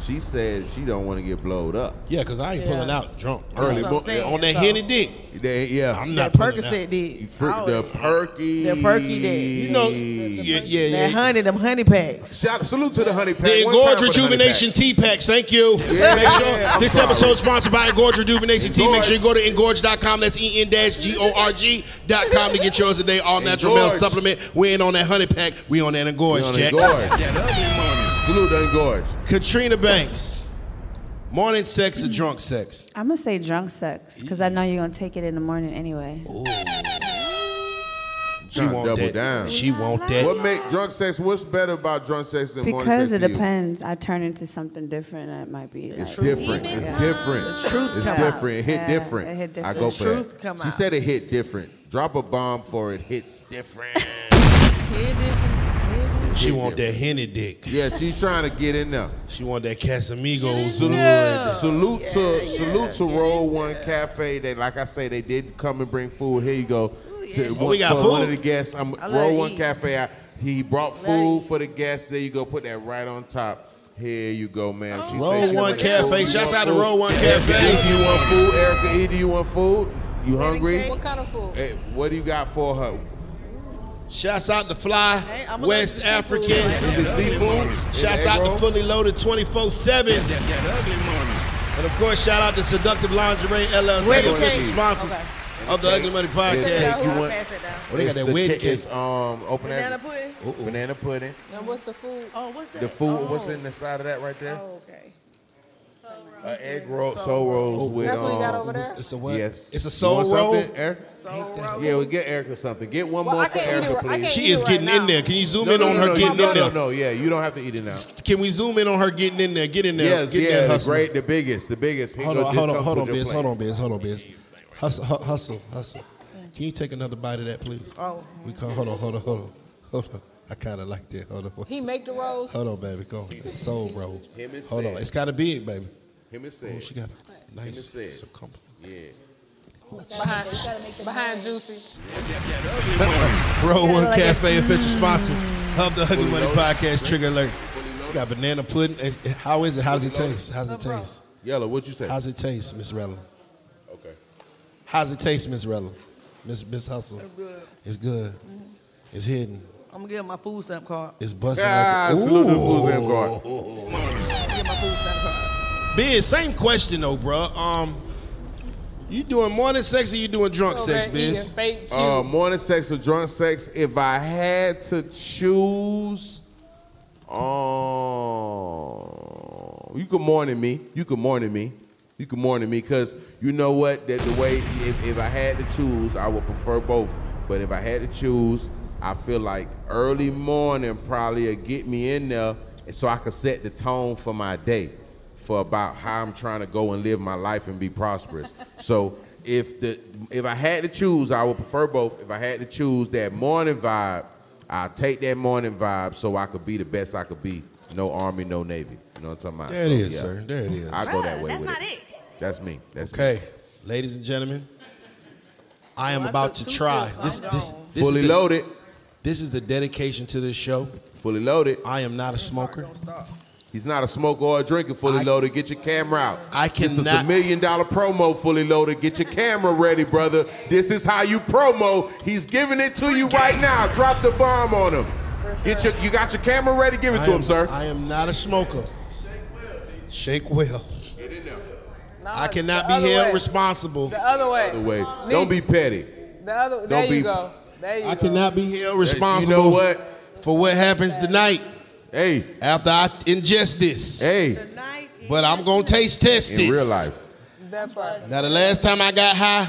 She said she don't want to get blowed up. Yeah, because I ain't Yeah. pulling out drunk That's early what I'm mo- saying, on that so- henny dick. They- yeah, I'm not That pulling out. Percocet did. Fr- Oh, the perky. The perky dick. You know, yeah, yeah, that yeah. honey, them honey packs. Shout, salute to the honey pack. The One time Engorge for the honey Rejuvenation pack. Tea Packs. Thank you. Yeah, Make sure I'm this sorry. episode is sponsored by Engorge Rejuvenation Tea. Make Engorge. sure you go to engorge.com. That's E N dash G O R G dot com to get yours today. All natural male Engorge. supplement. We ain't on that honey pack. We on that We Engorge, on Jack. Engorge. That ugly money. Salute to Engorge. Katrina Banks. Morning sex or drunk sex? I'm gonna say drunk sex because I know you're gonna take it in the morning anyway. She Tryna want double that. down. She want that. What make drunk sex? What's better about drunk sex than morning sex? Because it to you? depends, I turn into something different. It might be. It's like- different. Demon It's time. different. truth It's come out. different. It hit Yeah, different. it hit I different. go The for truth that. come She out. said it hit different. Drop a bomb for it hits different. Head different, head (laughs) different. She want that henny dick. yeah, she's trying to get in there. She want that Casamigos. Salute, salute to salute to Roll One Cafe. They like I say they did come and bring food. Here you go. To- Oh, we got for One of food? the guests. I'm, I love Roll to One eat. Cafe. I, he brought to food eat. for the guests. There you go. Put that right on top. Here you go, ma'am. She said Roll she One want food. Cafe. You Shouts want out to food? Roll One Erica, Cafe. you want food? Erica E, do you want food? You hungry? cake. What kind of food? Hey, what do you got for her? Shouts out to Fly Hey, I'ma let you West see food, African. Is it seafood? Shouts out to Oh, Fully Loaded 24 7. That, that, that ugly money. And of course, shout out to Seductive Lingerie LLC, Wedding one of the cake. sponsors of the Ugly Money Podcast. Yeah, you I'll want- pass it down. Oh, they got that wedding cake. It's um open Banana banana, pudding. banana pudding. Now what's the food? Oh, what's that? The food. Oh. What's in the side of that right there? Oh, okay. Uh, egg roll, soul Oh, rolls with That's what you got um, over there? It's a what? Yes. It's a You soul want roll. something, Erica? So Yeah, we get Erica something. Get one Well, more I for can't eat Erica, it right- I please. can't She eat is it getting right in now. there. Can you zoom no, in no, on no, her no, getting no, in no, there? no, yeah, you don't have to eat it now. Can we zoom in on her getting in there? Get in there. Yes, Get in yeah, there. the Hustle. great, the biggest, the biggest. Here Hold go on, Jim hold on, Cook hold on, with your Biz. plate. Hold on, Biz. Hold on, Biz. Hustle, hu- hustle, hustle. Can you take another bite of that, please? Oh. We can Hold on, hold on, hold on, hold on. I kind of like that. Hold on. He make the rolls. Hold on, baby. Go on. It's soul roll. Him and Hold on. Sid. It's kind of big, baby. Him and Oh, said, she got a nice Sid. circumference. yeah. behind, behind Juicy. (laughs) Roll One like it's- Mm. Cafe, official sponsor of the Huggy Money loaded. Podcast. Trigger alert. We got banana pudding. Eh, eh, How is it? How does it taste? How does it taste? Yellow, what you say? How's it taste, Miss Rella? okay. How's it taste, Miss Rella? Miss Miss Hustle. It's good. Mm-hmm. It's hidden. I'm gonna give my food stamp card. It's busting Ah, like salute to the food stamp card. Ooh. Give my food stamp card. Biz, same question though, bro. Um, you doing morning sex or you doing drunk sex, Biz? Um, Uh, morning sex or drunk sex? If I had to choose, oh, you could morning me. You could morning me. You could morning me because you know what? That the way if, if I had to choose, I would prefer both. But if I had to choose, I feel like early morning probably would get me in there, and so I could set the tone for my day for about how I'm trying to go and live my life and (laughs) be prosperous. so if the if I had to choose, I would prefer both. If I had to choose that morning vibe, I'll take that morning vibe so I could be the best I could be. No army, no navy. You know what I'm talking about? There it is, sir. There it is. I go that Bruh, way that's with not it. That's me. That's me. Okay, ladies and gentlemen, I am Well, I about to took two try. sips, I This, this, don't. this is Fully the- loaded. This is the dedication to this show. Fully loaded. I am not a smoker. He's not a smoker or a drinker. Fully loaded. Get your camera out. I This is a cannot- million dollar promo. Fully loaded. Get your camera ready, brother. This is how you promo. He's giving it to you right now. Drop the bomb on him. Get your. You got your camera ready. Give it I to am- him, sir. I am not a smoker. Shake well. I cannot the be other held way. responsible. The other way. Other way. Don't be petty. The other. Don't There you be- go. There you I go. cannot be held responsible You know what? for what happens tonight. Hey. After I ingest this. Hey. But I'm gonna taste test In this. real life. That part. Now the last time I got high,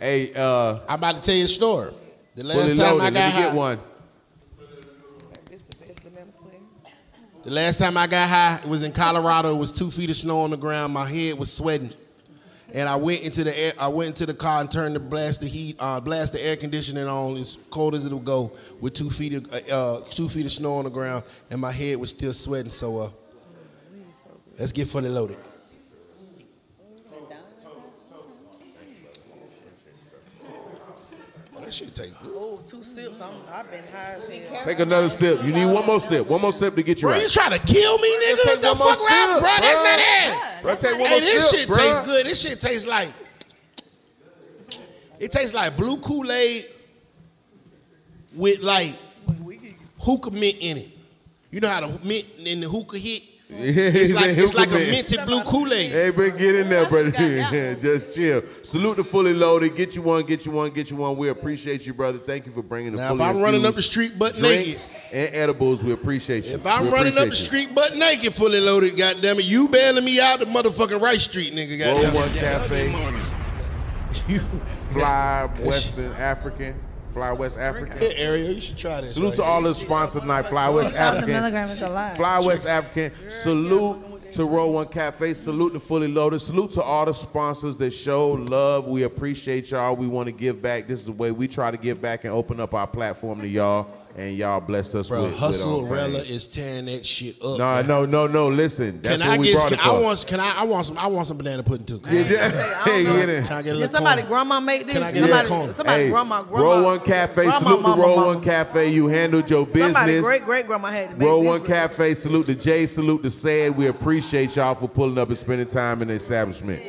hey, uh, I'm about to tell you a story. The last fully time loaded. I got Let me high, get one. the last time I got high, it was in Colorado. It was two feet of snow on the ground. My head was sweating, and I went into the air, I went into the car and turned the blast the heat, uh, blast the air conditioning on as cold as it'll go with two feet of uh, uh, two feet of snow on the ground, and my head was still sweating. So uh, let's get fully loaded. That shit tastes good. Oh, two sips. I'm, I've been high as hell. Take another sip. You need one more sip. One more sip to get you Bro, right. you trying to kill me, Let's nigga? take The one more fuck around, sip, bro? That's bruh. not it. Bro, take one Hey, more this sip, shit bruh. tastes good. This shit tastes like. It tastes like blue Kool Aid with like hookah mint in it. You know how the mint and the hookah (laughs) hit. It's like it's like a minted blue Kool Aid. Hey, but get in there, brother. (laughs) Just chill. Salute the fully loaded. Get you one. Get you one. Get you one. We appreciate you, brother. Thank you for bringing the. Now, if fully I'm running infused up the street butt drinks and edibles, we appreciate you. If I'm running up the street butt naked, fully loaded, goddammit, you bailing me (laughs) out the motherfucking right street, nigga, Roll goddammit. One Cafe. Fly Western African. Fly West African. Hey, Ariel, you should try this. Salute right to here. all the sponsors tonight. Fly West 6,000 African. milligrams is a lot. Fly West African. Salute to Roll One Cafe. Salute to Fully Loaded. Salute to all the sponsors that show love. We appreciate y'all. We want to give back. This is the way we try to give back and open up our platform to y'all. And y'all bless us Bro, with Hustle with all Rella things. is tearing that shit up. No, man. no, no, no. Listen, that's Can what I we get? brought Can, it I for. (laughs) want. Can I? I want some. I want some banana pudding too. Yeah, yeah. Hey, get in. Can I get a Did little? somebody corn? grandma make this? Can I get a somebody, little corn? somebody Hey, grandma, grandma. Roll One Cafe. grandma, salute mama, to Roll mama. One Cafe. You handled your business. Somebody great great grandma had to make Roll this. One Cafe, salute to Jay, salute to Sad. We appreciate y'all for pulling up and spending time in the establishment.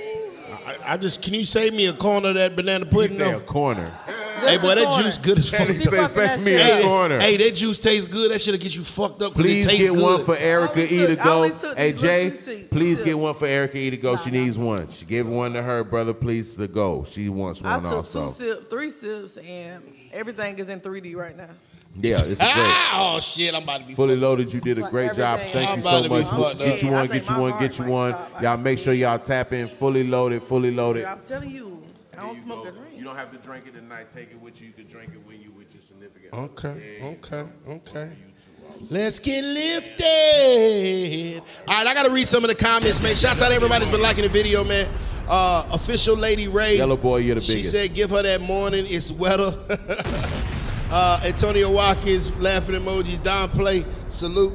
I, I just. Can you save me a corner of that banana pudding? Say a though? (laughs) corner. Hey, boy, that juice good as fuck. He say, "Save me a hey, that- corner." hey, that juice tastes good. That shit'll get you fucked up. 'cause Please it tastes get good. one for Erica E to took- I go. only took Hey these little Jay, two seats, please two get one for Erica E to go. She needs one. She gave one to her brother. Please to go. She wants I one took two also. sips, three sips, and everything is in 3D right now. Yeah, it's great. Ah, oh shit, I'm about to be. Fully loaded, you did a great job. everything Thank you I'm so about to be much. fucked Get up. you one, I think get you my one, heart get you might one. stop. I Y'all can make see sure y'all tap in. Fully loaded, fully loaded. I'm telling you, I don't smoke a drink. don't have to drink it tonight. Take it with you. You can drink it when you with your significant. Okay, okay, okay. Let's get lifted. All right, I gotta read some of the comments, man. Shouts out to everybody that's been liking the video, man. Uh, official Lady Ray. Yellow boy, you're the She biggest. said, "Give her that morning. It's wetter." (laughs) uh, Antonio Watkins laughing emojis. Don play salute.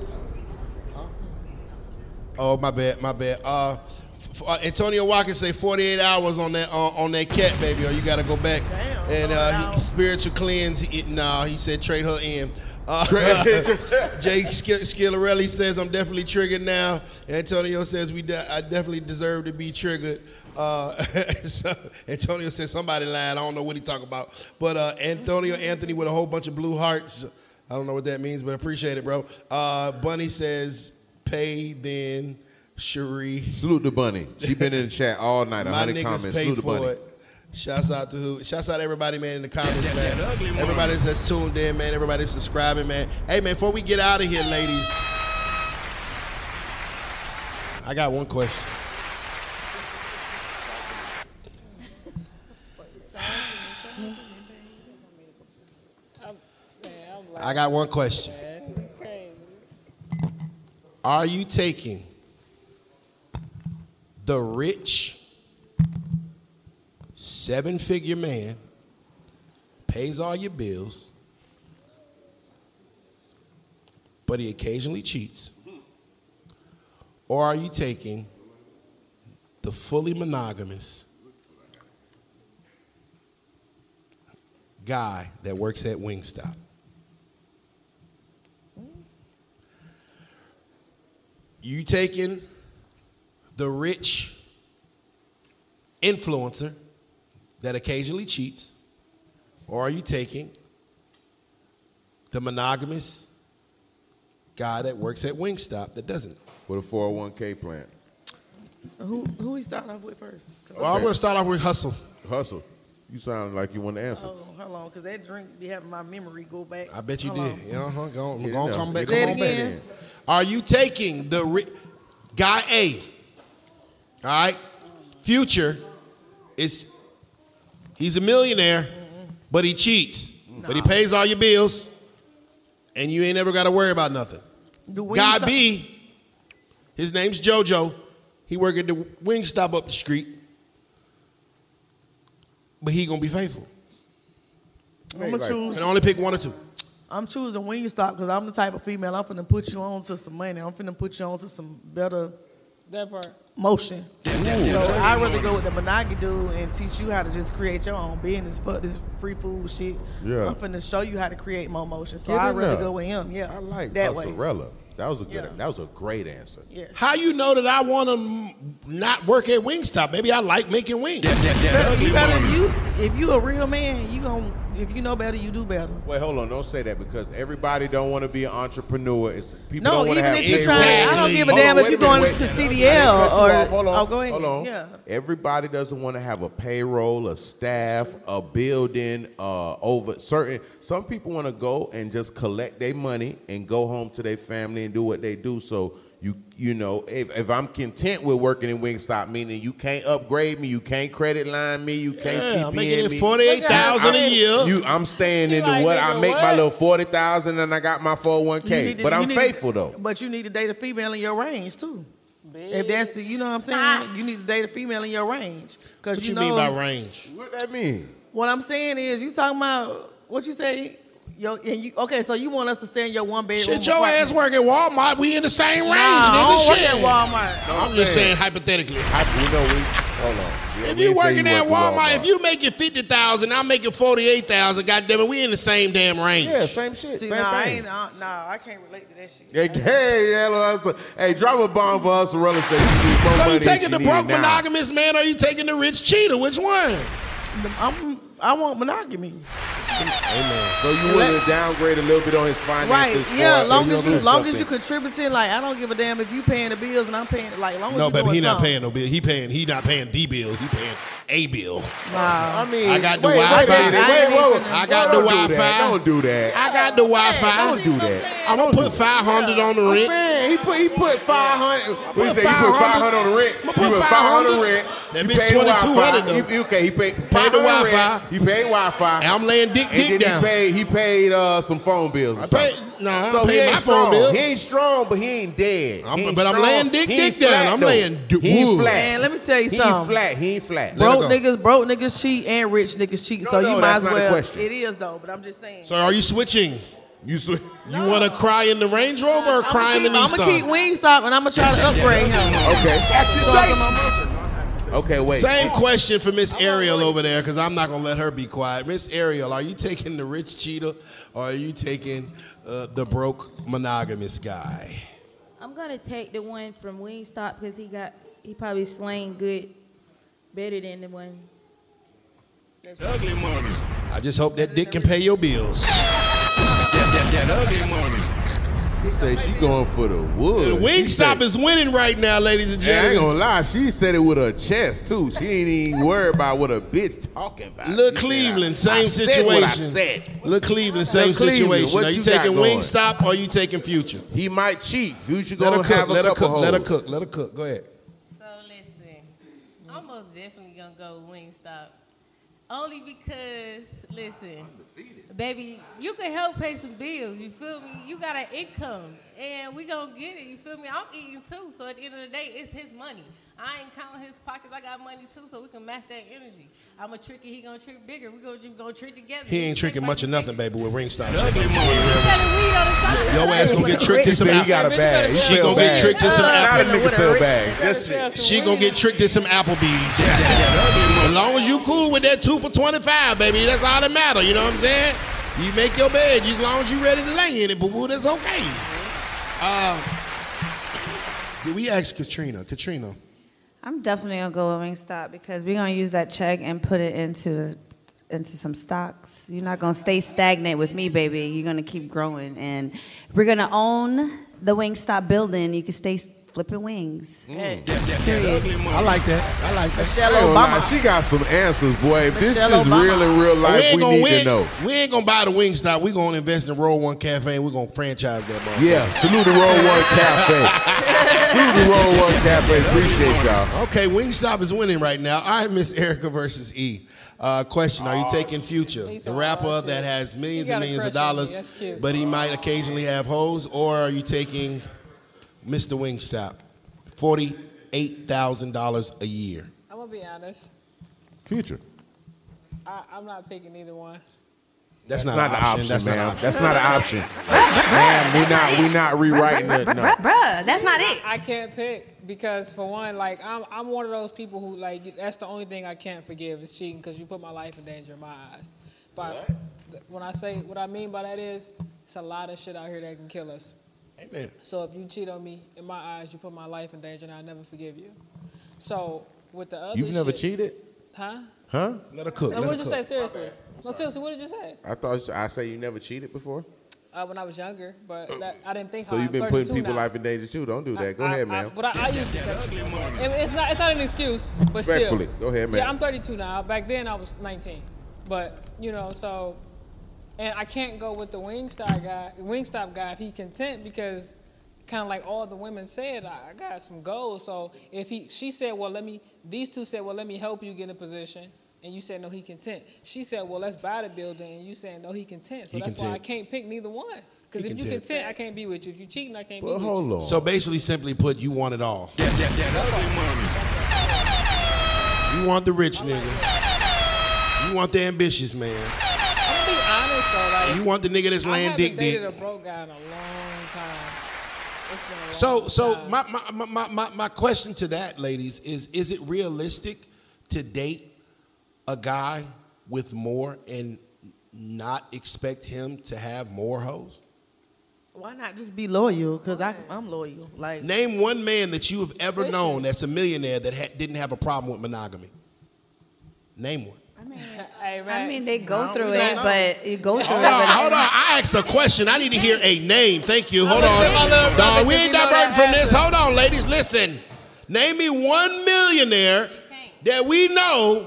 Oh my bad, my bad. Uh, f- uh, Antonio Watkins say 48 hours on that uh, on, on that cat, baby, or you gotta go back. and uh, he, spiritual cleanse. He, nah, he said trade her in. Uh, Jake Sk- Schilarelli says I'm definitely triggered now. Antonio says we de- I definitely deserve to be triggered. Uh, (laughs) so Antonio says somebody lying. I don't know what he talking about. But uh, Antonio Anthony with a whole bunch of blue hearts. I don't know what that means, but appreciate it, bro. Uh, Bunny says pay then Cherie. Salute the bunny. She been in the chat all night. My 100 niggas comments. pay Salute the for bunny. it. Shouts out to who? Shouts out to everybody, man, in the comments, man. ugly one. Everybody that's tuned in, man. Everybody that's subscribing, man. Hey, man, before we get out of here, ladies, I got one question. I got one question. Are you taking the rich seven figure man, pays all your bills, but he occasionally cheats? Or are you taking the fully monogamous guy that works at Wingstop? You taking the rich influencer that occasionally cheats, or are you taking the monogamous guy that works at Wingstop that doesn't? With a 401k plan. Who who we starting off with first? 'Cause Well, I'm Okay. going to start off with hustle. Hustle. You sound like you want to answer. Oh, hold on, because that drink be having my memory go back. I bet you Hold did. Yeah, uh-huh. Go on, Get it go on, up. come back. Say Come it on back. again. Are you taking the ri- guy A? All right, future is he's a millionaire, but he cheats, but he pays all your bills, and you ain't never got to worry about nothing. on. Do Guy Wingstop- B, his name's JoJo. He work at the Wingstop up the street, but he gonna be faithful. I'm gonna And choose. only pick one or two. I'm choosing Wingstop because I'm the type of female. I'm finna put you on to some money. I'm finna put you on to some better That part. motion. So I'd rather go with the Monogamy dude and teach you how to just create your own business. Fuck this free food shit. Yeah. I'm finna show you how to create more motion. So Get I'd in rather there. go with him. Yeah. I like that way. mozzarella. That was a good. Yeah. That was a great answer. Yeah. How you know that I want to not work at Wingstop? Maybe I like making wings. You better you if you a real man, you gon' if you know better, you do better. Wait, hold on. Don't say that because everybody don't want to be an entrepreneur. It's people No, don't want to even have if you payroll. try, I don't Exactly. give a Hold damn on, if wait you're a minute, going wait. to Cut CDL you or off. hold on, oh, go ahead. hold on. Yeah. Everybody doesn't want to have a payroll, a staff, a building, uh, over certain. Some people want to go and just collect their money and go home to their family and do what they do. So you you know, if, if I'm content with working in Wingstop, meaning you can't upgrade me, you can't credit line me, you can't Yeah, keep I'm making it me. forty-eight thousand a I'm- year. You, I'm staying She into like, what I nigga, make my what? little forty thousand, and I got my four hundred one You k. need to- But you I'm need- faithful though. But you need to date a female in your range too. If that's the, you know what I'm saying? You need to date a female in your range. Cause what you, you know, mean by range? What that mean? What I'm saying is, you talking about what you say? Yo, and you okay? So you want us to stay in your one bedroom? Shit, your ass work at Walmart. We in the same range, Nah, nigga. I don't work Shit. at Walmart. I'm just saying hypothetically. I, you know we hold on. Yeah, If we you ain't say working at work Walmart, if you making fifty thousand, I'm making forty-eight thousand. God damn it, we in the same damn range. yeah, same shit. See, same nah, I thing. ain't. I, nah, I can't relate to that shit. Hey, hey, yeah, look, that's a- hey, drop a bomb for us, real estate. You need more So money you than taking the need broke now. monogamous man, or you taking the rich cheater? Which one? I'm. I want monogamy. So you want to downgrade a little bit on his Right. finances? for Yeah. it, so Long as don't you, do long as something. you contributing. Like I don't give a damn if you paying the bills and I'm paying. Like long as you doing something. no bill. He paying. He not paying D bills. He paying A bill. Nah. I mean, I got the wait, wait a Wi-Fi. minute, I ain't wait, whoa, even- whoa, I got don't the do that, Wi-Fi. Don't do that. I got the Wi-Fi. Don't do that. I'm gonna put five hundred on the I'm rent. saying he put he put five hundred. What you put say? He put 500. five hundred on the rent. I'ma he put put 500. on the rent. That He bitch paid Wi-Fi. 2200 though. He, okay, he paid Paid the 500 rent. Wi-Fi. He paid Wi-Fi. And I'm laying dick and then dick down. he paid he paid uh, some phone bills. Or I paid- something. nah, I so paid he my ain't phone strong. bill. He ain't strong, but he ain't dead. I'm- He ain't but I'm strong. laying dick He ain't dick down. flat, I'm though. laying d- He ain't wood. flat. Man, let me tell you He ain't something. flat. He ain't flat. Let her Broke go. niggas, broke niggas cheat and rich niggas cheat. No, so no, you might that's as not the well. question. It is though, but I'm just saying. So are you switching? You sw- You want to cry in the Range Rover or cry in the I'm gonna keep Nissan? Wingstop and I'm gonna (laughs) try to upgrade him. okay. Okay, wait. Same question for Miss Ariel over there, because I'm not gonna let her be quiet. Miss Ariel, are you taking the rich cheater or are you taking uh, the broke monogamous guy? I'm gonna take the one from Wingstop because he got he probably slang good, better than the one. Ugly money. I just hope that dick can pay your bills. That, that, that ugly money. Say she going for the wood. The Wingstop is winning right now, ladies and I ain't gentlemen. gonna lie, she said it with her chest too. She ain't even worried about what a bitch talking about. Lil Cleveland, same I said situation. what I said. Lil Cleveland, same Lil Cleveland, situation. what Are you, you got taking going? Wingstop or are you taking Future? He might cheat. Future Let gonna her cook. have a Let her couple cook. Let her hoes. cook. Let her cook. Go ahead. So listen, I'm most definitely gonna go Wingstop, only because listen, baby, you can help pay some bills. You feel me? You got an income, and we gonna get it. You feel me? I'm eating too, so at the end of the day, it's his money. I ain't counting his pockets. I got money too, so we can match that energy. I'm a trick, and he gonna trick bigger. We gonna gonna trick together. He ain't tricking much of nothing, baby, with Ringstop. Yo Your ass gonna get tricked in some He got a bag. He She feel gonna get bad. tricked in some Not a apple. nigga feel bad. That's it. She gonna get tricked in some Applebee's. As long as you cool with that two for twenty five, baby, that's all that matter. You know what I'm saying? You make your bed. You, as long as you ready to lay in it, boo boo, that's okay. Uh, did we ask Katrina? Katrina, I'm definitely gonna go with Wingstop because we're gonna use that check and put it into into some stocks. You're not gonna stay stagnant with me, baby. You're gonna keep growing, and we're gonna own the Wingstop building. You can stay flipping wings. Mm, I like that. I like that. I ain't gonna lie, She got some answers, boy. If this Michelle is Obama. real in real life, we, gonna need win. to know. We ain't gonna buy the Wingstop. We gonna invest in Roll One Cafe and we gonna franchise that motherfucker. Yeah, salute the Roll One (laughs) Cafe. salute the Roll One Cafe. Appreciate y'all. Okay, Wingstop is winning right now. All right, Miss Erica versus E. Uh, question: Oh, Are you taking Future, the rapper that has millions got and a millions of crush on me. dollars, That's cute. but he might occasionally have hoes, or are you taking Mr. Wingstop, forty-eight thousand dollars a year? I'm gonna be honest. Future. I, I'm not picking either one. That's, not, not, an an option. That's ma'am. not an option. That's not an option. ma'am, we not we not rewriting it. No. bruh, that's not it. I can't pick because for one, like I'm, I'm one of those people who like that's the only thing I can't forgive is cheating because you put my life in danger in my eyes. But th- when I say what I mean by that is, it's a lot of shit out here that can kill us. Amen. So if you cheat on me, in my eyes, you put my life in danger, and I'll never forgive you. So with the other, You've never shit- cheated, huh? huh? Let her cook. No, what did you say seriously? No, seriously, what did you say? I thought I say you never cheated before. Uh, when I was younger, but that, I didn't think. So how you've I'm been putting 32 people now. life in danger too. Don't do that. Go I- ahead, I- ma'am. But I, I use that. It- It's not. It's not an excuse. But still, Respectfully. Go ahead, Yeah, ma'am. I'm 32 now. Back then, I was 19. But you know, so, and I can't go with the Wingstop guy. Wingstop guy, if he content because, kind of like all the women said, I, I got some goals. So if he, she said, well, let me. These two said, well, let me help you get in a position. And you said no, he content. She said, well, let's buy the building. And you saying no, he content. So He that's why I content. can't pick neither one. Because He if you content. content, I can't be with you. If you cheating, I can't Well, be with you. hold on. So basically, simply put, you want it all. You want the rich nigga. You want the ambitious man. I'm gonna be honest though, like. You want the nigga that's I laying haven't dick dated dick. a broke guy in a long time. It's been a long So, so time. my, my, my- my, my, my question to that, ladies, is is it realistic to date a guy with more and not expect him to have more hoes? Why not just be loyal? Cause I, I'm loyal. Like Name one man that you have ever known that's a millionaire that ha- didn't have a problem with monogamy. Name one. Hey, I Rex. mean, they go No, through we it, don't know. but you go through Hold it. on, but hold on. I asked a question. I need to hear a name. Thank you. Hold looked at my little on. brother No, Uh, 'cause we ain't he know diverting that from this. answer. Hold on, ladies. Listen. Name me one millionaire that we know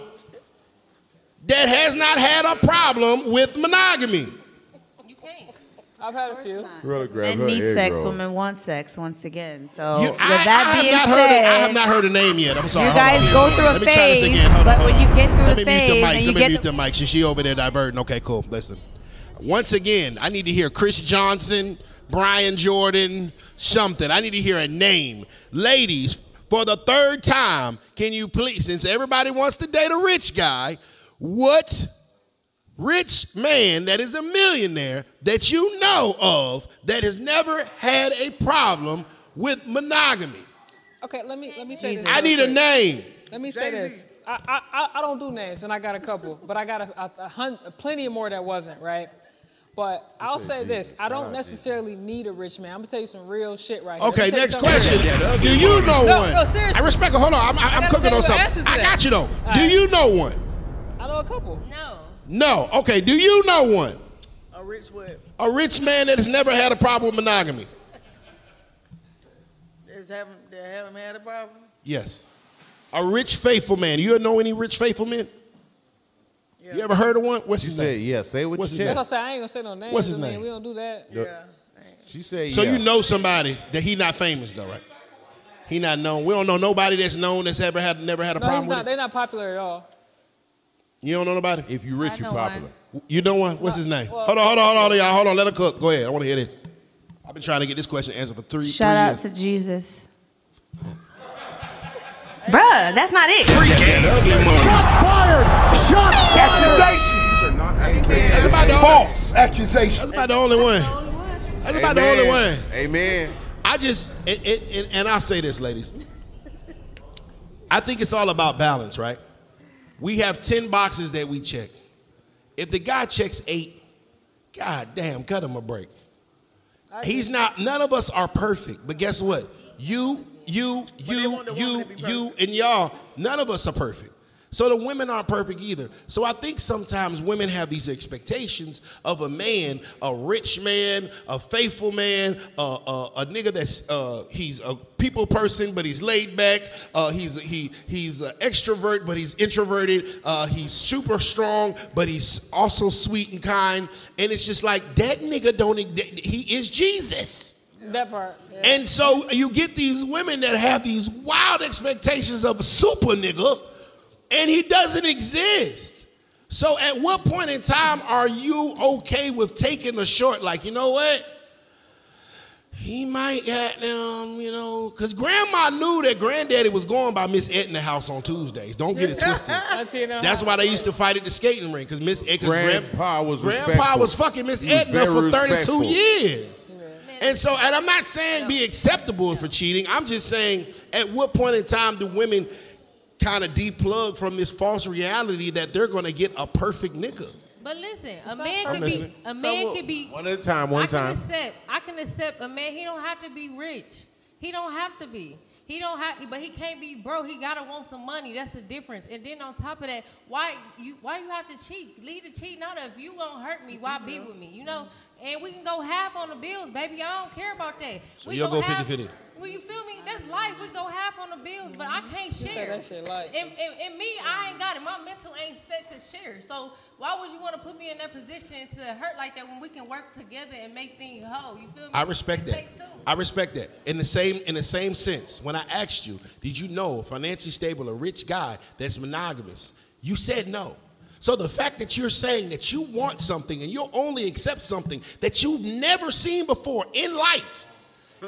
that has not had a problem with monogamy. You can't. I've had a few. Really grab Men her need egg sex, roll. women want sex once again. So, You- with I, that I being have not said, heard a, I have not heard a name yet. I'm sorry. You Hold on. guys go through a Let me try this phase, again. Hold on, but hold when you on. get through Let a me mute the phase mics. and you Let me get mute the- the mics. She, she over there diverting. Okay, cool. Listen. Once again, I need to hear Chris Johnson, Brian Jordan, something. I need to hear a name. Ladies, for the third time, can you please, since everybody wants to date a rich guy, what rich man that is a millionaire that you know of that has never had a problem with monogamy? Okay, let me let me say this. I need a name. Let me say this. I, I I- I don't do names, and I got a couple, but I got a, a, a hun, plenty more that wasn't right. But I'll say this: I don't necessarily need a rich man. I'm gonna tell you some real shit right here. Let me Okay, tell you next something question. real. Do you know No, one? no, seriously. I respect it. Hold on, I'm, I'm, gotta I'm cooking tell on you what something. answers I that. got you though. All Do right. you know one? I know a couple. No. No. Okay, do you know one? a rich what? A rich man that has never had a problem with monogamy. Just haven't, they haven't had a problem. Yes. A rich, faithful man. You know any rich, faithful men? You ever heard of one? What's his name? Yeah, say what What's you his That's name? what I say. I ain't gonna say no names. What's his I mean, name? We don't do that. Yeah. She said So yeah. you know somebody that he not famous though, right? He not known. We don't know nobody that's known that's ever had never had a No, he's problem with not, they're not popular at all. it. You don't know nobody. If you rich, I you know popular. You know one. What's his name? well- hold on, hold on, hold on, y'all. Hold on. Let her cook. Go ahead. I want to hear this. I've been trying to get this question answered for three. Shout three out years. to Jesus. Bruh, that's not it. Shots fired. Shots Accusations. That's about the only- false accusations. That's about the only one. That's about the only one. Amen. I just it, it, it, and I say this, ladies. I think it's all about balance, right? We have ten boxes that we check. If the guy checks eight, god damn, cut him a break. He's not. None of us are perfect, but guess what? You, you, you, you, you, and y'all. None of us are perfect. So the women aren't perfect either. So I think sometimes women have these expectations of a man, a rich man, a faithful man, a, a, a nigga that's uh, he's a people person but he's laid back. Uh, he's he he's an extrovert but he's introverted. Uh, he's super strong but he's also sweet and kind. And it's just like that nigga don't. He is Jesus. That part. Yeah. And so you get these women that have these wild expectations of a super nigga, and he doesn't exist. So at what point in time are you okay with taking the short? Like, you know what? He might got them, you know, because grandma knew that granddaddy was going by Miss Etna house on Tuesdays. Don't get it twisted. That's, you know, That's why they used to fight at the skating rink because Miss because Grandpa was grandpa respectful. was fucking Miss He was Edna for very 32 respectful. years. And so, and I'm not saying be acceptable for cheating. I'm just saying, at what point in time do women kind of deplug from this false reality that they're going to get a perfect nigga? But listen, a man could be listening. a So man what- could be One at a time, one I can time. accept. I can accept a man. He don't have to be rich. He don't have to be. He don't have, but he can't be broke. He gotta want some money. That's the difference. And then on top of that, why you why you have to cheat? Leave the cheating out of. If you gonna hurt me, why be with me? You know. And we can go half on the bills, baby. I don't care about that. So We y'all go half- 50-50. Well, you feel me? That's life. We go half on the bills, but I can't You said share. that shit light. And, and, and me, I ain't got it. My mental ain't set to share. So why would you want to put me in that position to hurt like that when we can work together and make things whole? You feel me? I respect It that. take two. I respect that. In the same in the same sense, when I asked you, did you know a financially stable, a rich guy that's monogamous? You said no. So the fact that you're saying that you want something and you'll only accept something that you've never seen before in life,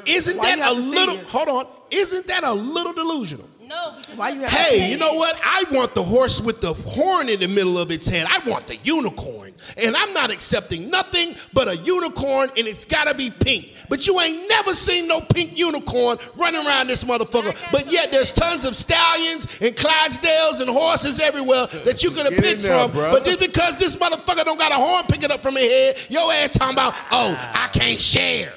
isn't Hmm. Why you that a have to see little? it? Hold on, isn't that a little delusional? No, because Why you have to Hey, you know what? I want the horse with the horn in the middle of its head. I want the unicorn. And I'm not accepting nothing but a unicorn, and it's gotta be pink. But you ain't never seen no pink unicorn running around this motherfucker. But yet there's tons of stallions and Clydesdales and horses everywhere that you could have Get in picked there, from. bruh. But just because this motherfucker don't got a horn picking up from his head, your ass talking about, oh, I can't share.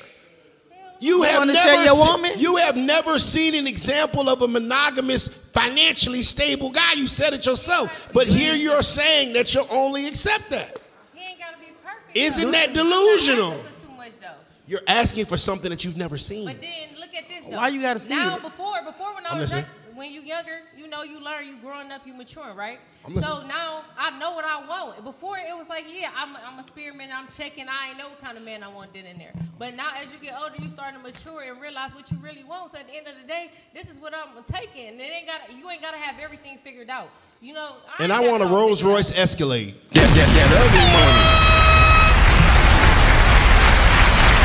You have wanna never share your se- woman? you have never seen an example of a monogamous, financially stable guy. You said it yourself, but here you're saying that you'll only accept that. he ain't gotta be perfect. Isn't though. that delusional? That's a little Too much though. You're asking for something that you've never seen. But then look at this. Though. Why you gotta see now, it? before before when I I'm was listening. young, when you younger, you know you learn, you growing up, you maturing, right? I'm so listening. now I know what I want. Before it was like, yeah, I'm I'm a spearman, I'm checking, I ain't know what kind of man I want in there. But now as you get older, you start to mature and realize what you really want. So at the end of the day, this is what I'm taking. And it ain't got to you ain't gotta have everything figured out. You know, And ain't I got want a it all Rolls figured out. Royce Escalade. That, that, that ugly money.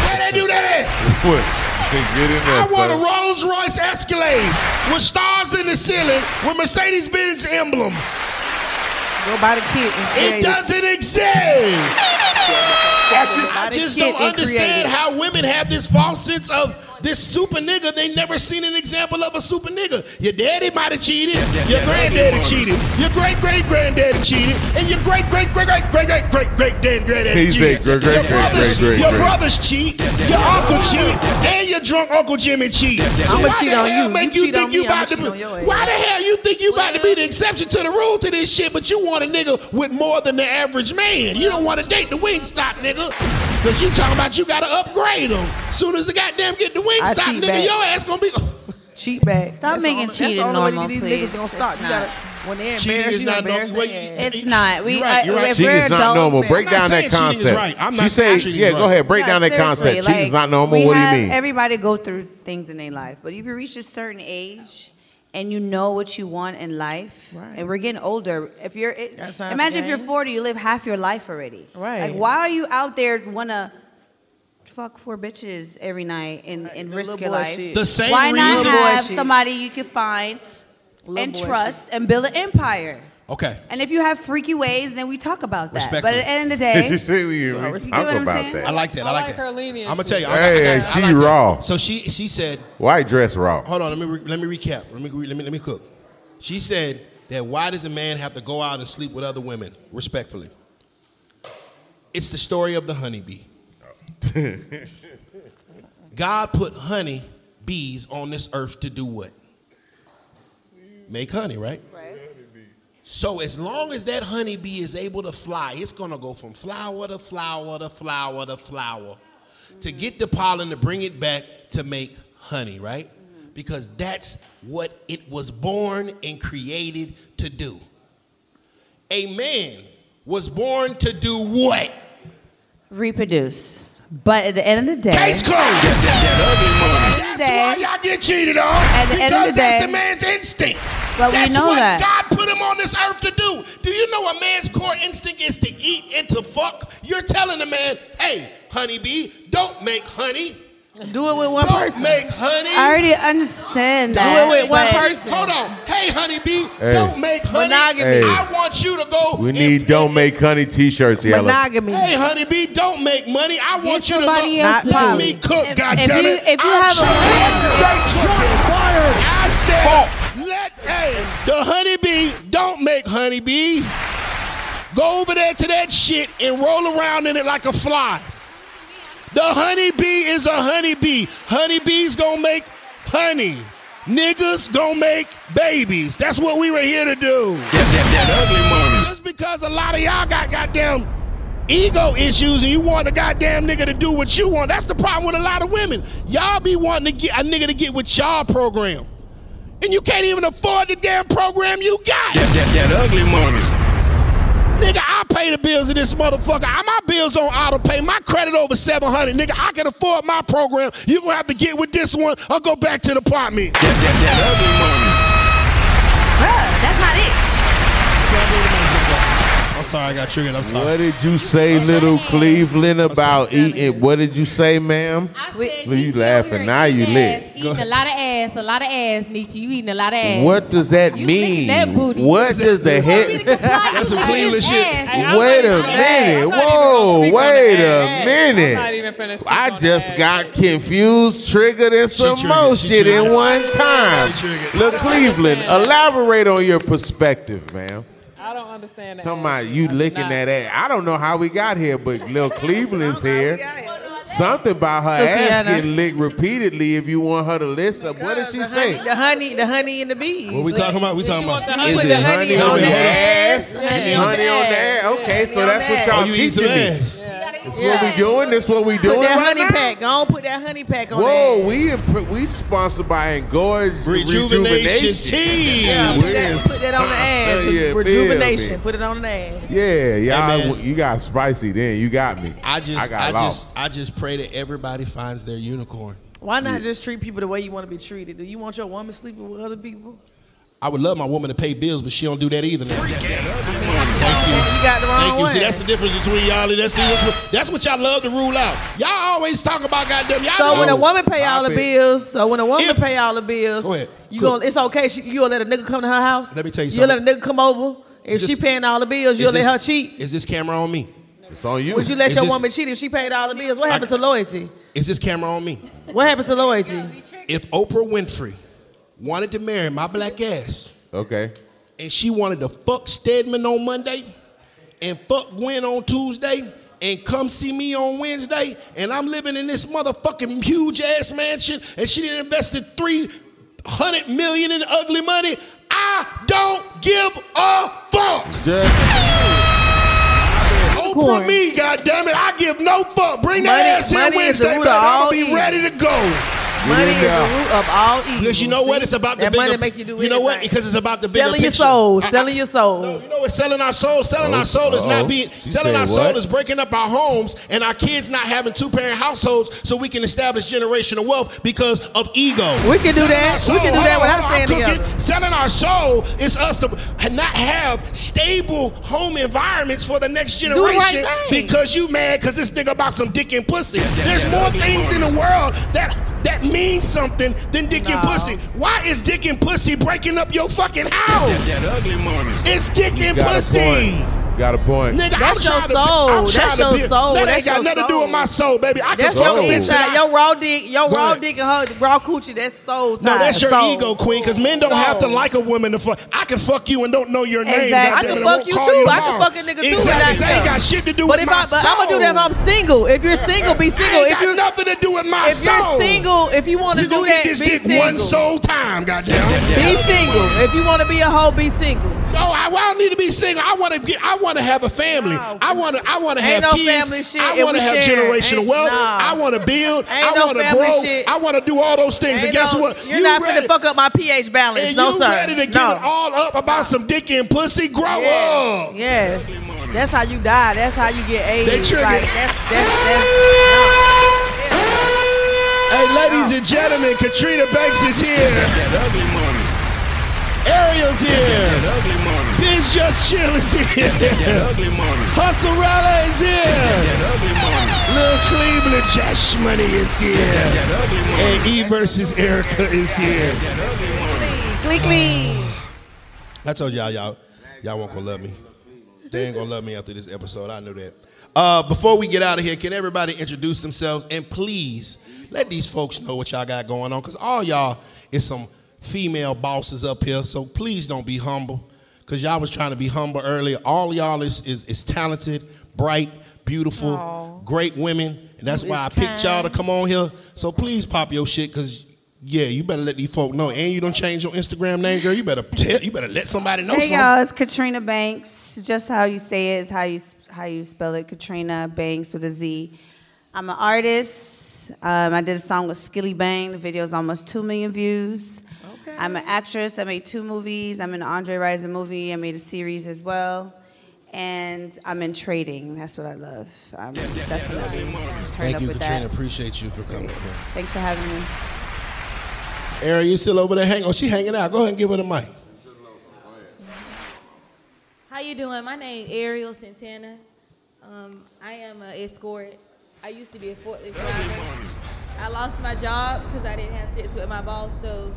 Where they do that at? What? Get in there, I want a son. Rolls Royce Escalade with stars in the ceiling with Mercedes Benz emblems. Go buy the kit and create It doesn't exist. I Body just kit don't and created. understand how women have this false sense of this super nigga. They never seen an example of a super nigga. Your daddy might have cheated. Your granddaddy cheated. Your great great granddaddy cheated. And your great great great great great great great great dad granddaddy He cheated. said great, great, Your great, brothers, great, great, your great. brothers cheat. Your uncle cheat. And your drunk uncle Jimmy cheat. So I'ma why cheat the on hell you. make You you cheat think on you me, I'ma about to? cheat on your ass. Why the hell you think you about to be the exception to the rule to this shit? But you want a nigga with more than the average man. You don't want to date the Wingstop nigga. Cause you talking about you gotta upgrade them. Soon as the goddamn get the I Wingstop cheat nigga, back. your ass gonna be. (laughs) cheat back. Stop That's the making only- that's the cheating only way normal, these please. niggas gonna stop. It's you gotta, not. when they're Cheating embarrassed, is you not normal. embarrass Well, their you- ass. It's not. We- You're right, I- you're right. if Cheating we're is not adults, normal. man, Break I'm not down that saying cheating concept. is right. I'm she not say, saying cheating yeah, is go right. ahead. Break No, down that seriously, concept. Cheating is like, not we normal. What do have- you mean? Everybody go through things in their life, but if you reach a certain age and you know what you want in life, and we're getting older, if you're it, time imagine for if you're games. 40, you live half your life already. Right. Like why are you out there wanna fuck four bitches every night and, and the risk little your boy life? shit. The same why not reason- have Little boy somebody you can find Little and boy trust and build an empire? Okay. And if you have freaky ways, then we talk about that. But Respectfully. at the end of (laughs) the day, see what you You mean? get Talk what I'm about saying? that. I like that. I, like, that. I'm gonna tell you. I- I- I, Hey, I she like that. raw. So she she said, White dress raw. hold on. Let me re- let me recap. Let me re- let me let me cook. She said that why does a man have to go out and sleep with other women? Respectfully, it's the story of the honeybee. God put honey bees on this earth to do what? Make honey, right? So as long as that honeybee is able to fly, it's gonna go from flower to flower to flower to flower to get the pollen to bring it back to make honey, right? Because that's what it was born and created to do. A man was born to do what? reproduce. But at the end of the day, Case closed. At the end That's of the why y'all get cheated on. At the end because of the that's day- the man's instinct. But we that's know what that. God put him on this earth to do. Do you know a man's core instinct is to eat and to fuck? You're telling a man, hey, honeybee, don't make honey. Do it with one don't person. make honey. I already understand Do that. it with one but- person. Hold on. Hey, honeybee, Hey. don't make honey. Monogamy. Hey. I want you to go. We and- need don't make honey t-shirts, Yella. Monogamy. Hey, honeybee, don't make money. I want you to go. somebody else Let money. me cook, If- God if goddammit. you- if you I'm have a- fired. I said, let, hey, the honeybee, don't make honeybee. Go over there to that shit and roll around in it like a fly. The honeybee is a honeybee. Honeybees gonna make honey. Niggas gonna make babies. That's what we were here to do. Just because a lot of y'all got goddamn ego issues and you want a goddamn nigga to do what you want. That's the problem with a lot of women. Y'all be wanting to get a nigga to get with y'all program. And you can't even afford the damn program you got. ugly money. Nigga, I pay the bills of this motherfucker. I- My bills on auto pay. My credit over 700. Nigga, I can afford my program. you going to have to get with this one or go back to the apartment. That, that, that ugly money. Bruh, that's not it. I'm sorry, I got triggered. I'm sorry. What did you say, little Cleveland, about eating? What did you say, ma'am? I Look, said, you Nietzsche over laughing here now? You eating ass, lit. Eating a lot of ass, a lot of ass, Nietzsche. You eating a lot of ass. What does that You mean? licking that booty. What does the You heck? comply, you That's some eating Cleveland shit. ass. Hey, I'm Wait not a even gonna speak minute. on Whoa, that. I'm not even gonna wait a speak on that. minute. I'm not even finna speak I on just that. got confused, triggered, and some triggered, more she shit in triggered. one time. She triggered. Look, Cleveland, elaborate on your perspective, ma'am. I don't understand that. Talking about you licking that ass. I don't know how we got here, but (laughs) Lil Cleveland's here. Something about her ass Sufiyana. getting licked repeatedly if you want her to listen. What did she the say? honey, the honey, the honey and the bees. What we talking about? We talking about. Is the it honey honey on on the the ass? ass. Honey Honey on the ass. Okay, so that's what Oh, y'all you eat some teaching me. ass. That's what we doing. That's what we doing Put that right honey now. pack. Go on, put that honey pack on. Whoa, that. we imp- we sponsored by Engorge Rejuvenation. Rejuvenation tea. Yeah, We're put that, in- put (laughs) that on the Yeah, ass. feel me. Rejuvenation. Put it on the ass. Yeah, y'all, man. w- you got spicy then. You got me. I just, I I, got lost. just, I just pray that everybody finds their unicorn. Why not just treat people the way you want to be treated? Do you want your woman sleeping with other people? I would love my woman to pay bills, but she don't do that either. Now. You got the wrong Thank you. one. See, that's the difference between y'all. And that's, see, that's, what, that's what y'all love to rule out. Y'all always talk about goddamn. Y'all so know- Oh. when a woman pay all the it. bills, so when a woman If- pay all the bills, Go ahead. you Cook. gonna it's okay. She, you gonna let a nigga come to her house. Let me tell you You gonna something. let a nigga come over. If Is she this- paying all the bills, you'll Is let this- her cheat. Is this camera on me? It's on you. Would you let is your this- woman cheat if she paid all the bills? What happens to loyalty? Is this camera on me? What happens to loyalty? If Oprah Winfrey wanted to marry my black ass Okay. and she wanted to fuck Stedman on Monday and fuck Gwen on Tuesday and come see me on Wednesday and I'm living in this motherfucking huge ass mansion and she done invested 300 million in ugly money, I don't give a fuck. Just, Oprah me, goddammit. I give no fuck. Bring that Money- ass in money is the Wednesday, root baby. of I'm all gonna be evil. ready to go. Money is the root of all evil. Because you know what? See? It's about the that bigger. money make you do You know what? anything. Because it's about the bigger selling your picture. soul, I- selling your soul. you know, it's selling our soul. Selling Oh, our soul is uh-oh. not being. She selling said our soul what? is breaking up our homes and our kids not having two parent households so we can establish generational wealth because of ego. We can do Selling that. our We soul- can do that hold on, without hold on, I'm staying cooking. together. Selling our soul is us to not have stable home environments for the next the right generation thing. because you mad because this nigga about some dick and pussy. There's more things in the world that. That means something than dick and No. pussy. Why is dick and pussy breaking up your fucking house? That ugly money. It's dick and Got pussy. a point. Got a point. Nigga, I'm That's your trying soul. to I'm That's trying your to be, soul. That That's ain't got your nothing to do soul. with my soul, baby. I can That's fuck your a soul. bitch. inside, that I- your raw dick, your Go raw ahead. dick and her raw coochie. That's soul No, time. that's your soul. ego, queen. Because men don't have to Soul. like a woman to fuck. I can fuck you and don't know your name. Exactly. goddamn I can it, fuck won't you call too. I tomorrow. can fuck a nigga too and Exactly. not That ain't know. got shit to do But with if my I, but I'm gonna do that if soul. I'm single. If you're single, be single. Ain't If got you're nothing to do with my if you're soul. single, if you want to you do gonna that, get this be dick single. one soul time, goddamn. Be single. If you want to be a hoe, be single. Oh, I, well, I don't need to be single. I want to get. I want to have a family. No. I want to. I want to have Ain't no kids. family shit I if want to we have share. generational Ain't- wealth. no. I want to build. Ain't I no want to family grow. shit. I want to do all those things. and Ain't guess no- what? You're not ready, finna fuck up my pH balance. And no, you sir. ready to give no. it all up about some dick and pussy? Grow Yes. up. yes. That's how you die. That's how you get AIDS. triggered. Like, that's, that's, that's, no. Yeah. Hey, ladies and gentlemen, Katrina Banks is here. That ugly money. Ariel's That here. ugly money. Biz just chill is That here. ugly money. Husserella is here. That ugly money. Lil Cleveland Josh Money is here. That ugly money. And E versus Erica is here. That ugly money. Click, click. I told y'all, y'all, y'all won't gonna love me. They ain't gonna love me after this episode. I knew that. Uh, before we get out of here, can everybody introduce themselves and please let these folks know what y'all got going on? Cause all y'all is some female bosses up here, so please don't be humble. Cause y'all was trying to be humble earlier. All y'all is is, is talented, bright, beautiful, Aw. great women, and that's You why I is picked y'all to kind. come on here. So please pop your shit, cause yeah, you better let these folk know. And you don't change your Instagram name, girl. You better (laughs) tell, you better let somebody know. Hey something. y'all, it's Katrina Banks. Just how you say it is how you how you spell it. Katrina Banks with a Z. I'm an artist. Um, I did a song with Skilly Bang. The video's almost two million views. Okay. I'm an actress. I made two movies. I'm in an Andre Rison movie. I made a series as well. And I'm in trading. That's what I love. I'm definitely turned Thank up you, with Katrina. that. Appreciate you for coming. Queen. Thanks for having me. Ariel, you still over there? Hang on. She hanging out. Go ahead and give her the mic. How you doing? My name Ariel Santana. Um, I am an escort. I used to be a forklift driver. I lost my job because I didn't have sex with my boss, so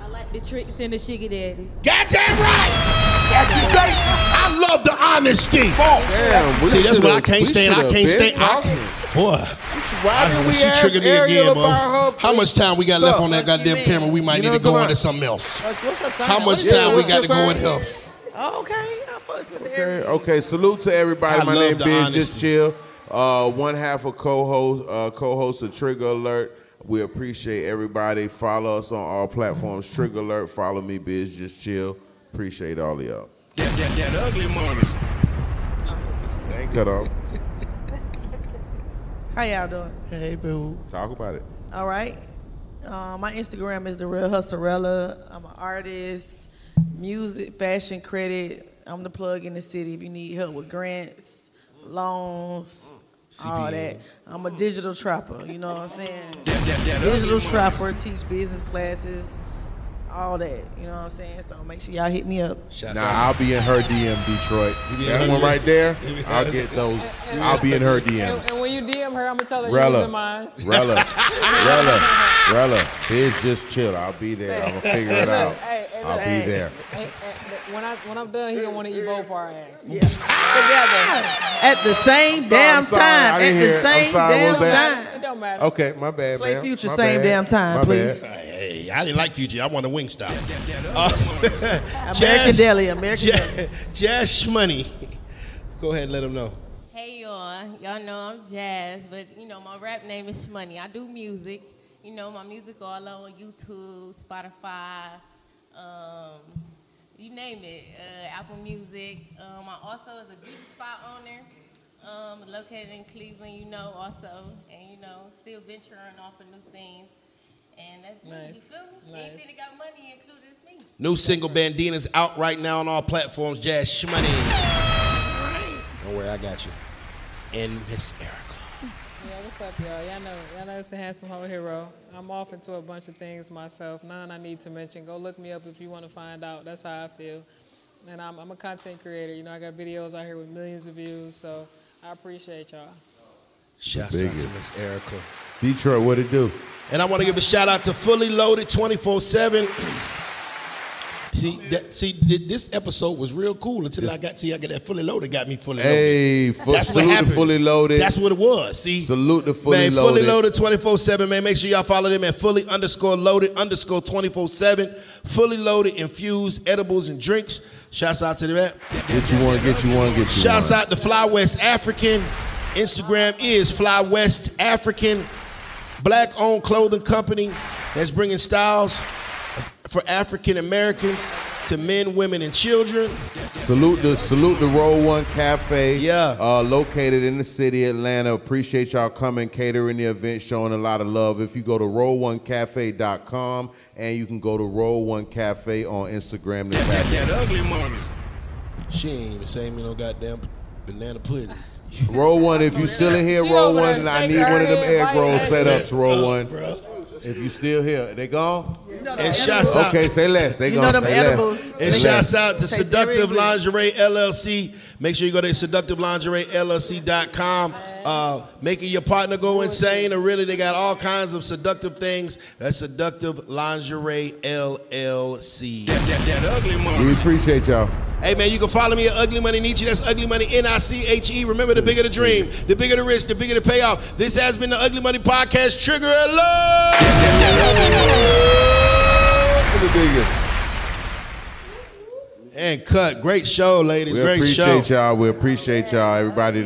I like the tricks and the sugar daddy. Goddamn right. I love the honesty. Damn, we See, that's what should've- I we can't stand. I should've can't been stand. I talking. boy. Why I, did when we she ask triggered me again, Ariel bro. about her How much time we got left stuff? on that What you goddamn mean? camera? We might You need know to what I'm go talking into about? something else. What's up, son? How much What's time we what's got your to go in sign? here? Oh, okay. I fucks with Okay, Ariel. okay, salute to everybody. I My love name the Biz honesty. Just Chill. Uh, one half of co-host, uh, co-host of Trigger Alert. We appreciate everybody. Follow us on all platforms. Trigger Alert. Follow me, Biz Just Chill. Appreciate all of y'all. That, that, that ugly money. Ain't cut off. How y'all doing? Hey, boo. Talk about it. All right. Uh, my Instagram is the real Husserella. I'm an artist, music, fashion credit. I'm the plug in the city if you need help with grants, loans, all that. CPA. I'm a digital trapper. You know what I'm saying? That, that, that ugly Digital money. trapper, teach business classes, all that. You know what I'm saying? So make sure y'all hit me up. Shots Nah, out. I'll be in her DM, Detroit. be in That her one DM. right there. You be in I'll her get DM. those. I'll be in her And, DM. and when you DM her, I'm gonna tell her you're Rella, using mine. Rella, Rella, Rella. Biz Just Chill. I'll be there. I'm gonna figure it out. Hey, hey, I'll look, be there. hey, hey, when I when I'm done, he gonna want to eat both our ass. At the same damn I'm sorry. I time. At didn't hear it. the I'm same sorry. What was damn that? time. It don't matter. Okay, my bad. Play ma'am. Future My same bad. damn time, My please. bad. Hey, hey, I didn't like Future. I want a wing stop. Uh, American Deli, American Deli. (laughs) Jash Money. Go ahead, let them know. Hey y'all, y'all know I'm Jazz, but you know my rap name is Shmoney. I do music. You know my music all on YouTube, Spotify, um, you name it, uh, Apple Music. Um, I also is a beauty spot owner, um, located in Cleveland. You know also, and you know still venturing off of new things. And that's me. You Nice. feel me? Nice. Anything that got money included is me. New single Bandina's out right now on all platforms. Jazz Shmoney. Don't worry, I got you. And Miss Erica. Yeah, what's up, y'all? Y'all know, y'all know it's the handsome hoe hero. I'm off into a bunch of things myself. None I need to mention. Go look me up if you want to find out. That's how I feel. And I'm, I'm a content creator. You know, I got videos out here with millions of views. So I appreciate y'all. Shouts out to Miss Erica. Detroit, what it do? And I want to give a shout out to Fully Loaded 24 7. (clears throat) See, that, see, thi- this episode was real cool until I got see, I got that fully loaded, got me fully loaded. Hey, fu- That's what salute to happened. Fully Loaded. That's what it was. See, Salute to Fully man, Loaded. fully loaded 24 7, man. Make sure y'all follow them at fully underscore loaded underscore 24 7. Fully loaded, infused edibles and drinks. Shouts out to that. Get you one, get you one, get you Shouts one. out to Fly West African. Instagram is Fly West African, black owned clothing company that's bringing styles for African Americans to men, women, and children. Salute the salute the Roll One Cafe. Yeah. Uh, located in the city of Atlanta. Appreciate y'all coming, catering the event, showing a lot of love. If you go to roll1cafe.com and you can go to Roll One Cafe on Instagram. to That, that ugly money. She ain't even saying me no goddamn banana pudding. Roll One, if you still in here, She Roll over there One. I shaking need her one of them head, egg right? roll That's setups. Roll Up, One. bro. If you still here, they gone? And shouts out. Okay, say less. They You gone. know them say less. edibles. And Say shouts out to Taste Seductive everything. Lingerie LLC. Make sure you go to seductivelingeriellc.com. Uh, making your partner go insane, or really, they got all kinds of seductive things. That's Seductive Lingerie LLC. That, that, that ugly money. We appreciate y'all. Hey, man, you can follow me at Ugly Money Nietzsche. That's Ugly Money N I C H E. Remember, the bigger the dream, the bigger the risk, the bigger the payoff. This has been the Ugly Money Podcast. Trigger alert! For the biggest. And cut. Great show, ladies. We Great show. appreciate y'all. We appreciate y'all, everybody.